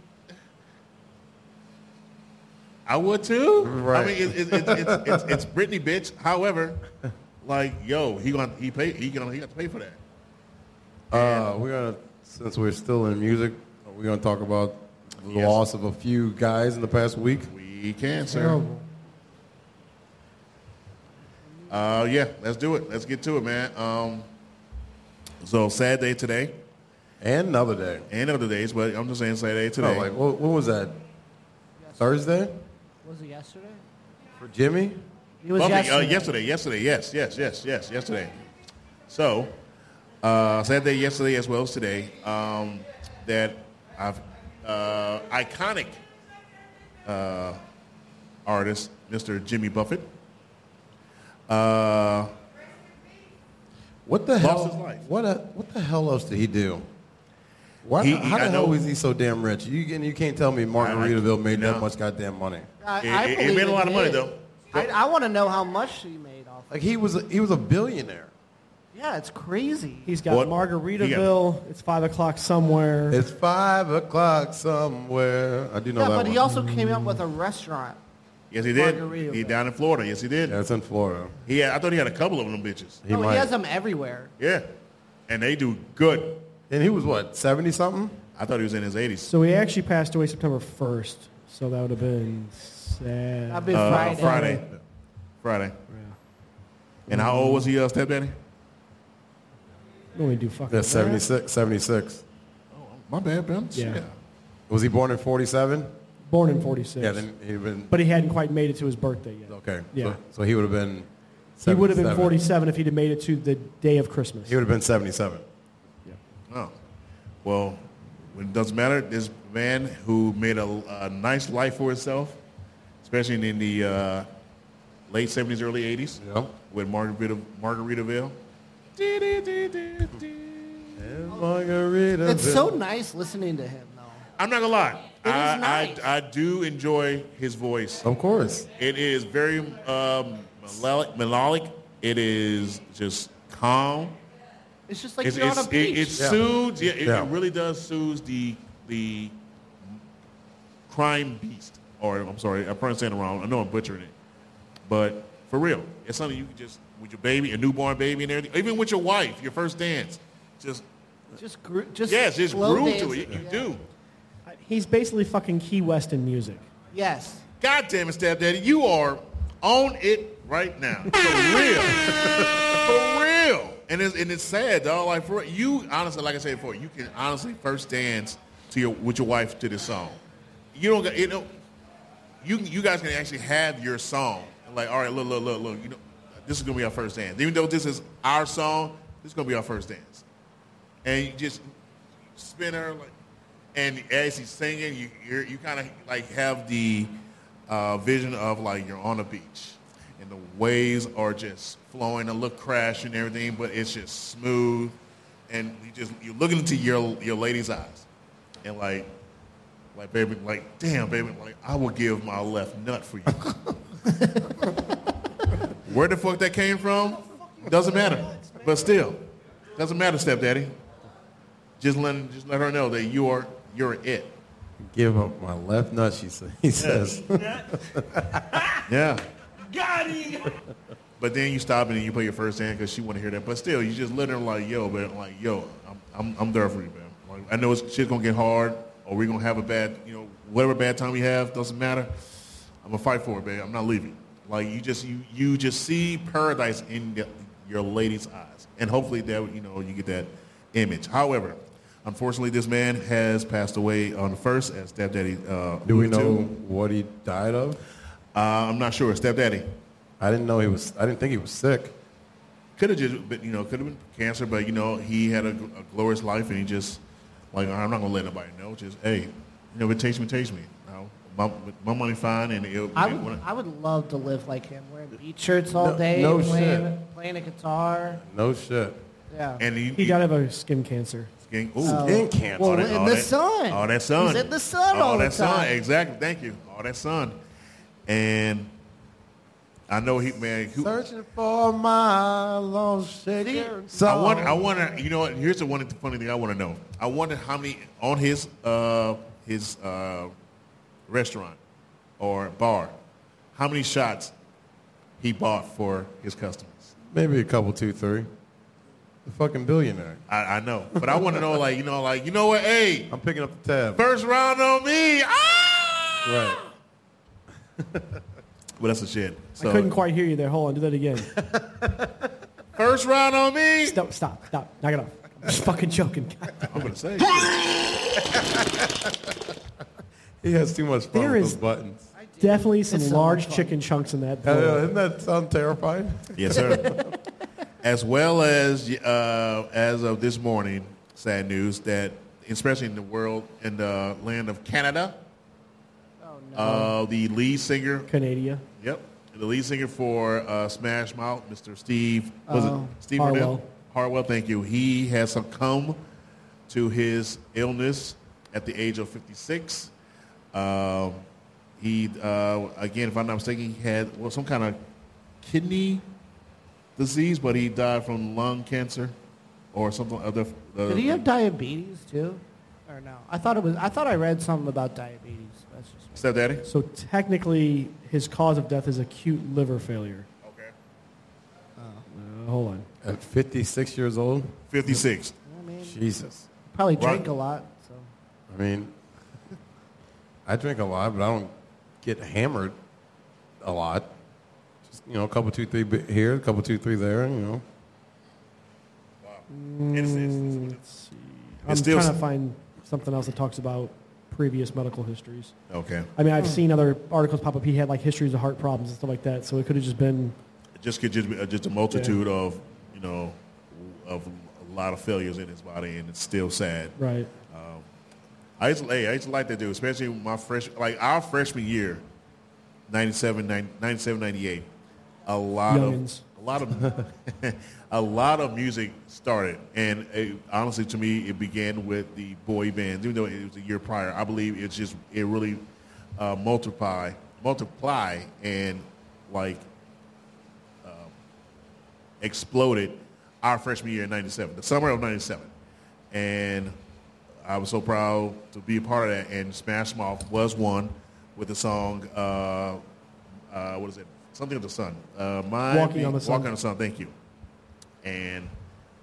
S3: I would too.
S7: Right.
S3: I mean, it, it, it, it's, it's it's Brittany, bitch. However, like, yo, he gonna he pay he gonna he got to pay for that.
S7: Uh, we're gonna since we're still in music, we're gonna talk about the
S3: Yes.
S7: loss of a few guys in the past week.
S3: We can, sir. Uh, yeah, let's do it. Let's get to it, man. Um, so sad day today,
S7: and another day,
S3: and other days, but I'm just saying sad day
S7: No,
S3: today.
S7: Oh, like what, what was that? Thursday
S9: Was it yesterday?
S7: for Jimmy?
S9: It was
S3: Bumpy,
S9: yesterday.
S3: Uh, yesterday, yesterday, yes, yes, yes, yes, yesterday. So, uh, sad day yesterday as well as today um, that I've, uh, iconic uh, artist, Mr. Jimmy Buffett, uh,
S7: What the
S3: Lost
S7: hell?
S3: his life.
S7: What a, what the hell else did he do? Why,
S3: He-
S7: how
S3: I
S7: the hell
S3: know-
S7: is he so damn rich? You can you can't tell me Margaritaville made that much goddamn money.
S9: I,
S3: It-
S9: I
S3: it- it
S9: believe
S3: made a lot
S9: it
S3: of money,
S9: did.
S3: though.
S9: I, I want to know how much she made off.
S7: Like he was a, he was a billionaire.
S9: Yeah, it's crazy.
S5: He's got
S7: What?
S5: Margaritaville. It's five o'clock somewhere.
S7: It's five o'clock somewhere. I do know
S9: yeah,
S7: that
S9: but
S7: one.
S9: he also came up with a restaurant.
S3: yes, he did.
S9: Margaritaville.
S3: He down in Florida, yes, he did.
S7: That's in Florida.
S3: He had, I thought he had a couple of them bitches.
S7: He
S9: oh,
S7: might.
S9: he has them everywhere.
S3: Yeah, and they do good.
S7: and he was what seventy something?
S3: I thought he was in his 80s.
S5: So he actually passed away September 1st. So that would have been sad.
S9: That'd be
S3: Uh,
S9: Friday.
S3: Friday. Friday. And how old was he, uh, stepdaddy?
S5: We only do fucking
S7: Yeah, 76, 76.
S3: My bad, Ben.
S5: Yeah.
S3: Shit.
S7: Was he born in forty seven?
S5: Born in 46.
S7: Yeah, then he been
S5: but he hadn't quite made it to his birthday yet.
S7: okay. So-
S5: Yeah.
S7: So, he would have been.
S5: he would have been
S7: 77.
S5: 47 if he'd have made it to the day of Christmas.
S7: He would have been seventy seven.
S3: Oh. Well, it doesn't matter. This man who made a, a nice life for himself, especially in the uh, late 70s, early 80s,
S7: Yeah.
S3: with Margarita, Margaritaville.
S7: Margarita.
S9: It's so nice listening to him, though.
S3: I'm not going to lie.
S9: It is
S3: I,
S9: nice.
S3: I, I do enjoy his voice.
S7: Of course.
S3: It is very um, melodic, melodic. It is just calm.
S9: It's just like
S3: it's,
S9: you're on
S3: it's-
S9: a
S3: it-
S9: beach.
S3: it
S7: Yeah.
S3: soothes. Yeah, it,
S7: Yeah.
S3: it really does soothe the the crime beast. Or I'm sorry, I'm probably saying it wrong. I know I'm butchering it, but for real, it's something you can just with your baby, a newborn baby, and everything. Even with your wife, your first dance, just
S9: just, gro- just
S3: yes, just
S9: slow
S3: groove to it.
S9: dancing.
S3: You
S9: Yeah.
S3: do.
S5: He's basically fucking Key West in music.
S9: Yes.
S3: God damn it, stepdaddy, you are on it right now. For real. [LAUGHS] for real. And it's and it's sad, dog. Like for you honestly, like I said before, you can honestly first dance to your with your wife to this song. You don't got- you know you you guys can actually have your song. And like, all right, look, look, look, look, you know, this is gonna be our first dance. Even though this is our song, this is gonna be our first dance. And you just spin her like and as he's singing, you you're, you kind of like have the uh, vision of like you're on a beach and the waves are just flowing, a little crash and everything, but it's just smooth, and you just you're looking into your your lady's eyes, and like, like baby, like damn baby, like I will give my left nut for you. Where the fuck that came from doesn't matter, but still doesn't matter, stepdaddy. Just let just let her know that you are you're it.
S7: Give up my left nut, she said. [LAUGHS] He says.
S3: yeah.
S11: Got him.
S3: [LAUGHS] But then you stop and then you play your first hand because she want to hear that. But still, you just let her like, yo, man, like, yo, I'm, I'm, I'm there for you, man. Like, I know it's, shit's gonna get hard, or we're gonna have a bad, you know, whatever bad time we have doesn't matter. I'm gonna fight for it, man. I'm not leaving. Like you just you you just see paradise in the, your lady's eyes, and hopefully that you know you get that image. However, unfortunately, this man has passed away on the first as stepdaddy. Uh,
S7: Do we
S3: alluded to.
S7: know what he died of?
S3: Uh, I'm not sure. Stepdaddy.
S7: I didn't know he was. I didn't think he was sick.
S3: Could have just, been, you know, could have been cancer, but you know, he had a, a glorious life, and he just like I'm not gonna let nobody know. Just hey, you know, if it takes me, it takes me. You know, my, my money fine, and it'll.
S9: I would, I would love to live like him, wearing beach shirts all
S7: No-
S9: day,
S7: no
S9: playing, playing a guitar.
S7: No shit.
S9: Yeah.
S3: And you,
S5: got to have a skin cancer.
S3: Skin, ooh,
S9: Oh.
S3: skin cancer.
S9: Well,
S3: All that-
S9: in
S3: all
S9: the
S3: that-
S9: sun.
S3: All that sun.
S9: He's in the sun all the
S3: that sun.
S9: time.
S3: Exactly. Thank you. All that sun. And I know he man. He,
S6: Searching for my lost city.
S3: I want. I want to. You know what? Here's the one funny thing I want to know. I wonder how many on his uh, his uh, restaurant or bar, how many shots he bought for his customers.
S7: Maybe a couple, two, three. The fucking billionaire.
S3: I, I know, but I want to
S5: [LAUGHS]
S3: know, like you know, like you know what? Hey,
S7: I'm picking up the tab.
S3: First round on me. Ah!
S7: Right.
S3: Well, that's the shit.
S5: I couldn't quite hear you there. Hold on, do that
S7: [LAUGHS]
S5: again.
S3: First round on me.
S5: Stop, stop, stop. Knock it off. I'm just
S7: [LAUGHS]
S5: fucking joking.
S3: I'm gonna say.
S7: He has too much fun
S5: There
S7: with
S5: is-
S7: those buttons.
S5: Definitely some
S7: It's so
S5: large
S7: much fun.
S5: chicken chunks in that.
S7: I know,
S5: bowl.
S7: isn't that sound terrifying?
S3: Yes, sir. as well as uh, as of this morning, sad news that especially in the world in the land of Canada, uh, the lead singer
S5: Canada.
S3: Yep, the lead singer for uh, Smash Mouth, Mr. Steve. Was
S5: Oh,
S3: it Steve
S5: Harwell.
S3: Harwell? Harwell, thank you. He has succumbed to his illness at the age of 56. Um, he, uh, again, if I'm not mistaken, he had well, some kind of kidney disease, but he died from lung cancer or something other. uh,
S9: Did
S7: uh,
S9: he have diabetes too, or no? I thought it was. I thought I read something about diabetes. That's just
S3: Stepdaddy?
S5: So technically, his cause of death is acute liver failure.
S3: Okay.
S5: Uh, hold on.
S7: At 56 years old?
S3: 56.
S7: Jesus.
S9: probably
S7: Right.
S9: drink a lot. So
S7: I mean, I drink a lot, but I don't get hammered a lot. Just, you know, a couple, two, three bi- here, a couple, two, three there, you know.
S5: Mm, let's see. I'm
S7: It's still-
S5: trying to find something else that talks about previous medical histories.
S3: Okay.
S5: I mean, I've
S3: Hmm.
S5: seen other articles pop up. He had like histories of heart problems and stuff like that. So it could have just been
S3: just could just be uh, just a multitude of you know of a lot of failures in his body, and it's still sad.
S5: right.
S3: Um, I used to, hey, I used to like that dude, especially my fresh like our freshman year, 97, 90 97 98. A lot
S5: Youngins.
S3: of a lot of [LAUGHS] a lot of music started, and it, honestly, to me, it began with the boy bands. Even though it was a year prior, I believe it's just it really uh, multiply multiply and like um, exploded our freshman year in 97, the summer of 97. And I was so proud to be a part of that. And Smash Mouth was one with the song, uh, uh, what is it? Something of the Sun. Uh, my
S5: Walking on the Sun.
S3: Walking on the Sun, thank you. And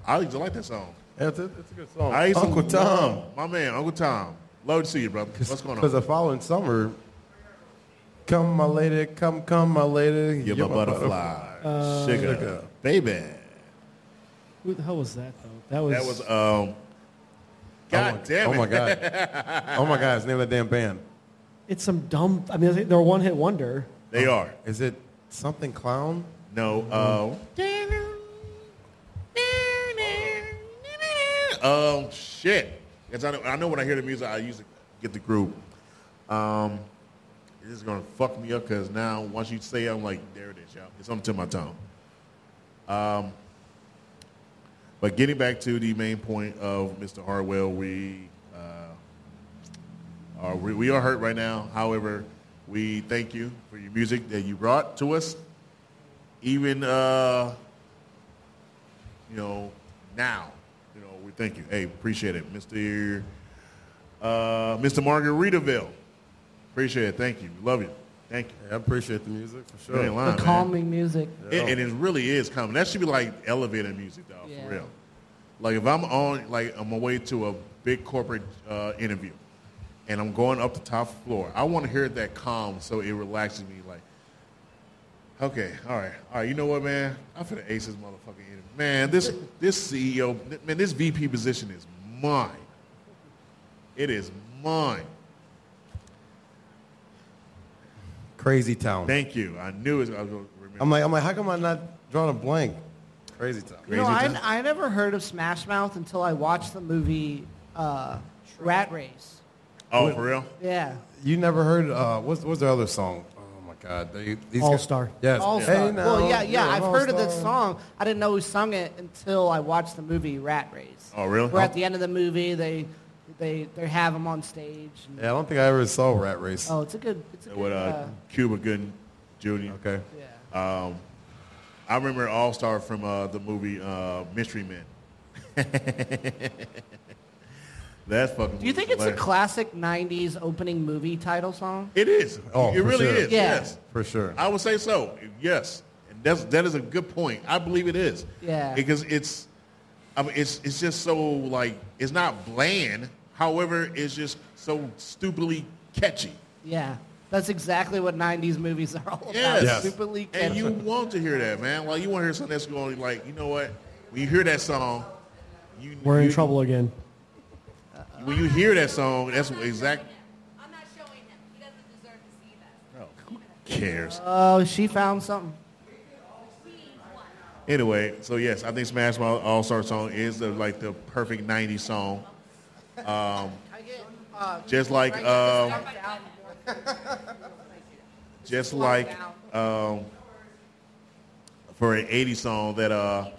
S3: I used to like that song.
S7: That's a, that's a good song.
S3: I used to
S7: Uncle
S3: love-
S7: Tom.
S3: My man, Uncle Tom. Love to see you, brother. What's going
S7: Because
S3: on?
S7: the following summer, come, my lady, come, come, my lady.
S3: You're, my butterfly.
S5: Uh,
S3: sugar,
S7: Sugar.
S3: Baby.
S5: Who the hell was that though? That was
S3: that was, um, God damn it.
S7: Oh my God. [LAUGHS] oh my God, it's the name of that damn band.
S5: It's some dumb. I mean, they're a one-hit wonder.
S3: They are.
S7: Is it something clown?
S3: No. Uh, Um, shit. 'Cause I know, I know when I hear the music, I usually get the group. Um, it's gonna fuck me up because now once you say it, I'm like, there it is, y'all. It's something to my tongue. Um, but getting back to the main point of Mr. Harwell, we uh, are we, we are hurt right now. However, we thank you for your music that you brought to us. Even uh, you know now, you know we thank you. Hey, appreciate it, Mr. Uh, Mr. Margaritaville. Appreciate it. Thank you. We Love you. Thank you. I appreciate the music for
S7: sure.
S3: ain't lying,
S9: the
S3: man.
S9: calming music.
S3: It, and it really is coming. That should be like elevator music, though,
S9: Yeah.
S3: for real. Like if I'm on, like I'm away to a big corporate uh, interview, and I'm going up the top floor, I want to hear that calm, so it relaxes me. Like, okay, all right, all right. You know what, man? I'm finna ace this motherfucking interview. Man, this this CEO, man, this VP position is mine. It is mine.
S7: Crazy town.
S3: Thank you. I knew it. I was gonna remember.
S7: I'm like, I'm like, how come I'm not drawing a blank? Crazy town.
S9: You know, I, I never heard of Smash Mouth until I watched the movie uh, Rat Race.
S3: Oh, for real?
S9: Yeah.
S7: You never heard? Uh, what's what's their other song? Oh my God, they, these
S5: All
S7: guys-
S5: Star.
S7: Yes,
S9: All
S7: Hey,
S9: Star.
S7: now,
S9: well, yeah, yeah.
S7: you're an
S9: I've heard of
S7: all-star.
S9: this song. I didn't know who sung it until I watched the movie Rat Race.
S7: Oh, really?
S9: Where at the end of the movie, they they they have him on stage. and-
S7: Yeah, I don't think I ever saw Rat Race.
S9: Oh, it's a good. It's a good.
S3: with uh,
S9: uh,
S3: Cuba Gooding Jr. Okay. Yeah. Um, I remember All Star from uh, the movie uh, Mystery Men. [LAUGHS] That's fucking.
S9: do you think it's a classic '90s opening movie title song?
S3: It is.
S7: Oh,
S3: it
S7: for
S3: really
S7: sure.
S3: is.
S9: Yeah.
S3: Yes,
S7: for sure.
S3: I would say so. Yes, and that's that is a good point. I believe it is.
S9: Yeah.
S3: because it's, I mean, it's it's just so like it's not bland. However, it's just so stupidly catchy.
S9: Yeah, that's exactly what '90s movies are all about.
S3: Yes.
S9: Stupidly
S3: And
S9: catchy.
S3: you want to hear that, man. Like you want to hear something that's going to like, you know what? When you hear that song, you
S5: We're in
S3: you-
S5: trouble again.
S3: When you hear that song, that's what exact. I'm not showing him. He doesn't deserve to see that. Cares.
S9: Oh, she found something.
S3: Anyway, so yes, I think Smash Mouth All Star song is the, like the perfect '90s song. Um, just like um, just like um, for an '80s song that uh,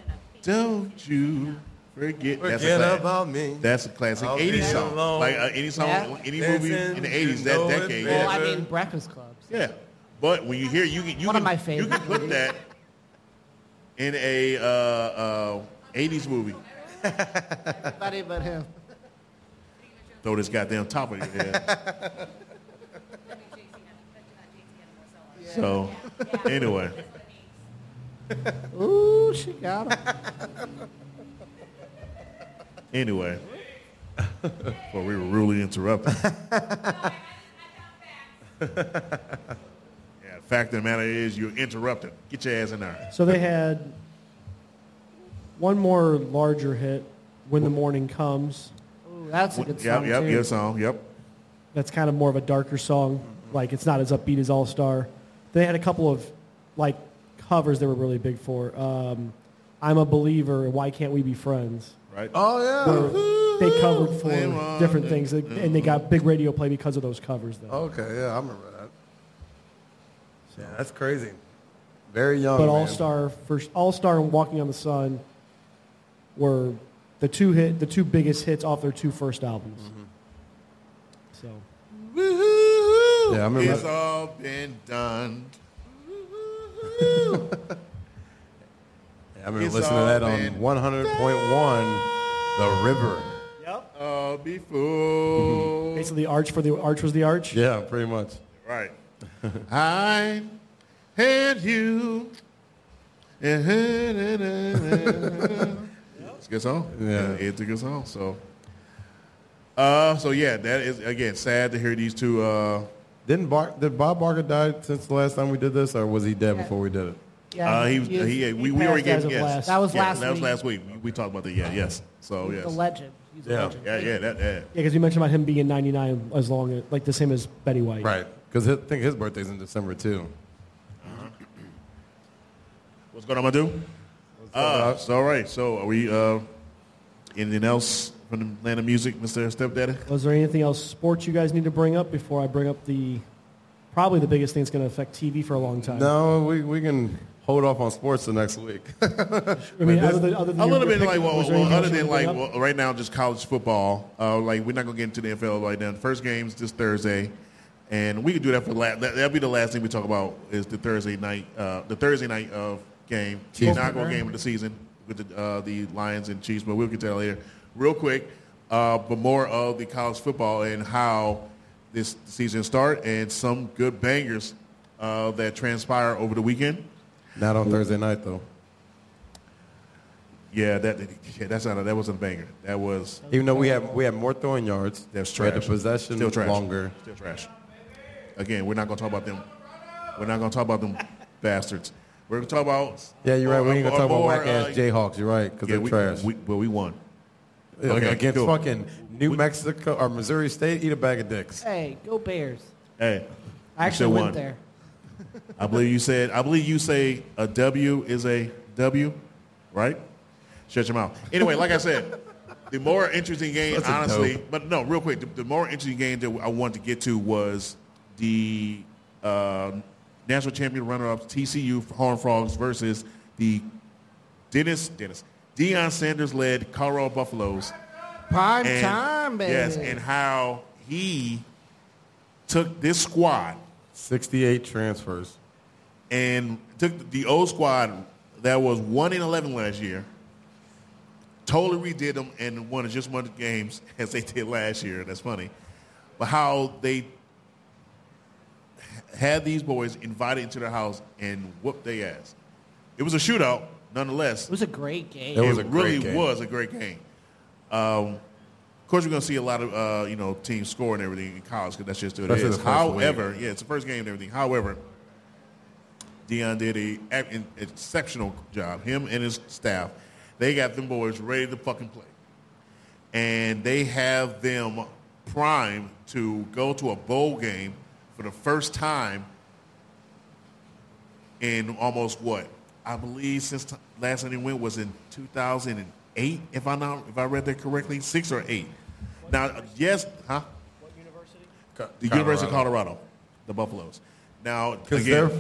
S3: "Don't You Forget." That's
S7: Forget
S3: a class-
S7: about me.
S3: That's a classic
S7: I'll be
S3: '80s song.
S7: alone.
S3: Like uh, any song,
S7: Yeah.
S3: any movie in
S7: Dancing,
S3: the '80s,
S7: you know
S3: that
S7: it
S3: decade.
S7: better. Well, I mean,
S9: Breakfast Club.
S3: Yeah, but when you hear you can you
S9: One
S3: can,
S9: of my favorite
S3: you can put
S9: movies.
S3: that in a uh, uh, '80s movie.
S9: Everybody but him.
S3: Throw this goddamn top of your head. So anyway,
S9: Ooh, she got him.
S3: anyway, well we were rudely interrupted. yeah, the fact of the matter is you're interrupted. Get your ass in there.
S5: So they had one more larger hit, When the Morning Comes.
S9: Ooh, that's a good
S3: Yep,
S9: song
S3: yep,
S9: too.
S3: your song, yep.
S5: That's kind of more of a darker song.
S7: Mm-hmm.
S5: Like, it's not as upbeat as All Star. They had a couple of, like, covers they were really big for. Um, I'm a Believer, and Why Can't We Be Friends?
S3: Right.
S7: Oh
S5: Where they covered
S7: They
S5: for
S7: want
S5: different
S7: it. Mm-hmm. Oh,
S5: things, and they got big radio play because of those covers, though.
S7: Okay, yeah, I remember that. Yeah, that's crazy. Very young.
S5: but
S7: man.
S5: All Star first, All Star and Walking on the Sun were the two hit, the two biggest hits off their two first albums.
S7: Mm-hmm.
S5: So
S7: Yeah, I remember
S3: It's
S7: that.
S3: all been done.
S7: Yeah, I remember
S3: It's
S7: listening to
S3: all
S7: that on
S3: been
S7: 100.1, The River.
S3: Yep. Uh, before.
S5: basically, Arch for the Arch was the Arch.
S7: Yeah, pretty much.
S3: Right. I and [LAUGHS] you. it's a good song.
S7: Yeah.
S3: it's a good song. So, uh, so yeah, that is again sad to hear these two. Uh,
S7: Didn't Bar- did Bob Barker die since the last time we did this, or was he dead before we did it?
S3: [LAUGHS]
S9: Yeah,
S3: uh, he, was-
S9: he-
S3: he, we,
S9: he
S3: we already
S9: passed
S3: gave
S9: as of
S3: yes.
S9: last- That was
S3: Yeah,
S9: last
S3: That was
S9: week.
S3: last week. We, we talked about that. Yeah, yes. So oh, yes.
S9: The legend. He's a
S7: Yeah.
S9: legend.
S3: Yeah, yeah, that, that.
S5: Yeah, because you mentioned about him being 99 as long, as, like the same as Betty White.
S7: Right, because I think his birthday's in December too.
S3: What's going on, my dude? Uh, so all right. So are we? Uh, anything else from the land of music, Mister Stepdaddy?
S5: Was there anything else sports you guys need to bring up before I bring up the probably the biggest thing that's going to affect TV for a long time.
S7: No, we, we can hold off on sports the next week. [LAUGHS]
S5: I mean, other than, other than
S7: A
S5: your-
S7: little
S5: your
S7: bit
S5: pick,
S7: like,
S3: well,
S5: was there
S3: well,
S5: anything
S3: other
S5: else you
S3: than
S5: wanna
S3: like
S5: bring up?
S3: well, right now, just college football. Uh, like we're not gonna get into the NFL right now. The first game's this Thursday, and we could do that for la- that. That'll be the last thing we talk about is the Thursday night, uh, the Thursday night of game, the
S7: Chiefs.
S3: inaugural game of the season with the, uh, the Lions and Chiefs. But we'll get to that later, real quick. Uh, but more of the college football and how this season start and some good bangers uh, that transpire over the weekend.
S7: Not on Thursday night, though.
S3: Yeah, that yeah, that's not a, that wasn't a banger. That was
S7: Even though we have we have more throwing yards,
S3: That's
S7: we
S3: trash.
S7: had the possession
S3: Still trash.
S7: longer.
S3: Still trash. Again, we're not gonna talk about them. We're not gonna talk about them [LAUGHS] bastards. We're gonna talk about
S7: Yeah, you're right. We ain't gonna talk about
S3: more,
S7: whack ass
S3: uh,
S7: Jayhawks. You're right because
S3: yeah,
S7: they're
S3: we,
S7: trash.
S3: We, but we won.
S7: Yeah,
S3: Okay,
S7: against
S3: cool.
S7: fucking New Mexico or Missouri State, eat a bag of dicks.
S9: Hey, go Bears.
S3: Hey,
S9: I
S3: we still
S9: actually went
S3: won.
S9: there.
S3: I believe you said. I believe you say a W is a W, right? Shut your mouth. Anyway, like I said, the more interesting game,
S7: Such a
S3: honestly.
S7: dope.
S3: But no, real quick, the, the more interesting game that I wanted to get to was the uh, national champion runner-up TCU Horned Frogs versus the Dennis Dennis Deion Sanders-led Colorado Buffaloes.
S9: Prime time, baby.
S3: Yes, and how he took this squad
S7: Sixty-eight transfers.
S3: and took the old squad that was one in eleven last year, totally redid them and won just as much games [LAUGHS] as they did last year. That's funny, but how they had these boys invited into their house and whooped their ass. It was a shootout, nonetheless.
S9: it was a great game.
S7: It was a great
S3: really
S7: game.
S3: was a great game. Um, of course, we're going to see a lot of uh, you know teams score and everything in college because that's just who it
S7: Especially
S3: is.
S7: the first
S3: However, yeah, it's the first game and everything. However, Dion did a a- an exceptional job. Him and his staff, they got them boys ready to fucking play, and they have them primed to go to a bowl game for the first time in almost what I believe since t- last time they went was in 2008. If I not if I read that correctly, six or eight. Now, yes, huh? The University of Colorado, the Buffaloes. Now,
S7: Because
S3: again,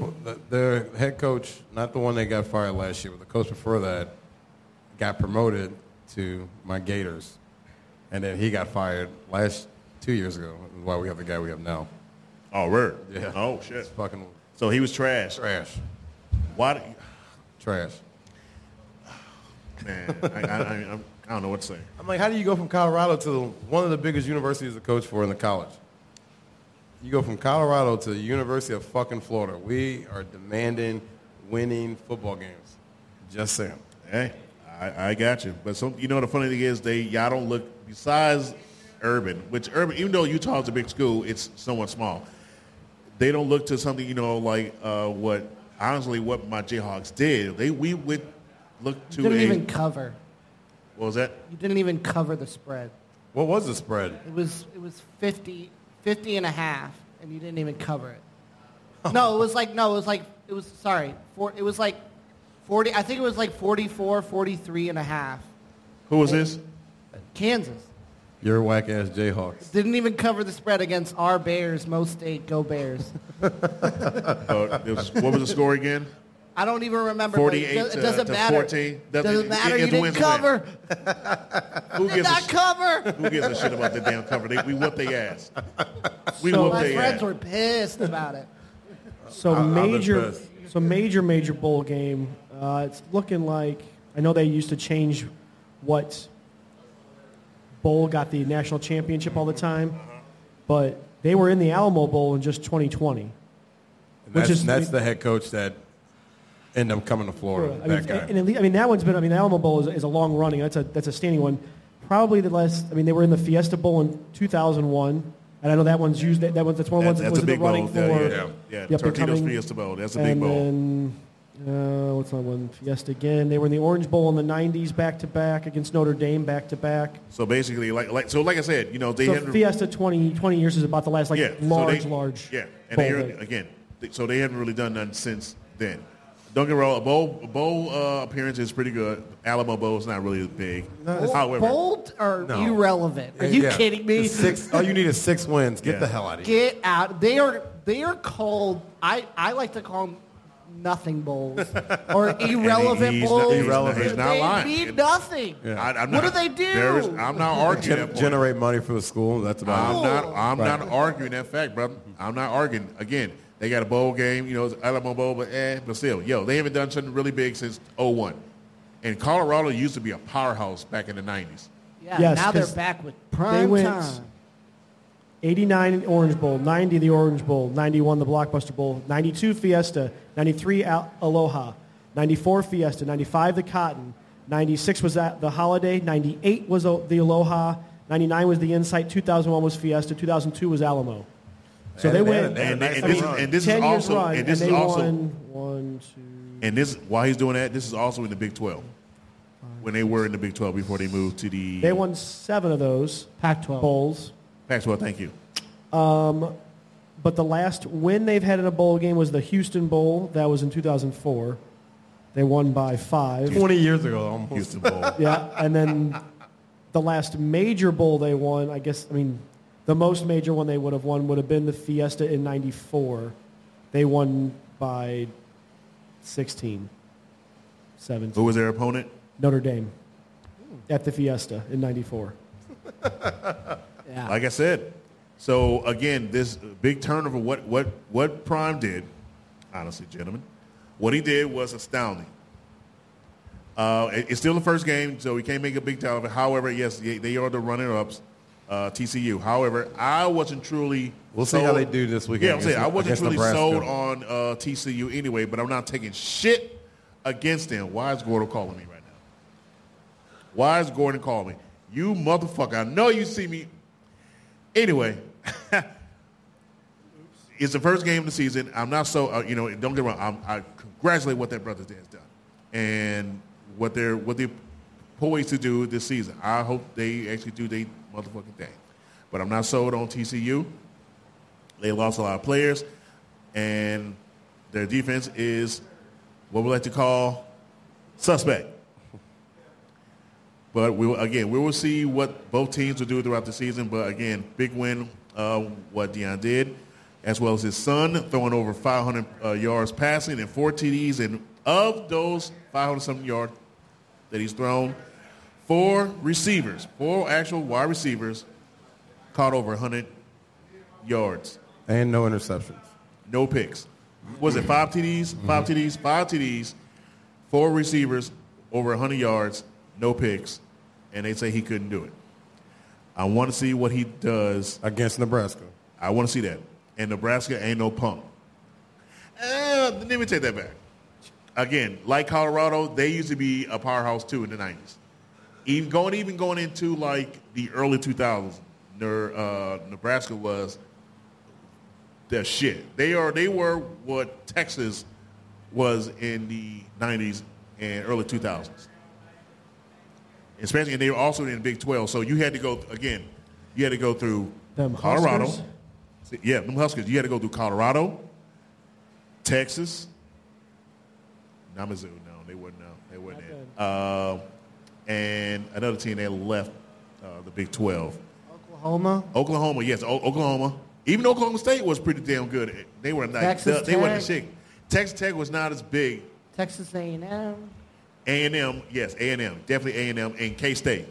S7: their head coach, not the one that got fired last year, but the coach before that, got promoted to my Gators, and then he got fired last two years ago. Is why we have the guy we have now.
S3: oh, word.
S7: Yeah.
S3: Oh shit.
S7: It's fucking
S3: So he was trash.
S7: trash,
S3: Why? do-
S7: trash.
S3: Man, I, I, I, I'm- I don't know what to say.
S7: I'm like, how do you go from Colorado to the, one of the biggest universities to coach for in the college? You go from Colorado to the University of fucking Florida. We are demanding winning football games. Just saying.
S3: Hey, I, I got you. But some, you know, the funny thing is, they y'all don't look besides Urban, which Urban, even though Utah's a big school, it's somewhat small. They don't look to something, you know, like uh, what honestly what my Jayhawks did. They we would look to
S9: You didn't
S3: a
S9: even cover.
S3: what was that?
S9: You didn't even cover the spread.
S7: What was the spread?
S9: It was it was 50, 50 and a half, and you didn't even cover
S3: [LAUGHS]
S9: it. No, it was like no, it was like it was sorry, four, it was like 40 I think it was like 44, 43 and a half.
S3: Who was this?
S9: Kansas
S7: Your whack ass Jayhawks.
S9: didn't even cover the spread against our Bears, Most State Go Bears.
S3: Uh, it was- what was the score again?
S9: I don't even remember. but it,
S3: 48
S9: does, it
S3: to-
S9: doesn't
S3: to
S9: matter.
S3: 14. Doesn't-
S9: Doesn't,
S3: it-
S9: matter.
S3: it's
S9: you
S3: a
S9: didn't
S3: win's a win. [LAUGHS]
S9: cover.
S3: Who
S9: Did
S3: gives a
S9: not
S3: sh- [LAUGHS]
S9: cover.
S3: who gives a shit about the damn cover? They, we whoop their ass. We
S5: So-
S3: whoop
S9: My
S3: their
S9: friends
S3: ass.
S9: were pissed about it.
S5: So
S7: I'm
S5: major,
S7: impressed.
S5: so major, major bowl game. Uh, it's looking like I know they used to change what bowl got the national championship all the time, but they were in the Alamo Bowl in just 2020.
S7: And
S5: Which
S7: that's,
S5: is-
S7: that's the head coach that ended up coming to Florida.
S5: I mean,
S7: that guy.
S5: and at least, I mean that one's been. I mean, the Alamo Bowl is, is a long running. That's a that's a standing one. Probably the last. I mean, they were in the Fiesta Bowl in 2001, and I know that one's used. That, that one, that's one of
S3: That-
S5: the ones that
S3: that's
S5: was
S3: a
S5: in the
S3: big
S5: running
S3: bowl.
S5: for.
S3: Yeah, yeah, yeah.
S5: the
S3: yeah.
S5: up and
S3: Torpedoes
S5: coming.
S3: Fiesta Bowl. That's a big
S5: And
S3: bowl.
S5: then, uh, what's that one? Fiesta again. They were in the Orange Bowl in the 90s back to back against Notre Dame back to back.
S3: So basically, like, like, so like I said, you know, they
S5: So
S3: had
S5: Fiesta 20, 20 years is about the last like
S3: yeah, so
S5: large,
S3: they-
S5: large.
S3: yeah, and
S5: bowl
S3: they
S5: that-
S3: again, they- so they haven't really done nothing since then. Don't get wrong. A bowl, a bowl uh, appearance is pretty good. Alamo Bowl is not really big. However,
S9: Bold or
S3: No.
S9: irrelevant? Are you
S3: Yeah.
S9: kidding me?
S3: The six-
S7: All you need is six wins. Get the hell out of here.
S9: Get out. They are they are called. I, I like to call them
S3: [LAUGHS]
S9: nothing bowls or
S3: And
S9: irrelevant
S3: he's
S9: bowls.
S3: not- he's not- he's not
S9: they
S3: lying.
S9: mean nothing.
S7: Yeah.
S3: I, I'm not-
S9: What do they do?
S3: there is- I'm not arguing. that
S7: Gen-
S3: point.
S7: generate money for the school. That's about
S3: I'm
S7: it.
S3: not. I'm
S7: Right.
S3: not arguing that fact, brother. I'm not arguing. Again, they got a bowl game. You know, it's Alamo Bowl, but eh, but still, yo, they haven't done something really big since 01. And Colorado used to be a powerhouse back in the 90s.
S9: Yeah,
S5: Yes,
S9: now they're
S5: 'cause
S9: back with
S5: they
S9: prime
S5: went
S9: time.
S5: 89 in Orange Bowl, 90 the Orange Bowl, 91 the Blockbuster Bowl, 92 Fiesta, 93 Al- Aloha, 94 Fiesta, 95 the Cotton, 96 was at the Holiday, 98 was o- the Aloha, 99 was the Insight, 2001 was Fiesta, 2002 was Alamo. So
S3: And-
S5: they
S3: and-
S5: went.
S3: and- and
S5: I
S3: this-
S5: mean,
S3: and this is
S5: 10 years
S3: also-
S5: run,
S3: and this
S5: they
S3: is also-
S5: won one, two,
S3: And this, while he's doing that, this is also in the Big 12. When they were in the Big 12 before they moved to the
S5: They won seven of those
S9: Pac-12
S5: bowls.
S3: Pac-12. Thank you.
S5: Um, but the last win they've had in a bowl game was the Houston Bowl. That was in 2004. They won by five.
S7: 20 years ago, almost. Houston Bowl.
S5: Yeah, and then the last major bowl they won, I guess, I mean, the most major one they would have won would have been the Fiesta in 94. They won by 16, 17.
S3: Who was their opponent?
S5: Notre Dame at the Fiesta in 94.
S3: Like I said. So again, this big turnover. What what what Prime did, honestly, gentlemen, what he did was astounding. Uh, it- it's still the first game, so we can't make a big deal of it. However, yes, they they are the runner-ups, uh, TCU. However, I wasn't truly.
S7: We'll see how they do this weekend
S3: Yeah, I'm saying I
S7: against-
S3: wasn't
S7: against
S3: truly
S7: Nebraska.
S3: sold on uh, TCU anyway, but I'm not taking shit against them. Why is Gordo calling me right now? Why is Gordon calling me? You motherfucker! I know you see me. Anyway, [LAUGHS] it's the first game of the season. I'm not so uh, you know. Don't get me wrong. I'm, I congratulate what that brother has done and what they're what they poised to do this season. I hope they actually do their motherfucking thing. But I'm not sold on TCU. They lost a lot of players, and their defense is what we like to call suspect. But we will, again, we will see what both teams will do throughout the season. But again, big win, uh, what Deion did, as well as his son throwing over 500 uh, yards passing and four TDs. And of those 500 something yards that he's thrown, four receivers, four actual wide receivers, caught over 100 yards,
S7: And no interceptions.
S3: no picks. Was it five TDs? 5 TDs, five TDs, four receivers, over 100 yards, no picks, and they say he couldn't do it. I want to see what he does
S7: against Nebraska.
S3: I want to see that. And Nebraska ain't no punk. Uh, let me take that back. Again, like Colorado, they used to be a powerhouse too in the nineties. Even going, even going into like the early two thousands, uh, Nebraska was the shit. They are. They were what Texas was in the nineties and early two thousands especially and they were also in the Big Twelve. So you had to go again. You had to go through
S5: Them
S3: Colorado.
S5: Huskers?
S3: Yeah, them Huskers. You had to go through Colorado, Texas, not Mizzou. No, they wouldn't. No, they wouldn't. Uh, and another team they left uh, the Big Twelve.
S6: Oklahoma.
S3: Oklahoma, yes, o- Oklahoma. Even Oklahoma State was pretty damn good. eh, They were not.
S9: Texas
S3: they weren't
S9: Tech.
S3: the shit. Texas Tech was not as big.
S9: Texas A&M.
S3: A and M, yes, A and M, definitely A and M, and K State.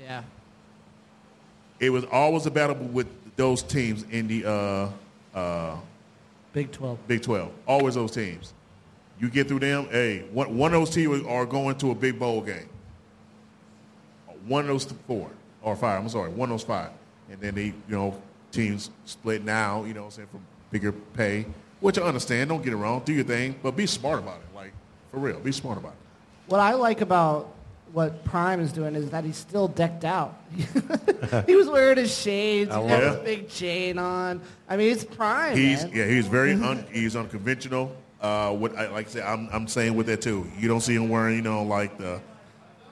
S9: Yeah.
S3: it was always a battle with those teams in the uh, uh,
S9: Big 12.
S3: Big 12. Always those teams. You get through them, hey, one, one of those teams are going to a big bowl game. One of those four or five, I'm sorry, one of those five. And then they, you know, teams split now, you know what I'm saying, for bigger pay, which I understand. Don't get it wrong. Do your thing, but be smart about it. Like, for real, be smart about it.
S9: What I like about what Prime is doing is that he's still decked out. [LAUGHS] he was wearing his shades.
S3: I
S9: He
S3: love
S9: had his
S3: it.
S9: big chain on. I mean, it's Prime,
S3: He's
S9: man.
S3: yeah, he's very un, he's unconventional. Uh, what I like I said, I'm I'm saying with that too. You don't see him wearing you know like the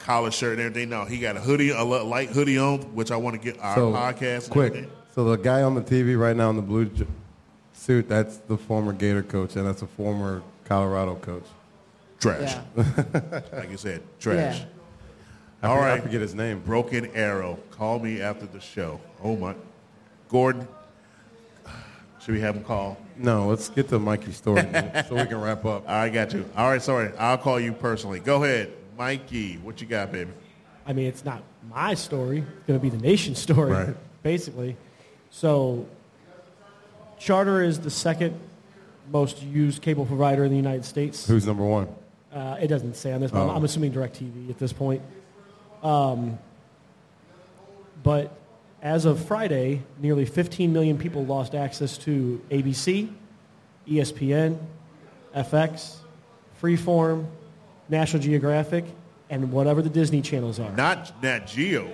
S3: collar shirt and everything. No, he got a hoodie, a li- light hoodie on, which I want to get our podcast. and
S7: quick.
S3: everything.
S7: So the guy on the TV right now in the blue j- suit, that's the former Gator coach, and that's a former Colorado coach.
S3: Trash. like you said, trash.
S7: Yeah. I
S3: All
S7: for- I
S3: right.
S7: forget his name.
S3: Broken Arrow. Call me after the show. Oh my. Gordon, should we have him call?
S7: No, let's get to Mikey's [LAUGHS] story so we can wrap up.
S3: I got you. All right, sorry. I'll call you personally. Go ahead, Mikey. What you got, baby?
S5: I mean, it's not my story. It's going to be the nation's story,
S3: Right.
S5: basically. So, Charter is the second most used cable provider in the United States.
S7: Who's number one?
S5: Uh, it doesn't say on this, but I'm-
S7: Oh.
S5: I'm assuming DirecTV at this point. Um, but as of Friday, nearly 15 million people lost access to ABC, E ESPN, FX, Freeform, National Geographic, and whatever the Disney channels are.
S3: Not Nat Geo.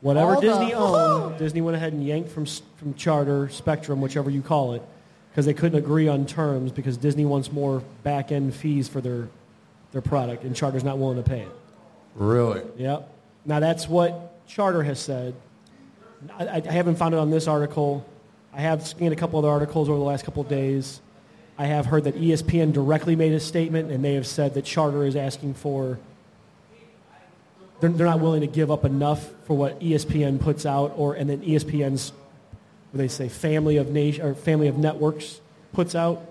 S5: Whatever
S3: All the- [LAUGHS]
S5: Disney owned, Disney went ahead and yanked from, s- from Charter, Spectrum, whichever you call it, because they couldn't agree on terms because Disney wants more back-end fees for their, their product, and Charter's not willing to pay it.
S7: Really?
S5: Yep. Now that's what Charter has said. I, I- I haven't found it on this article. I have scanned a couple other articles over the last couple of days. I have heard that E ESPN directly made a statement, and they have said that Charter is asking for. They're, they're not willing to give up enough for what E ESPN puts out, or and then E ESPN's, what they say, family of nation or family of networks puts out.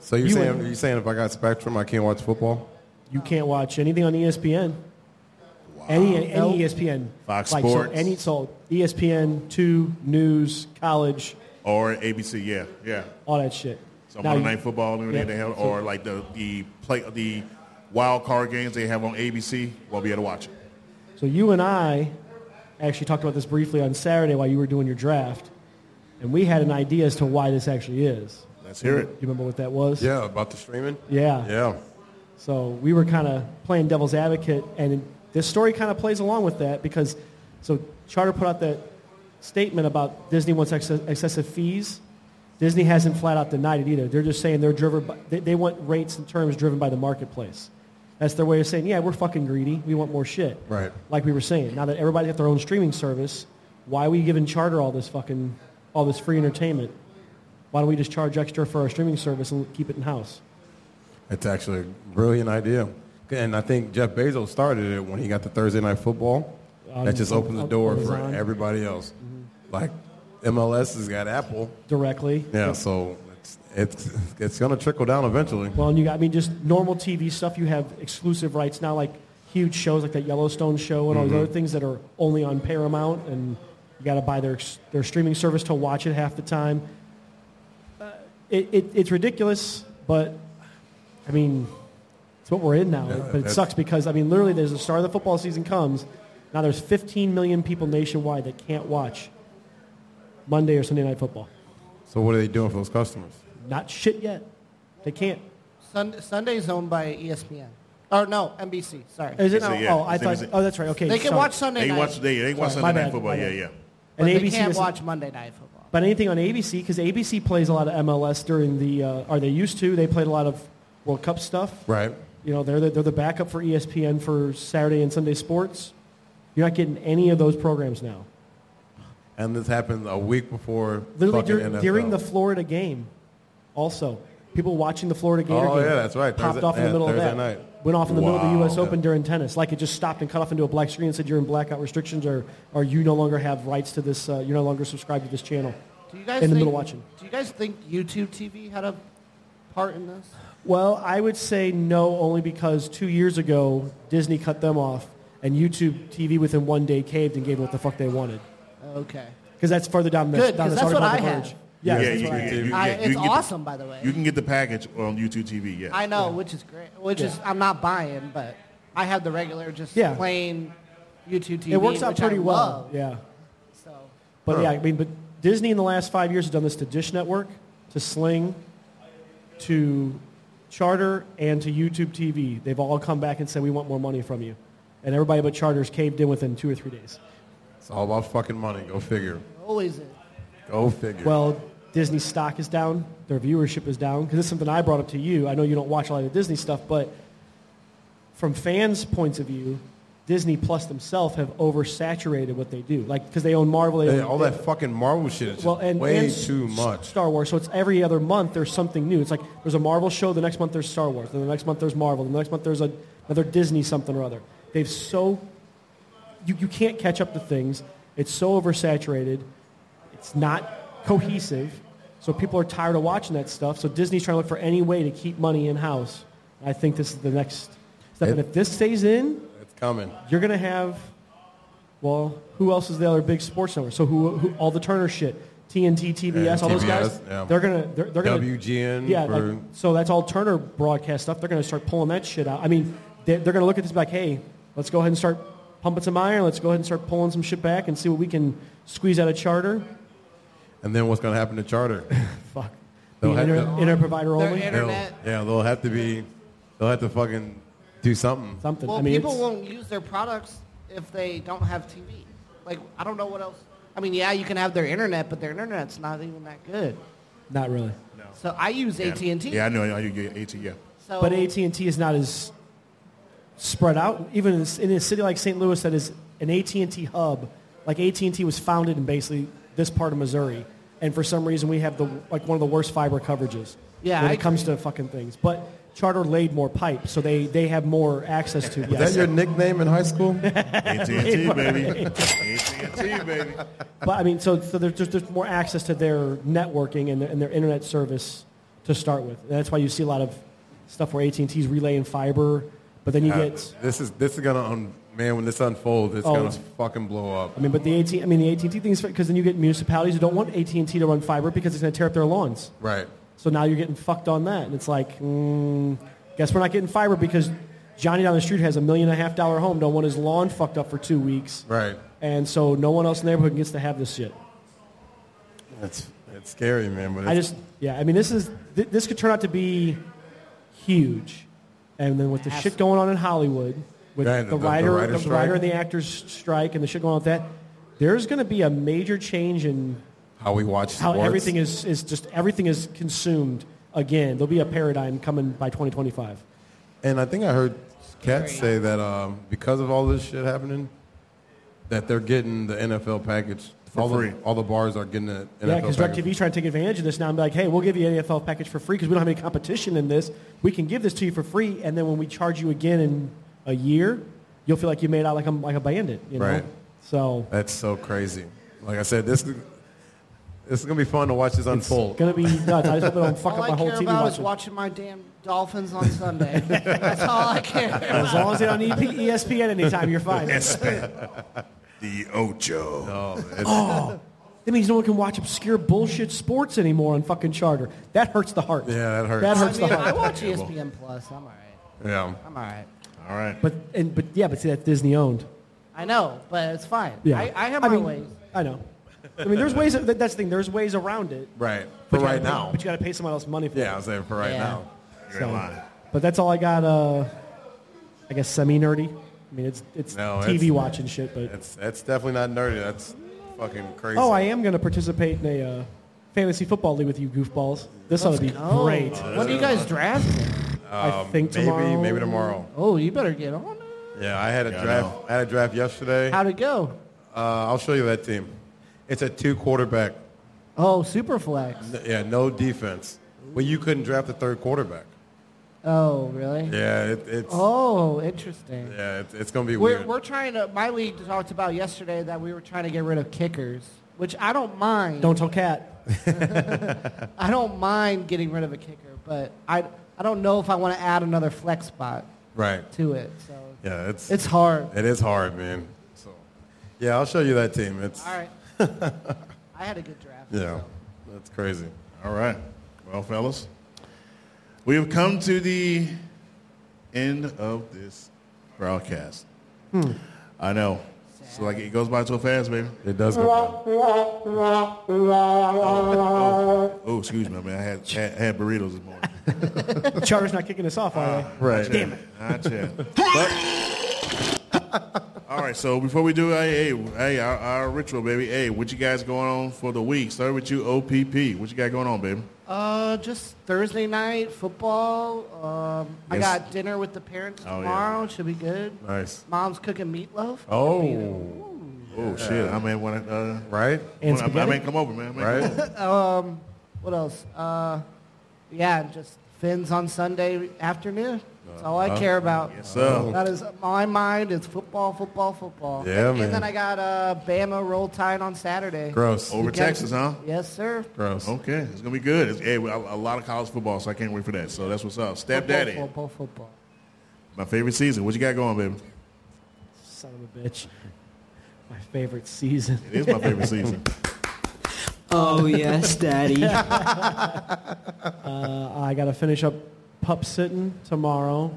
S7: So you're
S5: You
S7: saying
S5: and-
S7: you saying if I got Spectrum, I can't watch football?
S5: You can't watch anything on E ESPN. Any E any
S7: Nope.
S5: ESPN.
S3: Fox
S5: so
S3: Sports.
S5: any so E ESPN, two news, college,
S3: Or ABC, yeah, yeah.
S5: all that shit.
S3: So
S5: Now
S3: Monday
S5: you-
S3: Night Football, and everything
S5: yeah,
S3: they have,
S5: so-
S3: or like the the play the wild card games they have on ABC, we'll be able to watch it.
S5: So you and I actually talked about this briefly on Saturday while you were doing your draft, and we had an idea as to why this actually is.
S7: Let's hear it.
S5: You remember what that was?
S7: Yeah, about the streaming.
S5: Yeah.
S7: Yeah.
S5: So we were kind of playing devil's advocate, and this story kind of plays along with that because so Charter put out that statement about Disney wants ex- excessive fees. Disney hasn't flat out denied it either. They're just saying they're driven by, they, they want rates and terms driven by the marketplace. That's their way of saying, yeah, we're fucking greedy. We want more shit.
S7: Right.
S5: Like we were saying, now that everybody's got their own streaming service, why are we giving Charter all this fucking, all this free entertainment? Why don't we just charge extra for our streaming service and keep it in house?
S7: It's actually a brilliant idea. And I think Jeff Bezos started it when he got the Thursday night football.
S5: On-
S7: that just opened the
S5: on-
S7: door
S5: on
S7: for
S5: Um, Amazon. Mm-hmm.
S7: everybody else. Like MLS has got Apple.
S5: Directly.
S7: Yeah, so it's it's, it's going to trickle down eventually.
S5: Well, and you got, I mean, just normal TV stuff, you have exclusive rights now, like huge shows like that Yellowstone show and all
S7: Mhm.
S5: these other things that are only on Paramount, and you got to buy their, their streaming service to watch it half the time. Uh, it, it, it's ridiculous, but I mean, it's what we're in now.
S7: Yeah,
S5: but it
S7: that's-
S5: sucks because, I mean, literally, there's the start of the football season comes. Now there's 15 million people nationwide that can't watch Monday or Sunday Night Football.
S7: So what are they doing for those customers?
S5: Not shit yet. They can't.
S9: Sun- Sunday's owned by E ESPN. Or no, NBC. Sorry.
S5: Is it? NBC, yeah. Oh, I It's thought- NBC. oh, that's right, okay,
S9: They can
S5: sorry.
S9: watch Sunday
S5: They
S9: night.
S5: can watch- they- they can watch Sorry, my Sunday night bad, football, my yeah, bad. yeah.
S9: But
S5: And
S9: they
S5: ABC
S9: can't
S5: doesn't-
S9: watch Monday night football.
S5: But anything on ABC, because ABC plays a lot of MLS during the, uh, are they used to? They played a lot of World Cup stuff.
S7: Right.
S5: You know, they're the, they're the backup for E ESPN for Saturday and Sunday sports. You're not getting any of those programs now.
S7: And this happened a week before
S5: Literally
S7: fucking
S5: dur-
S7: NFL.
S5: during the Florida game, also. People watching the Florida Gator
S7: Oh,
S5: game.
S7: yeah, that's right.
S5: Popped
S7: Thursday-
S5: off in the
S7: yeah,
S5: middle
S7: Thursday
S5: of that.
S7: night.
S5: Went off in the middle
S7: Wow.
S5: of the U.S. Open during tennis. Like it just stopped and cut off into a black screen and said you're in blackout restrictions or, or you no longer have rights to this, uh, you're no longer subscribed to this channel.
S9: Do you guys
S5: in the
S9: think,
S5: middle of watching.
S9: Do you guys think YouTube TV had a part in this?
S5: Well, I would say no, only because two years ago Disney cut them off, and YouTube TV within one day caved and gave them what the fuck they wanted.
S9: Okay.
S5: Because that's further down the
S9: Good,
S5: down
S9: 'cause
S5: this
S9: that's
S5: article
S9: what
S5: on
S9: I
S5: the Verge.
S9: have.
S5: Yeah,
S3: yeah,
S5: that's
S3: you
S5: what I
S3: can get-
S5: have.
S3: you can
S9: I-
S3: get- you
S9: it's
S3: can get the-
S9: awesome, by the way.
S3: You can get the package on YouTube TV. Yeah,
S9: I know, which is great. Which is I'm not buying, but I have the regular just
S5: Yeah.
S9: plain YouTube TV.
S5: It works out
S9: which I
S5: pretty well.
S9: love.
S5: Yeah.
S9: So
S5: But
S9: Huh.
S5: yeah, I mean, but Disney in the last five years has done this to Dish Network, to Sling, to Charter, and to YouTube TV. They've all come back and said we want more money from you, and everybody but Charter's caved in within two or three days.
S7: It's all about fucking money. Go figure.
S9: always is.
S7: Go figure.
S5: Well, Disney stock is down. Their viewership is down. Because it's something I brought up to you. I know you don't watch a lot of the Disney stuff, but from fans' points of view, Disney Plus themselves have oversaturated what they do, like because they own Marvel. They
S7: Yeah,
S5: own-
S7: all that fucking Marvel shit is just
S5: well, and
S7: way
S5: and s-
S7: too
S5: s-
S7: much.
S5: Star Wars. So it's every other month there's something new. It's like there's a Marvel show. The next month there's Star Wars. Then the next month there's Marvel. Then the next month there's a, another Disney something or other. They've so you, you can't catch up to things. It's so oversaturated. It's not cohesive. So people are tired of watching that stuff. So Disney's trying to look for any way to keep money in house. I think this is the next step. and if this stays in,
S7: It's coming.
S5: you're going to have, well, who else is the other big sports network? So who, who all the Turner shit, TNT, TBS, all those guys,
S7: TBS, yeah.
S5: they're going to they're, they're going
S7: WGN
S5: Yeah,
S7: for-
S5: like, so that's all Turner broadcast stuff. They're going to start pulling that shit out. I mean, they, they're going to look at this and be like, hey, let's go ahead and start pumping some iron. Let's go ahead and start pulling some shit back and see what we can squeeze out of charter.
S7: And then what's going to happen to Charter?
S5: Fuck.
S7: They'll
S5: Be
S7: have
S5: inter-
S7: to-
S5: inter-provider only? Their
S9: internet.
S7: They'll- yeah, they'll have to be. They'll have to fucking do something.
S5: Something.
S9: Well, people won't use their products if they don't have TV. Like, I don't know what else. I mean, yeah, you can have their internet, but their internet's not even that good.
S5: Not really.
S9: So I use AT&T.
S3: Yeah, I know. I know. AT.
S5: [LAUGHS]
S3: Yeah.
S9: So-
S5: but AT and T is not as spread out. Even in- in a city like St. Louis, that is an AT and T hub. Like AT and T was founded in basically this part of Missouri, and for some reason we have the like one of the worst fiber coverages.
S9: Yeah,
S5: when
S9: I
S5: it comes to fucking things. But Charter laid more pipe, so they they have more access to.
S7: Was
S5: yes.
S7: that your nickname in high school?
S3: AT&T,
S5: [LAUGHS]
S3: baby. AT&T, baby.
S5: But I mean, so, so there's just there's more access to their networking and their, and their internet service to start with. And that's why you see a lot of stuff where AT and T's relaying fiber, but then you
S7: Uh,
S5: get
S7: [LAUGHS] this is this is gonna un- man when this unfolds, it's
S5: Oh,
S7: gonna
S5: it's-
S7: fucking blow up.
S5: I mean, but the AT, I mean, the AT&T thing is because then you get municipalities who don't want AT&T to run fiber because it's going to tear up their lawns.
S7: Right.
S5: So now you're getting fucked on that, and it's like, mm, guess we're not getting fiber because Johnny down the street has a million and a half dollar home, don't want his lawn fucked up for two weeks,
S7: Right.
S5: and so no one else in the neighborhood gets to have this shit.
S7: It's it's scary, man. But
S5: I just, yeah, I mean, this is th- this could turn out to be huge, and then with the shit going on in Hollywood, with
S7: Right,
S5: the,
S7: the- the
S5: writer, the,
S7: writer strike.
S5: writer and the actors strike, and the shit going on with that, there's going to be a major change in
S7: how we watch
S5: how
S7: sports.
S5: everything is, is just everything is consumed again. There'll be a paradigm coming by 2025.
S7: And I think I heard Kat say that um, because of all this shit happening, that they're getting the NFL package
S5: For
S7: all
S5: free.
S7: The, all the bars are getting the NFL
S5: yeah, because
S7: package.
S5: DirecTV trying to take advantage of this now and be like, hey, we'll give you an NFL package for free because we don't have any competition in this. We can give this to you for free, and then when we charge you again in a year, you'll feel like you made out like a, like a bandit. You know?
S7: Right.
S5: So
S7: That's so crazy. Like I said, this is this is gonna be fun to watch this unfold.
S5: it's going to be nuts. I just hope I don't fuck
S9: all
S5: up
S9: I
S5: my whole
S9: care
S5: TV
S9: about is
S5: watching.
S9: watching my damn Dolphins on
S5: [LAUGHS]
S9: Sunday. That's all I care about.
S5: As long as they don't need E ESPN anytime, you're fine.
S3: The Ocho.
S5: Oh, that means no one can watch obscure bullshit sports anymore on fucking charter. That hurts the heart.
S7: Yeah, that hurts.
S5: That hurts
S9: I mean,
S5: the heart.
S9: I watch E ESPN Plus. I'm all right.
S7: Yeah.
S9: I'm all right.
S3: All right.
S5: But and but yeah, but see that's Disney owned.
S9: I know, but it's fine.
S5: Yeah,
S9: I, I have my
S5: mean,
S9: ways.
S5: I know. I mean, there's ways. That, that's the thing. There's ways around it.
S7: Right.
S5: but
S7: For
S5: you gotta
S7: right
S5: pay-
S7: now.
S5: but you got to pay someone else money for
S7: Yeah, I
S5: it.
S7: was saying for right
S9: Yeah.
S7: now.
S3: You're in line.
S5: But that's all I got. Uh, I guess semi nerdy. I mean, it's it's
S7: No,
S5: TV
S7: it's-
S5: watching shit. But
S7: That's that's definitely not nerdy. That's fucking crazy.
S5: oh, I am gonna participate in a uh, fantasy football league with you goofballs. This ought to be
S9: go.
S5: great.
S9: Oh, When do you guys draft?
S7: Uh,
S5: I think
S7: maybe
S5: tomorrow.
S7: maybe tomorrow.
S9: Oh, you better get on it.
S7: Yeah, I had a
S3: Yeah, I
S7: draft.
S3: know.
S7: I, had a draft yesterday. Uh,
S9: How'd it go?
S7: I'll show you that team. It's a two quarterback.
S9: Oh, super flex.
S7: Yeah, no defense. But you couldn't draft a third quarterback.
S9: Oh, really?
S7: Yeah, it, it's
S9: Oh, interesting.
S7: yeah, it's, it's gonna be
S9: We're,
S7: weird.
S9: we're trying to, my league talked about yesterday that we were trying to get rid of kickers, which I don't mind.
S5: Don't
S7: [LAUGHS]
S5: tell Cat.
S9: I don't mind getting rid of a kicker, but I, I don't know if I want to add another flex spot
S7: right.
S9: to it. So
S7: Yeah, it's
S9: it's hard.
S7: it is hard, man. So yeah, I'll show you that team. It's
S3: [LAUGHS]
S9: All right. I had a good draft.
S7: yeah, that's crazy.
S3: All right. Well, fellas, we have come to the end of this broadcast. I know. So like it goes by so fast, baby.
S7: It does go. down.
S3: Oh, excuse me, man. I had had, had burritos this morning.
S7: Uh.
S5: Charter's not kicking us off, are they?
S7: Right. Damn it.
S3: Not yet. But All right, so before we do, hey, hey, hey our, our ritual, baby. Hey, what you guys going on for the week? Start with you, OPP. What you got going on, baby?
S9: Uh, just Thursday night football. Um, I
S3: Yes.
S9: got dinner with the parents
S3: Oh, yeah.
S9: tomorrow. Should be good.
S3: Nice.
S9: Mom's cooking meatloaf.
S3: Oh. Oh shit! I mean, when I, uh, right?
S7: And
S3: I, I
S7: spaghetti?
S3: mean, come over, man. I mean,
S7: Right.
S3: come over.
S9: um, what else? Uh, yeah, and just fins on Sunday afternoon. That's all I
S3: Uh-huh.
S7: Uh,
S9: care about.
S7: yes, sir.
S9: That is my mind. It's football, football, football.
S3: Yeah,
S9: and,
S3: man.
S9: then I got uh, Bama roll tide on Saturday.
S3: Gross. Over Oh,
S9: You
S3: Texas, huh?
S9: Yes, sir.
S3: Gross. Okay, it's gonna be good. It's, hey, a, a lot of college football, so I can't wait for that. So that's what's up. Step
S9: Football,
S3: Daddy,
S9: Football, football.
S3: my favorite season. What you got going, baby?
S5: Son of a bitch. My favorite season.
S3: It is my favorite
S7: [LAUGHS]
S3: season.
S11: Oh, yes, Daddy.
S5: uh, I got to finish up pup sitting tomorrow.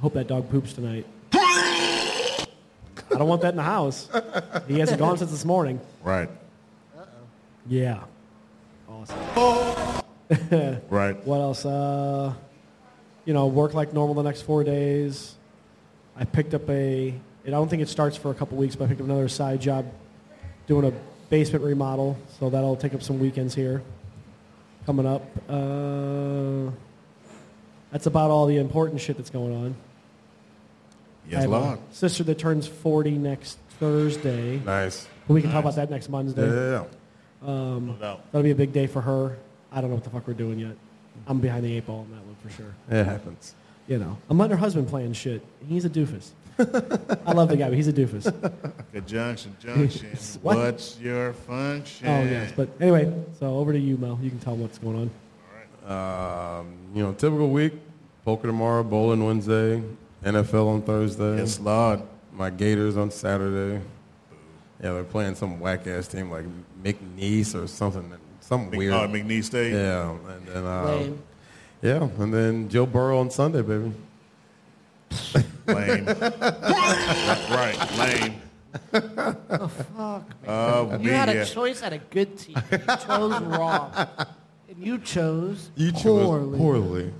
S5: Hope that dog poops tonight. I don't want that in the house. He hasn't gone since this morning.
S3: Right.
S5: Yeah.
S3: right.
S5: What else? Uh, you know, work like normal the next four days. I picked up a. I don't think it starts for a couple weeks, but I picked up another side job, doing a basement remodel. So that'll take up some weekends here. Coming up. Uh, that's about all the important shit that's going on.
S3: Yes,
S5: I have a
S3: Lord.
S5: Sister that turns forty next Thursday.
S7: Nice.
S5: But we can talk about that next Monday.
S7: Yeah.
S5: Um,
S7: No doubt.
S5: That'll be a big day for her. I don't know what the fuck we're doing yet. I'm behind the eight ball on that one for sure.
S7: It happens.
S5: You know, I'm letting her husband play and shit. He's a doofus. I love the guy, but he's a doofus.
S3: [LAUGHS]
S5: Oh,
S3: Conjunction,
S9: [LAUGHS]
S3: junction.
S5: What?
S3: What's your function?
S5: Oh yes, but anyway, so over to you, Mel. You can tell what's going on.
S7: Um, you know, typical week. Poker tomorrow, bowling Wednesday, NFL on Thursday.
S3: Yes, Lord.
S7: My Gators on Saturday. Yeah, they're playing some whack ass team like McNeese or something, some
S3: Mc-
S7: weird.
S3: oh, McNeese State.
S7: Yeah, and then um,
S3: Lame.
S7: yeah, and then Joe Burrow on Sunday, baby. [LAUGHS]
S3: Lame. right, lame.
S9: Oh, fuck.
S3: Uh,
S9: man.
S3: me,
S9: you had
S3: yeah.
S9: a choice at a good team. You
S3: [LAUGHS]
S9: chose wrong. And you chose
S7: You chose
S9: poorly.
S7: poorly.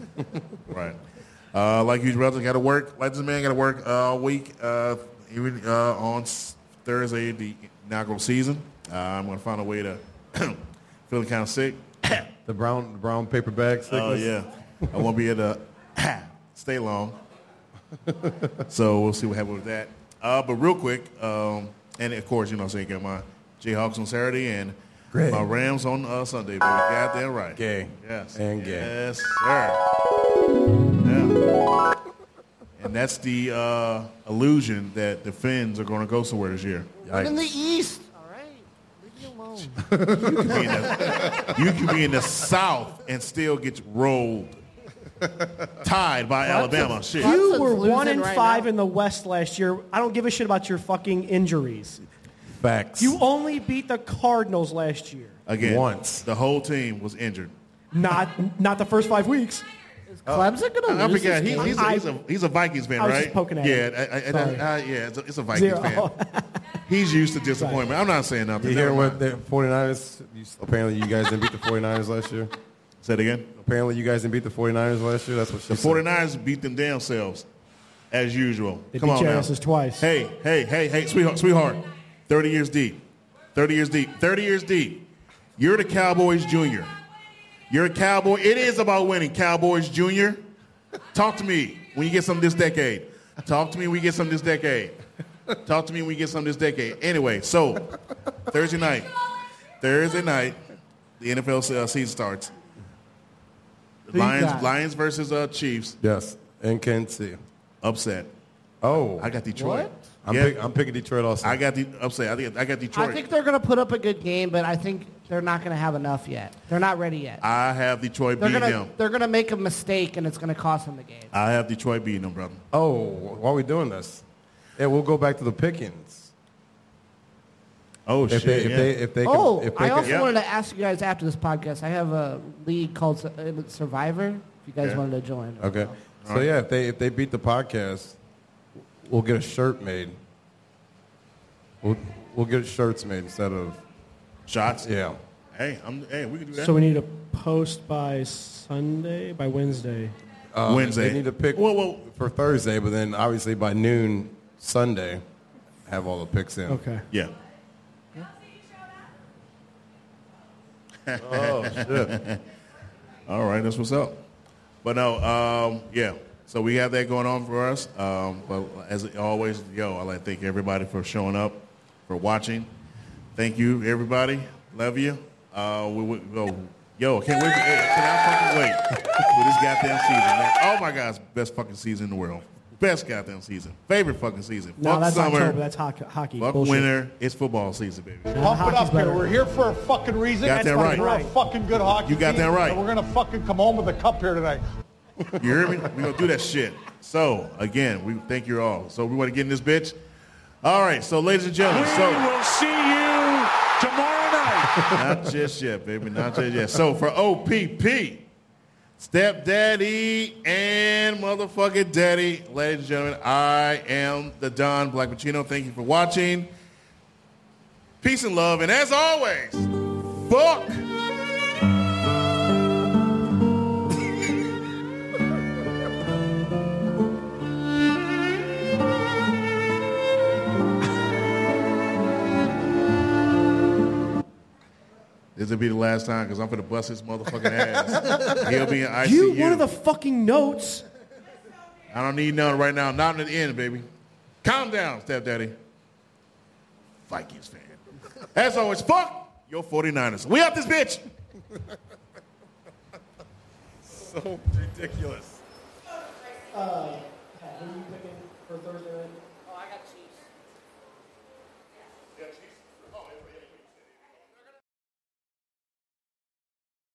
S3: right. Uh, like you brother, got to work. Like this man, got to work all week. Uh, even uh, on s- Thursday, the inaugural season. Uh, I'm gonna find a way to [CLEARS THROAT] feeling kind of sick.
S7: The brown, the brown paper bag.
S3: Oh
S7: sickness.
S3: yeah, I won't be able to [CLEARS THROAT] stay long. so we'll see what happens with that. Uh, but real quick, um, and of course, you know, what I'm saying got my Jayhawks on Saturday and
S7: Great.
S3: my Rams on uh, Sunday. Baby. Got that right.
S7: Gay.
S3: Yes.
S7: And gay.
S3: Yes, sir. Yeah. And that's the uh, illusion that the Finns are going to go somewhere this year.
S9: We're in the East. All right. Leave me
S3: You can
S9: alone.
S3: be in the- you can be in the South and still get rolled, tied by Alabama. Shit.
S5: You were
S9: losing
S5: one in
S9: right
S5: five in the West last year. I don't give a shit about your fucking injuries.
S7: Facts.
S5: You only beat the Cardinals last year.
S3: Again,
S7: Once.
S3: the whole team was injured.
S5: Not not the first five weeks.
S9: Clemson gonna
S3: I
S9: lose this
S3: forgot. He,
S9: game?
S3: he's, a, he's, a, he's a Vikings fan,
S5: I was
S3: right?
S5: just poking at
S3: yeah,
S5: him.
S3: I, I, and
S5: Sorry.
S3: I- I- yeah, it's a, it's a Vikings
S5: [LAUGHS]
S3: fan. He's used to disappointment. I'm not saying nothing.
S7: You hear
S3: Never mind.
S7: what the 49ers? You, apparently, you guys didn't beat the 49ers last year.
S3: Say it again.
S7: Apparently, you guys didn't beat the 49ers last year. That's what she
S3: The
S7: said.
S3: 49ers beat them damn selves, as usual.
S5: They
S3: Come
S5: beat
S3: on
S5: your
S3: now.
S5: asses twice.
S3: Hey, hey, hey, hey, sweetheart, sweetheart. 30 years deep. 30 years deep. 30 years deep. You're the Cowboys Junior. You're a Cowboy. It is about winning, Cowboys Junior. Talk to me when you get some this decade. Talk to me when you get some this decade. Talk to me when you get some this decade. Anyway, so Thursday night, Thursday night, the NFL se- uh, season starts.
S7: Who you
S3: Lions,
S7: got?
S3: Lions versus uh, Chiefs
S7: Yes, and Kenzie.
S3: upset.
S7: Oh,
S3: I got Detroit.
S7: I'm,
S3: Yeah.
S7: pick, I'm picking Detroit also.
S3: I got the upset. I think I got Detroit.
S9: I think they're gonna put up a good game, but I think they're not gonna have enough yet. They're not ready yet.
S3: I have Detroit
S9: They're
S3: beating
S9: gonna
S3: them.
S9: they're gonna make a mistake, and it's gonna cost them the game.
S3: I have Detroit beating them, brother.
S7: oh, why are we doing this? Yeah, we'll go back to the pickings.
S3: Oh
S7: If they, if they, if they, can,
S9: oh,
S7: if they
S9: I
S7: can,
S9: also wanted to ask you guys after this podcast. I have a league called Su- uh, Survivor. If you guys
S7: Yeah.
S9: wanted to join,
S7: Okay. So yeah, if they if they beat the podcast, we'll get a shirt made. We'll we'll get shirts made instead of
S3: shots.
S7: Yeah.
S3: Hey, I'm, hey, we can do that.
S5: [LAUGHS] So we need to post by Sunday, by Wednesday.
S7: Uh,
S3: Wednesday.
S7: They need to pick for Thursday, but then obviously by noon Sunday. Have all the picks in.
S5: Okay.
S7: Yeah.
S3: [LAUGHS] oh shit. All right, that's what's up. But no, um, yeah. So we have that going on for us. Um, but as always, yo, I like to thank everybody for showing up, for watching. Thank you, everybody. Love you. Uh, we, we, yo, yo, I can't wait. For, eh, can I fucking wait for this goddamn season? Man? Oh my God, it's the best fucking season in the world. Best goddamn season. Favorite fucking season.
S5: No,
S3: Fuck
S5: that's
S3: summer.
S5: October. That's hockey. hockey.
S3: Fuck
S5: Bullshit.
S3: winter. It's football season, baby.
S12: Pump it
S5: hockey's
S12: up here.
S5: better.
S12: We're here for a fucking reason.
S3: Got
S12: That's
S3: that
S12: why
S3: right.
S12: We're a fucking good hockey
S3: You got
S12: team,
S3: that right.
S12: and we're gonna fucking come home with a cup here tonight.
S3: You hear me? We're gonna do that shit. So again, we thank you all. So we want to get in this bitch. All right, so ladies and gentlemen, so
S8: We will see you tomorrow night.
S3: [LAUGHS] not just yet, baby, not just yet. So for OPP, stepdaddy and motherfucking daddy, ladies and gentlemen, I am the Don Black Pacino. Thank you for watching. Peace and love, and as always, fuck. This will be the last time because I'm gonna bust his motherfucking
S5: [LAUGHS]
S3: ass. He'll be in ICU.
S5: You, one of the fucking notes.
S3: I don't need none right now. Not in the end, baby. Calm down, stepdaddy. Vikings fan. As always, fuck your 49ers. We out this bitch.
S2: so ridiculous.
S5: Uh, Pat, who are you picking for Thursday night?